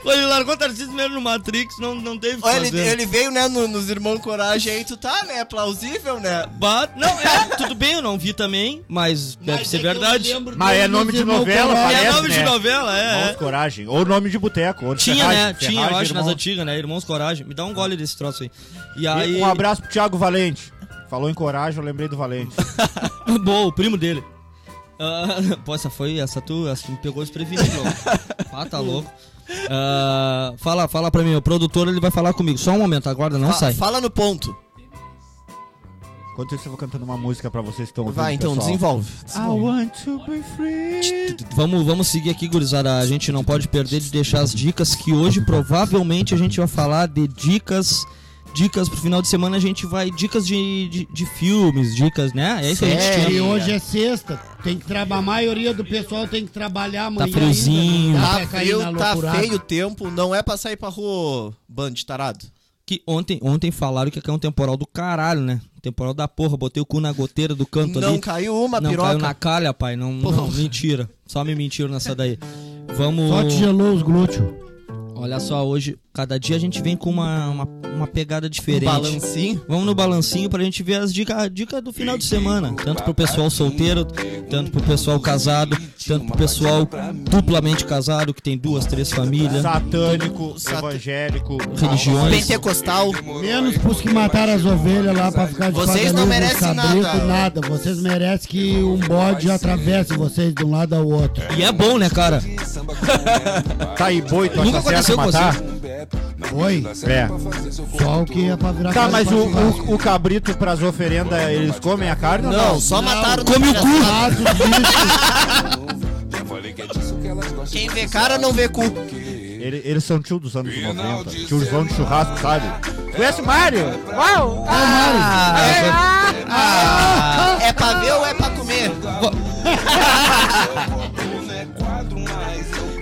Quando ele largou o Tarcísio Meira no Matrix, não, não teve o que
Olha,
fazer.
ele, ele veio, né, no- nos Irmãos Coragem aí, tu tá, né? Plausível, né?
Bat- Não, é, tudo bem, eu não vi também, mas deve ser verdade.
Mas é nome de novela,
É
parece,
nome de
né?
novela, é.
Irmãos
é.
Coragem. Ou nome de boteco. ou de
Tinha,
Ferragem,
né? Tinha, eu
Ferragem,
acho, nas
irmão.
antigas, né? Irmãos Coragem. Me dá um gole desse troço aí. E
E
aí.
Um abraço pro Thiago Valente. Falou em coragem, eu lembrei do Valente.
Bom, o primo dele. Ah, pô, essa foi. Essa tu, essa tu me pegou desprevenido, louco. Ah, tá louco. Ah, fala, fala pra mim, o produtor ele vai falar comigo. Só um momento, aguarda, não
Fa-
sai.
Fala no ponto.
Enquanto isso, eu vou cantando uma música pra vocês que estão ouvindo.
Vai, então,
pessoal.
desenvolve.
Ah,
I want to be free.
Vamos, vamos seguir aqui, gurizada. A gente não pode perder de deixar as dicas que hoje provavelmente a gente vai falar de dicas. Dicas pro final de semana a gente vai. Dicas de, de, de filmes, dicas, né? É isso que a gente
É,
tinha.
e hoje é sexta. Tem que trabalhar. A maioria do pessoal tem que trabalhar amanhã.
friozinho.
ainda, não dá
Tá
pra cair na
frio, tá
loucurada.
feio o tempo, não é pra sair pra rua, bando de tarado.
Que ontem, ontem falaram que aqui é um temporal do caralho, né? Temporal da porra. Botei o cu na goteira do canto
Não
ali.
caiu uma
não
piroca.
caiu na calha, pai. Não, não, mentira. Só me mentiram nessa daí. Vamos.
Só te gelou os glúteos.
Olha só, hoje, cada dia a gente vem com uma, uma, uma pegada
Um
diferente.
balancinho.
Vamos no balancinho pra gente ver as dicas dica do final de semana. Tanto pro pessoal solteiro, tanto pro pessoal casado, Tanto pro pessoal duplamente casado, que tem duas, três
Né?
famílias.
Satânico,
Sat-
evangélico, ah,
Religiões.
Pentecostal.
Menos pros que mataram as ovelhas lá pra ficar de
Vocês
paga
não
luz,
merecem
cabrito,
nada.
nada. Vocês merecem que um bode atravesse vocês de um lado ao outro.
E é bom, né, cara?
tá aí boi, tu
Nunca
acha certo
aconteceu com
matar?
Oi?
É.
Só o que é pra virar
Tá,
casa
mas
pra
o,
churrasco.
o, o cabrito pras oferendas, eles comem a carne ou
Não, só mataram
Come o cu!
Mas o bicho-
Quem vê cara não vê cu.
Ele- eles são tio dos anos 90, tiozão de churrasco, sabe? Conhece o Mário?
Ah, ah, é pra ver ou é pra comer?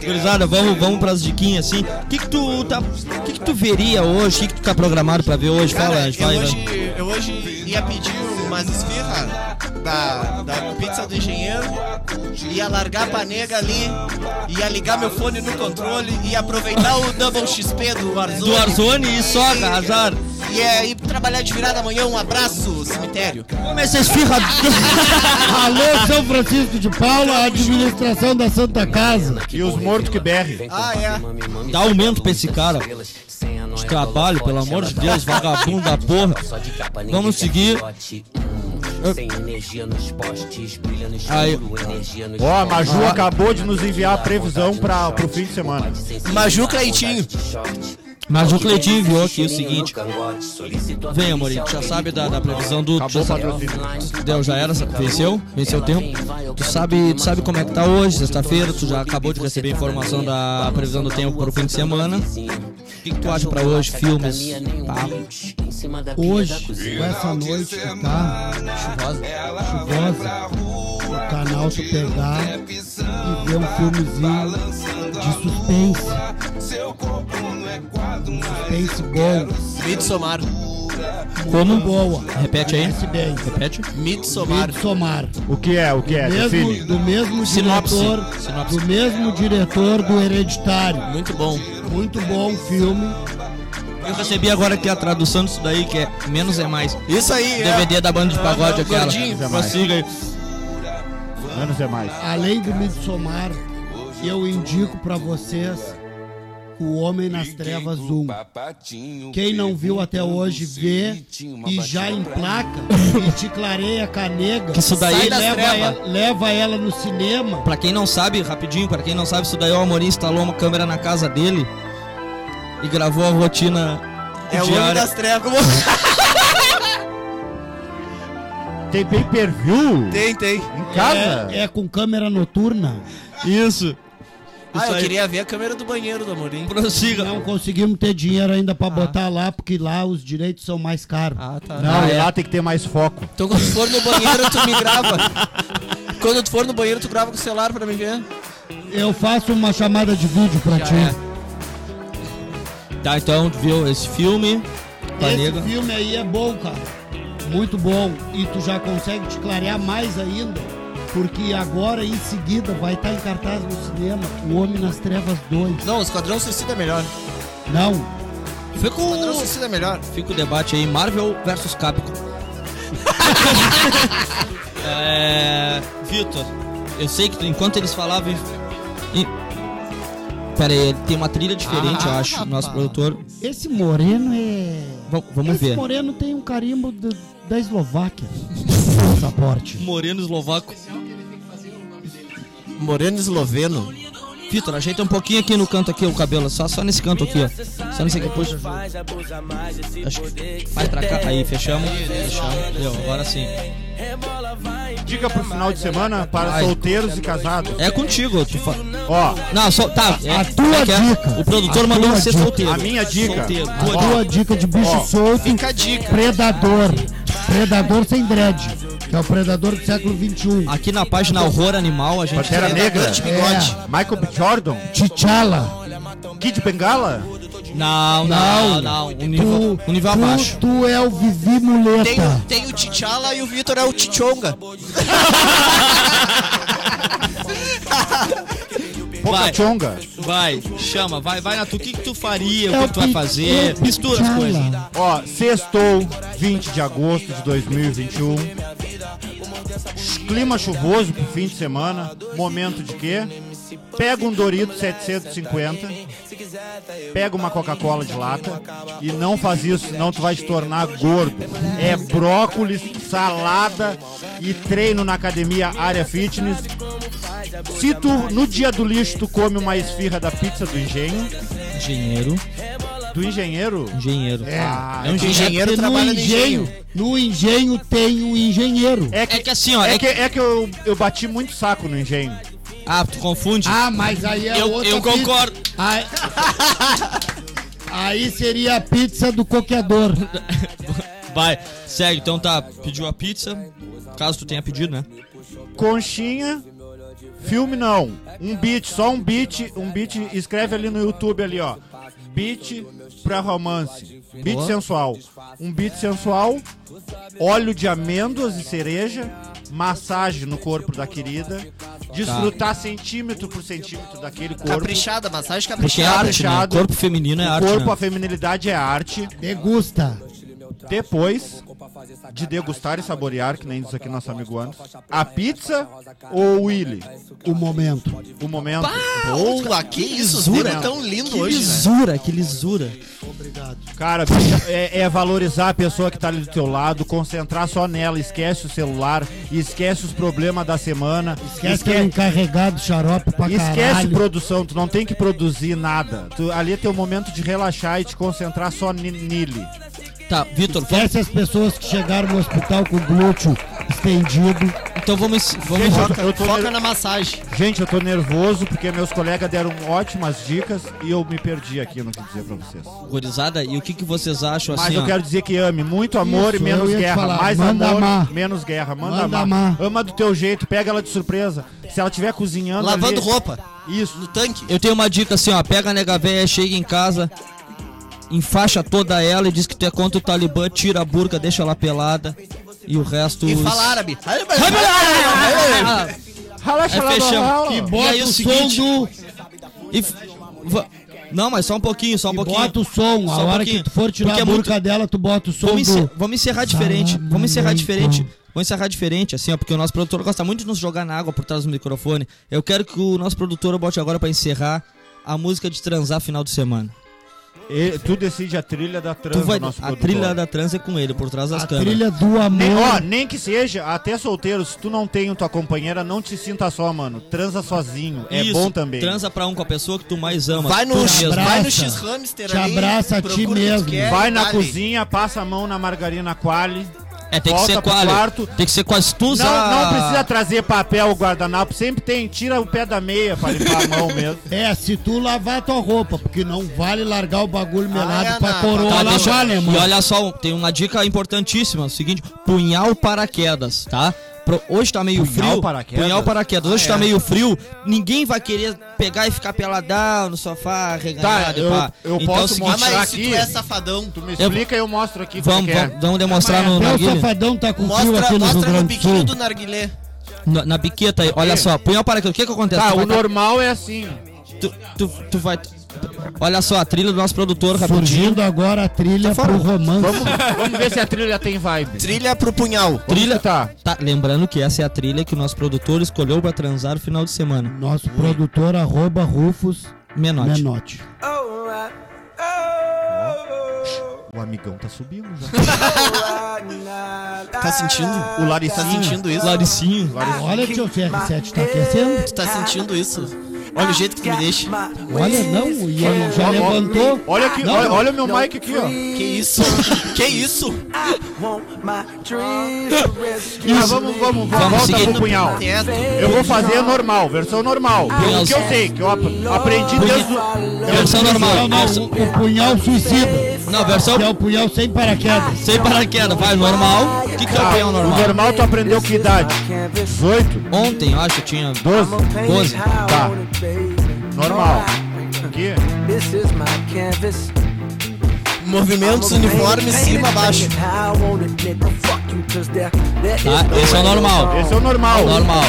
Gurizada, vamos, vamos pras diquinhas assim. O que, que tu tá. O que, que tu veria hoje? O que, que tu tá programado pra ver hoje? Fala,
Cara,
Anjo,
eu
vai, vai.
é, hoje, eu hoje ia pedir umas esfirra da, da pizza do engenheiro, ia largar pra nega ali, ia ligar meu fone no controle, ia aproveitar o Double XP do Warzone.
Do Arzoni e só, azar.
E é ir trabalhar de virada amanhã, um abraço, cemitério.
Come essa esfirra.
Alô, São Francisco de Paula, administração da Santa Casa.
E os mortos que berrem.
Ah, é.
Dá aumento pra esse cara. De trabalho, pelo amor de Deus, vagabundo da porra. Vamos seguir.
Sem energia nos postes, brilha no
Aí.
escuro, energia nos
Ó, a
postes.
Maju
Ah.
acabou de nos enviar a previsão pra, pro fim de semana.
Maju Cleitinho.
Mas o Cleitinho viu aqui o seguinte. Vem,
Vem,
Amorim, tu já sabe da, da previsão do.
Acabou
já
o
sabe-
patrocínio.
Deu, já era, venceu, venceu o tempo. Tu sabe, tu sabe como é que tá hoje, sexta-feira, tu já acabou de receber a informação da previsão do tempo para o fim de semana. O que, que tu acha pra hoje? Filmes, papo,
Hoje, com essa noite que tá
chuvosa?
chuvosa, o canal tu pegar e ver um filmezinho de suspense. Um suspense bom,
Midsommar.
Como?
muito boa.
Repete aí.
Conhece bem.
Repete.
Midsommar.
Somar. Somar.
O que é? O que é?
Mesmo,
Define.
do mesmo
Sinopse.
diretor,
Sinopse.
do mesmo diretor do Hereditário.
Muito bom.
Muito bom filme.
Eu recebi agora aqui a tradução disso daí, que é menos é mais.
Isso aí, é.
DVD da banda de pagode aquela.
Gordinho.
Prossiga aí.
Menos é mais.
Além do Midsommar, eu indico pra vocês O Homem nas Trevas 1. Quem não viu até hoje, vê e já emplaca e te clareia a canega.
Que isso daí
Sai,
das
leva
trevas.
ela, leva ela no cinema.
Pra quem não sabe, rapidinho, pra quem não sabe, isso daí é o Amorim instalou uma câmera na casa dele e gravou a rotina
É o homem
diária.
das trevas.
Tem pay per view?
Tem, tem.
Em casa?
É, é com câmera noturna.
Isso.
Ah,
Isso
eu
aí.
queria ver a câmera do banheiro do Amorim.
Prossiga.
Não conseguimos ter dinheiro ainda pra botar lá, porque lá os direitos são mais caros.
Ah, tá.
Não,
Ah,
e
é.
lá tem que ter mais foco.
Então quando tu for no banheiro, tu me grava. Quando tu for no banheiro, tu grava com o celular pra me ver.
Eu faço uma chamada de vídeo pra ti.
é. Tá, então, viu esse filme.
Esse
Panega.
filme aí é bom, cara. Muito bom. E tu já consegue te clarear mais ainda, porque agora em seguida vai estar em cartaz no cinema O Homem nas Trevas 2.
Não, o Esquadrão Suicida é melhor.
Não,
Fica
O Esquadrão
o...
Suicida é melhor.
Fica o debate aí, Marvel versus Capcom. é... Vitor, eu sei que tu- enquanto eles falavam... e- Pera aí, ele tem uma trilha diferente, eu acho, nosso produtor.
esse moreno é.
Vam- vamos
esse
ver.
moreno tem um carimbo do- da Eslováquia. Passaporte.
Moreno eslovaco.
Moreno esloveno.
Vitor, ajeita um pouquinho aqui no canto aqui o cabelo, só, só nesse canto aqui, ó. Só nesse aqui, puxa. Acho que vai pra cá. Aí, fechamos. Fechamos. Deu, agora sim.
Dica pro final de semana para
Ai.
solteiros e casados.
É contigo, tu fa...
Ó,
Não, só. Tá, é,
A
como
tua
é que é?
dica.
O produtor
A
mandou
tua
você
dica.
solteiro.
A minha dica.
Solteiro.
A
Tua
Ó.
Boa dica de bicho
Ó,
solto.
fica a dica.
Predador. Predador sem dread. Que é o predador do século um. XXI.
dica. Aqui na página Horror Animal a gente.
Pantera Negra,
de bigode.
É,
Michael B. Jordan,
T'Challa.
Kid Bengala,
Não, não, não. Um nível,
Tu,
um nível
tu-
abaixo.
Tu é o Vivi
Tem, um
Muleta.
o- tem o T'Challa e o Vitor é o Tichonga.
Pocachonga.
Vai, chama, vai, vai na tu. O que, que tu faria?
É
O que, que tu vai
Pi- é
fazer?
o
Mistura as
T'Challa.
coisas.
Ó, sextou, 20 de agosto de 2021. clima chuvoso pro fim de semana, momento de quê? Pega um Dorito 750, pega uma Coca-Cola de lata e não faz isso, senão tu vai te tornar gordo. É brócolis, salada e treino na academia área fitness. Se tu, no dia do lixo, tu come uma esfirra da pizza do engenho,
Engenheiro.
do engenheiro...
Engenheiro.
É.
Ah,
um
engenheiro
Porque no
trabalha no
é engenho,
engenho.
no engenho tem um engenheiro.
é
É que assim, ó.
É
É
que, é que eu, eu bati muito saco no engenho.
Ah, tu confunde?
Ah, mas aí é
eu
outra
eu
pizza.
concordo.
Aí... aí seria a pizza do coqueador.
Vai, segue. Então tá, pediu a pizza. Caso tu tenha pedido, né?
Conchinha, filme não. Um beat, só um beat, um beat, escreve ali no YouTube ali, ó. Beat pra romance. Beat
Boa.
sensual. Um beat sensual, óleo de amêndoas e cereja, massagem no corpo da querida,
Tá.
desfrutar centímetro por centímetro daquele corpo.
Caprichada, massagem
Porque é
caprichada.
arte, né?
Caprichado.
Corpo feminino é
O
arte.
corpo,
né?
a feminilidade é arte.
Degusta.
depois de degustar e saborear, que nem diz aqui nosso amigo Anderson, a pizza ou o Willy?
O momento.
O momento.
Boa, que isso, os
Lisura.
negros tão lindo
Que
hoje, né?
lisura, que lisura.
Cara, bicho, é, é valorizar a pessoa que tá ali do teu lado, concentrar só nela, esquece o celular, esquece os problemas da semana,
Esquece que é
esquece,
encarregado xarope pra
esquece
caralho.
produção, tu não tem que produzir nada. Tu- ali é teu momento de relaxar e te concentrar só ni- nele.
Tá, Vitor, vamos-
Esquece as pessoas que chegaram no hospital com o glúteo estendido.
então vamos. vamos
Gente,
Foca,
Eu tô
foca
ner-
na massagem.
Gente, eu tô nervoso porque meus colegas deram ótimas dicas e eu me perdi aqui, eu não quis dizer pra vocês.
Gurizada, e o que, que vocês acham
Mas
assim?
eu
ó?
quero dizer que ame. Muito amor
Isso,
e menos
eu ia te
guerra.
falar.
Mais
Manda
amor,
amar.
menos guerra. Manda,
Manda
amar.
amar.
Ama do teu jeito, pega ela de surpresa. Se ela estiver cozinhando.
Lavando
ali-
roupa.
Isso.
No tanque.
Eu tenho uma dica assim, ó. Pega a nega véia, chega em casa, enfaixa toda ela e diz que tu é contra o Talibã, tira a burca, deixa ela pelada e o resto.
E
os-
fala árabe.
Ah,
Rala,
É, fechamos. Que
Bota
E aí, é
o,
o seguinte-
som do.
e f- va- Não, mas só um pouquinho, só um
e
pouquinho.
bota o som.
Só
a
um
hora
pouquinho.
que tu for tirar
Porque
a
é
burca dela, tu bota o som
Vamos, encer-
do.
vamos encerrar diferente. Vamos encerrar
Salamaleco.
diferente. Vamos encerrar diferente, assim, ó, porque o nosso produtor gosta muito de nos jogar na água por trás do microfone. Eu quero que o nosso produtor bote agora pra encerrar a música de transar final de semana.
E- tu decide a trilha da trans.
Tu vai,
nosso
a
produtor.
trilha da trans é com ele, por trás das
A
câmeras.
trilha do
Nem, ó,
amor.
nem que seja, até solteiro, se tu não tem tua companheira, não te sinta só, mano. Transa sozinho. É
Isso,
bom também.
Transa pra um com a pessoa que tu mais ama.
Vai no,
tu
X-
mesmo.
vai no
Abraça.
X-Hamster
Te
ali,
abraça a ti
procura o que
mesmo.
quer,
Vai na
dá-lhe.
cozinha, passa a mão na margarina quali.
É, tem que
volta
ser
pro
qual?
quarto.
Tem que ser qual? Se tu usa...
Não, não precisa trazer papel ou guardanapo, sempre tem. Tira o pé da meia pra limpar a mão mesmo.
É, se tu lavar tua roupa, porque não vale largar o bagulho melado
é,
pra
não.
coroa
Ah, Tá,
lavar,
deixa-
né,
E
mano?
olha só, tem uma dica importantíssima, o seguinte, punhal paraquedas, tá? Pro- Hoje tá meio
Punhal
frio.
paraquedas? Ah, é.
Punhal paraquedas. Hoje tá meio frio, ninguém vai querer pegar e ficar peladão no sofá,
Tá,
reganhado e
eu,
pá.
eu
Então é o
posso
seguinte,
Ah,
mostrar
mas se
aqui.
tu é safadão,
Tu me
Eu-
explica e eu mostro aqui como
Vamos,
é que
vamos,
é.
vamos demonstrar no
Até Então, o
narguilha.
sofadão tá com frio
mostra,
aqui no Rio
mostra no
Grande do
biquinho
Sul.
do narguilé.
Na, na biqueta aí, olha só, punhal paraquedas, o que que acontece?
Tá,
Tu
o
vai-
normal é assim.
tu, tu, tu vai... Olha só, a trilha do nosso produtor, rapidinho.
Surgindo agora a trilha
Tá
pro
falando.
romance.
Vamos, vamos ver se a trilha tem vibe.
Trilha é pro punhal.
Trilha-
tá.
Tá, lembrando que essa é a trilha que o nosso produtor escolheu pra transar no final de semana.
Nosso produtor, arroba Rufus
Menote.
Menotti.
O amigão tá subindo já.
Tá sentindo?
O Larissa
Tá sentindo isso?
Laricinho.
Olha, tio, o CR7 tá aquecendo.
Tu tá sentindo isso? Olha o jeito que tu me deixa.
Olha, não, e ele já levantou.
Olha aqui,
Não,
olha,
não.
olha o meu mic aqui, ó.
Que isso? que isso?
Ah, vamos, vamos, vamos, volta
seguir.
pro punhal.
Teto.
Eu vou fazer normal, versão normal. O que eu sei, que eu ap- aprendi desde o...
Versão normal. Então-
Não, não,
versão-
é o, o punhal suicida.
Não, versão
Que é o punhal sem paraquedas.
sem paraquedas, vai normal. O que, que é o
Ah,
peão
o
normal?
normal tu aprendeu que idade? 18?
Ontem, eu acho que tinha
12?
12.
Tá. Normal. Aqui?
Movimentos uniformes, cima a baixo.
Tá? Esse é o normal.
Esse é o normal.
Normal.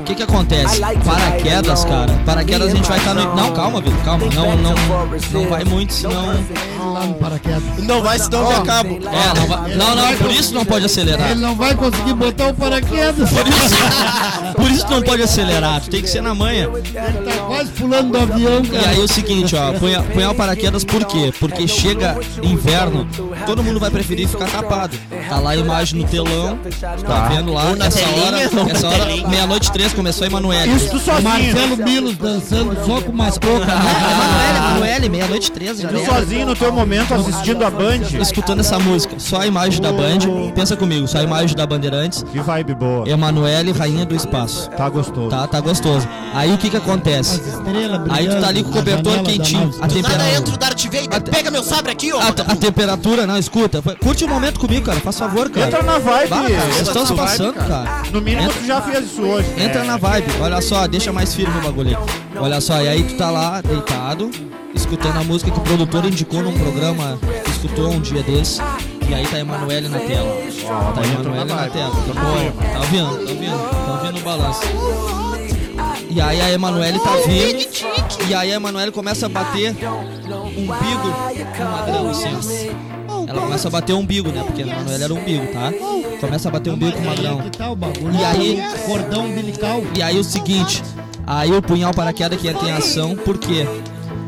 O que que acontece? Paraquedas, cara. Paraquedas a gente vai estar no... Não, calma, Vitor, calma. Não, não, não vai muito, senão...
Lá no paraquedas.
Não vai, senão eu acabo.
É, não vai... Não, não, por isso não pode acelerar.
Ele não vai conseguir botar o paraquedas.
Por isso, por isso não pode acelerar. Tu tem que ser na manha.
Ele tá quase pulando do avião,
E aí
cara.
é o seguinte, ó, punha- punhar o paraquedas por quê? Porque chega inverno, todo mundo vai preferir ficar tapado. Tá lá a imagem no telão, tu tá vendo lá,
na
essa
telinha, ou
hora,
na
essa hora,
telinha.
meia-noite e três, começou a Emanuele.
Isso tu sozinho.
Marcelo Milos dançando só com uma touca.
Ah. Emanuele, meia-noite e três já
Tu sozinho no teu momento assistindo a Band.
Escutando essa música, só a imagem da Band, pensa comigo, só a imagem da Bandeirantes,
Que vibe boa.
Emanuele, rainha do espaço.
Tá gostoso.
Tá, tá gostoso. Aí o que que acontece? Aí tu tá ali com o cobertor quentinho, a
Nada
temperatura...
entra o Darth Vader. Pega meu sabre aqui, ó.
A, a temperatura, não, escuta. foi- Curte o momento comigo, cara. Faz favor, cara.
Entra na vibe.
Bah, cara, vocês estão se
Entra na
passando,
né? vibe,
cara.
No mínimo
Entra-
tu já fez isso hoje.
Entra
É.
na vibe. Olha só, deixa mais firme o bagulho. aí. Olha só, e aí tu tá lá, deitado, escutando a música que o produtor indicou num programa, que escutou um dia desse. E aí tá a Emanuele na tela. ó. Tá a Emanuele na tela. Tá, bom, tá ouvindo, tá ouvindo, tá ouvindo o balanço. E aí a Emanuele tá vindo. E aí a Emanuele começa a bater um umbigo no magrão, assim. ó. Ela começa a bater o umbigo, né? Porque a Emanuele era umbigo, tá? Começa a bater o umbigo com o magrão.
Que tal o bagulho?
E aí-
Cordão umbilical.
E aí o seguinte, aí o punhal paraquedas que entra em ação, por quê?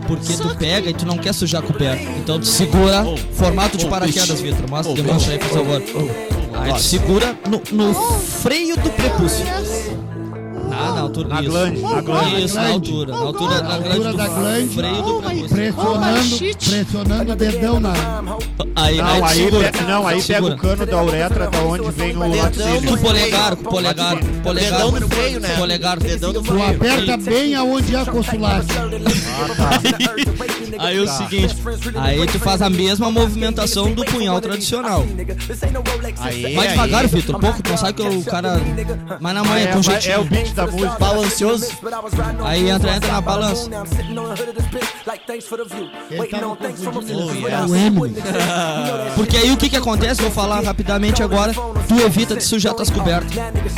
Porque tu pega e tu não quer sujar com o pé. Então tu segura, formato de paraquedas, Vitor. Mostra, demonstra aí, por favor. Aí tu segura no, no freio do prepúcio. Ah, na altura.
Na
isso.
glande, na glande.
Isso, na altura. Na altura, na
altura
grande
da
do
glande.
freio do prepúcio.
Pressionando, pressionando o dedão na.
Aí, aí
Não,
tu
aí,
segura.
pe- não, aí pega
Segura.
o cano da uretra da onde vem o
Com o
laticínio. Ah,
polegar, com o polegar, com o polegar.
Dedão no freio, né?
Polegar.
Dedão no
Tu
freio.
aperta bem aonde há consulado.
tá.
Tá.
Aí é o seguinte, aí tu faz a mesma movimentação do punhal tradicional.
Aí,
Vai devagar,
aí.
Vitor, pouco, tu não sabe que o cara. Mas na manhã,
É,
com
vai- é o
jeitinho.
beat da música.
Balanceoso.
Aí entra, entra na balança.
Oh,
Ele tava confundindo com
yeah.
É o Eminem.
Porque aí o que que acontece? Vou falar rapidamente agora. Tu evita de sujar tuas cobertas.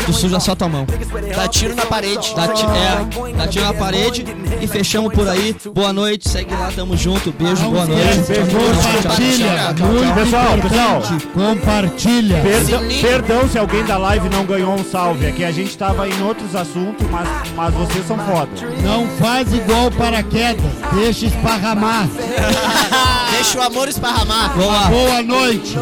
Tu suja só tua mão.
Dá tiro na parede.
Dá, ti- é, dá tiro na parede e fechamos por aí. Boa noite, segue lá, tamo junto. Beijo, boa noite.
beijo,
Compartilha, muito
Pessoal,
importante. Compartilha.
Perdão, perdão se alguém da live não ganhou um salve. É que a gente tava em outros assuntos, mas, mas vocês são foda.
Não faz igual paraquedas. Deixa esparramar.
Deixa o amor esparramar.
Vamos lá.
Boa noite.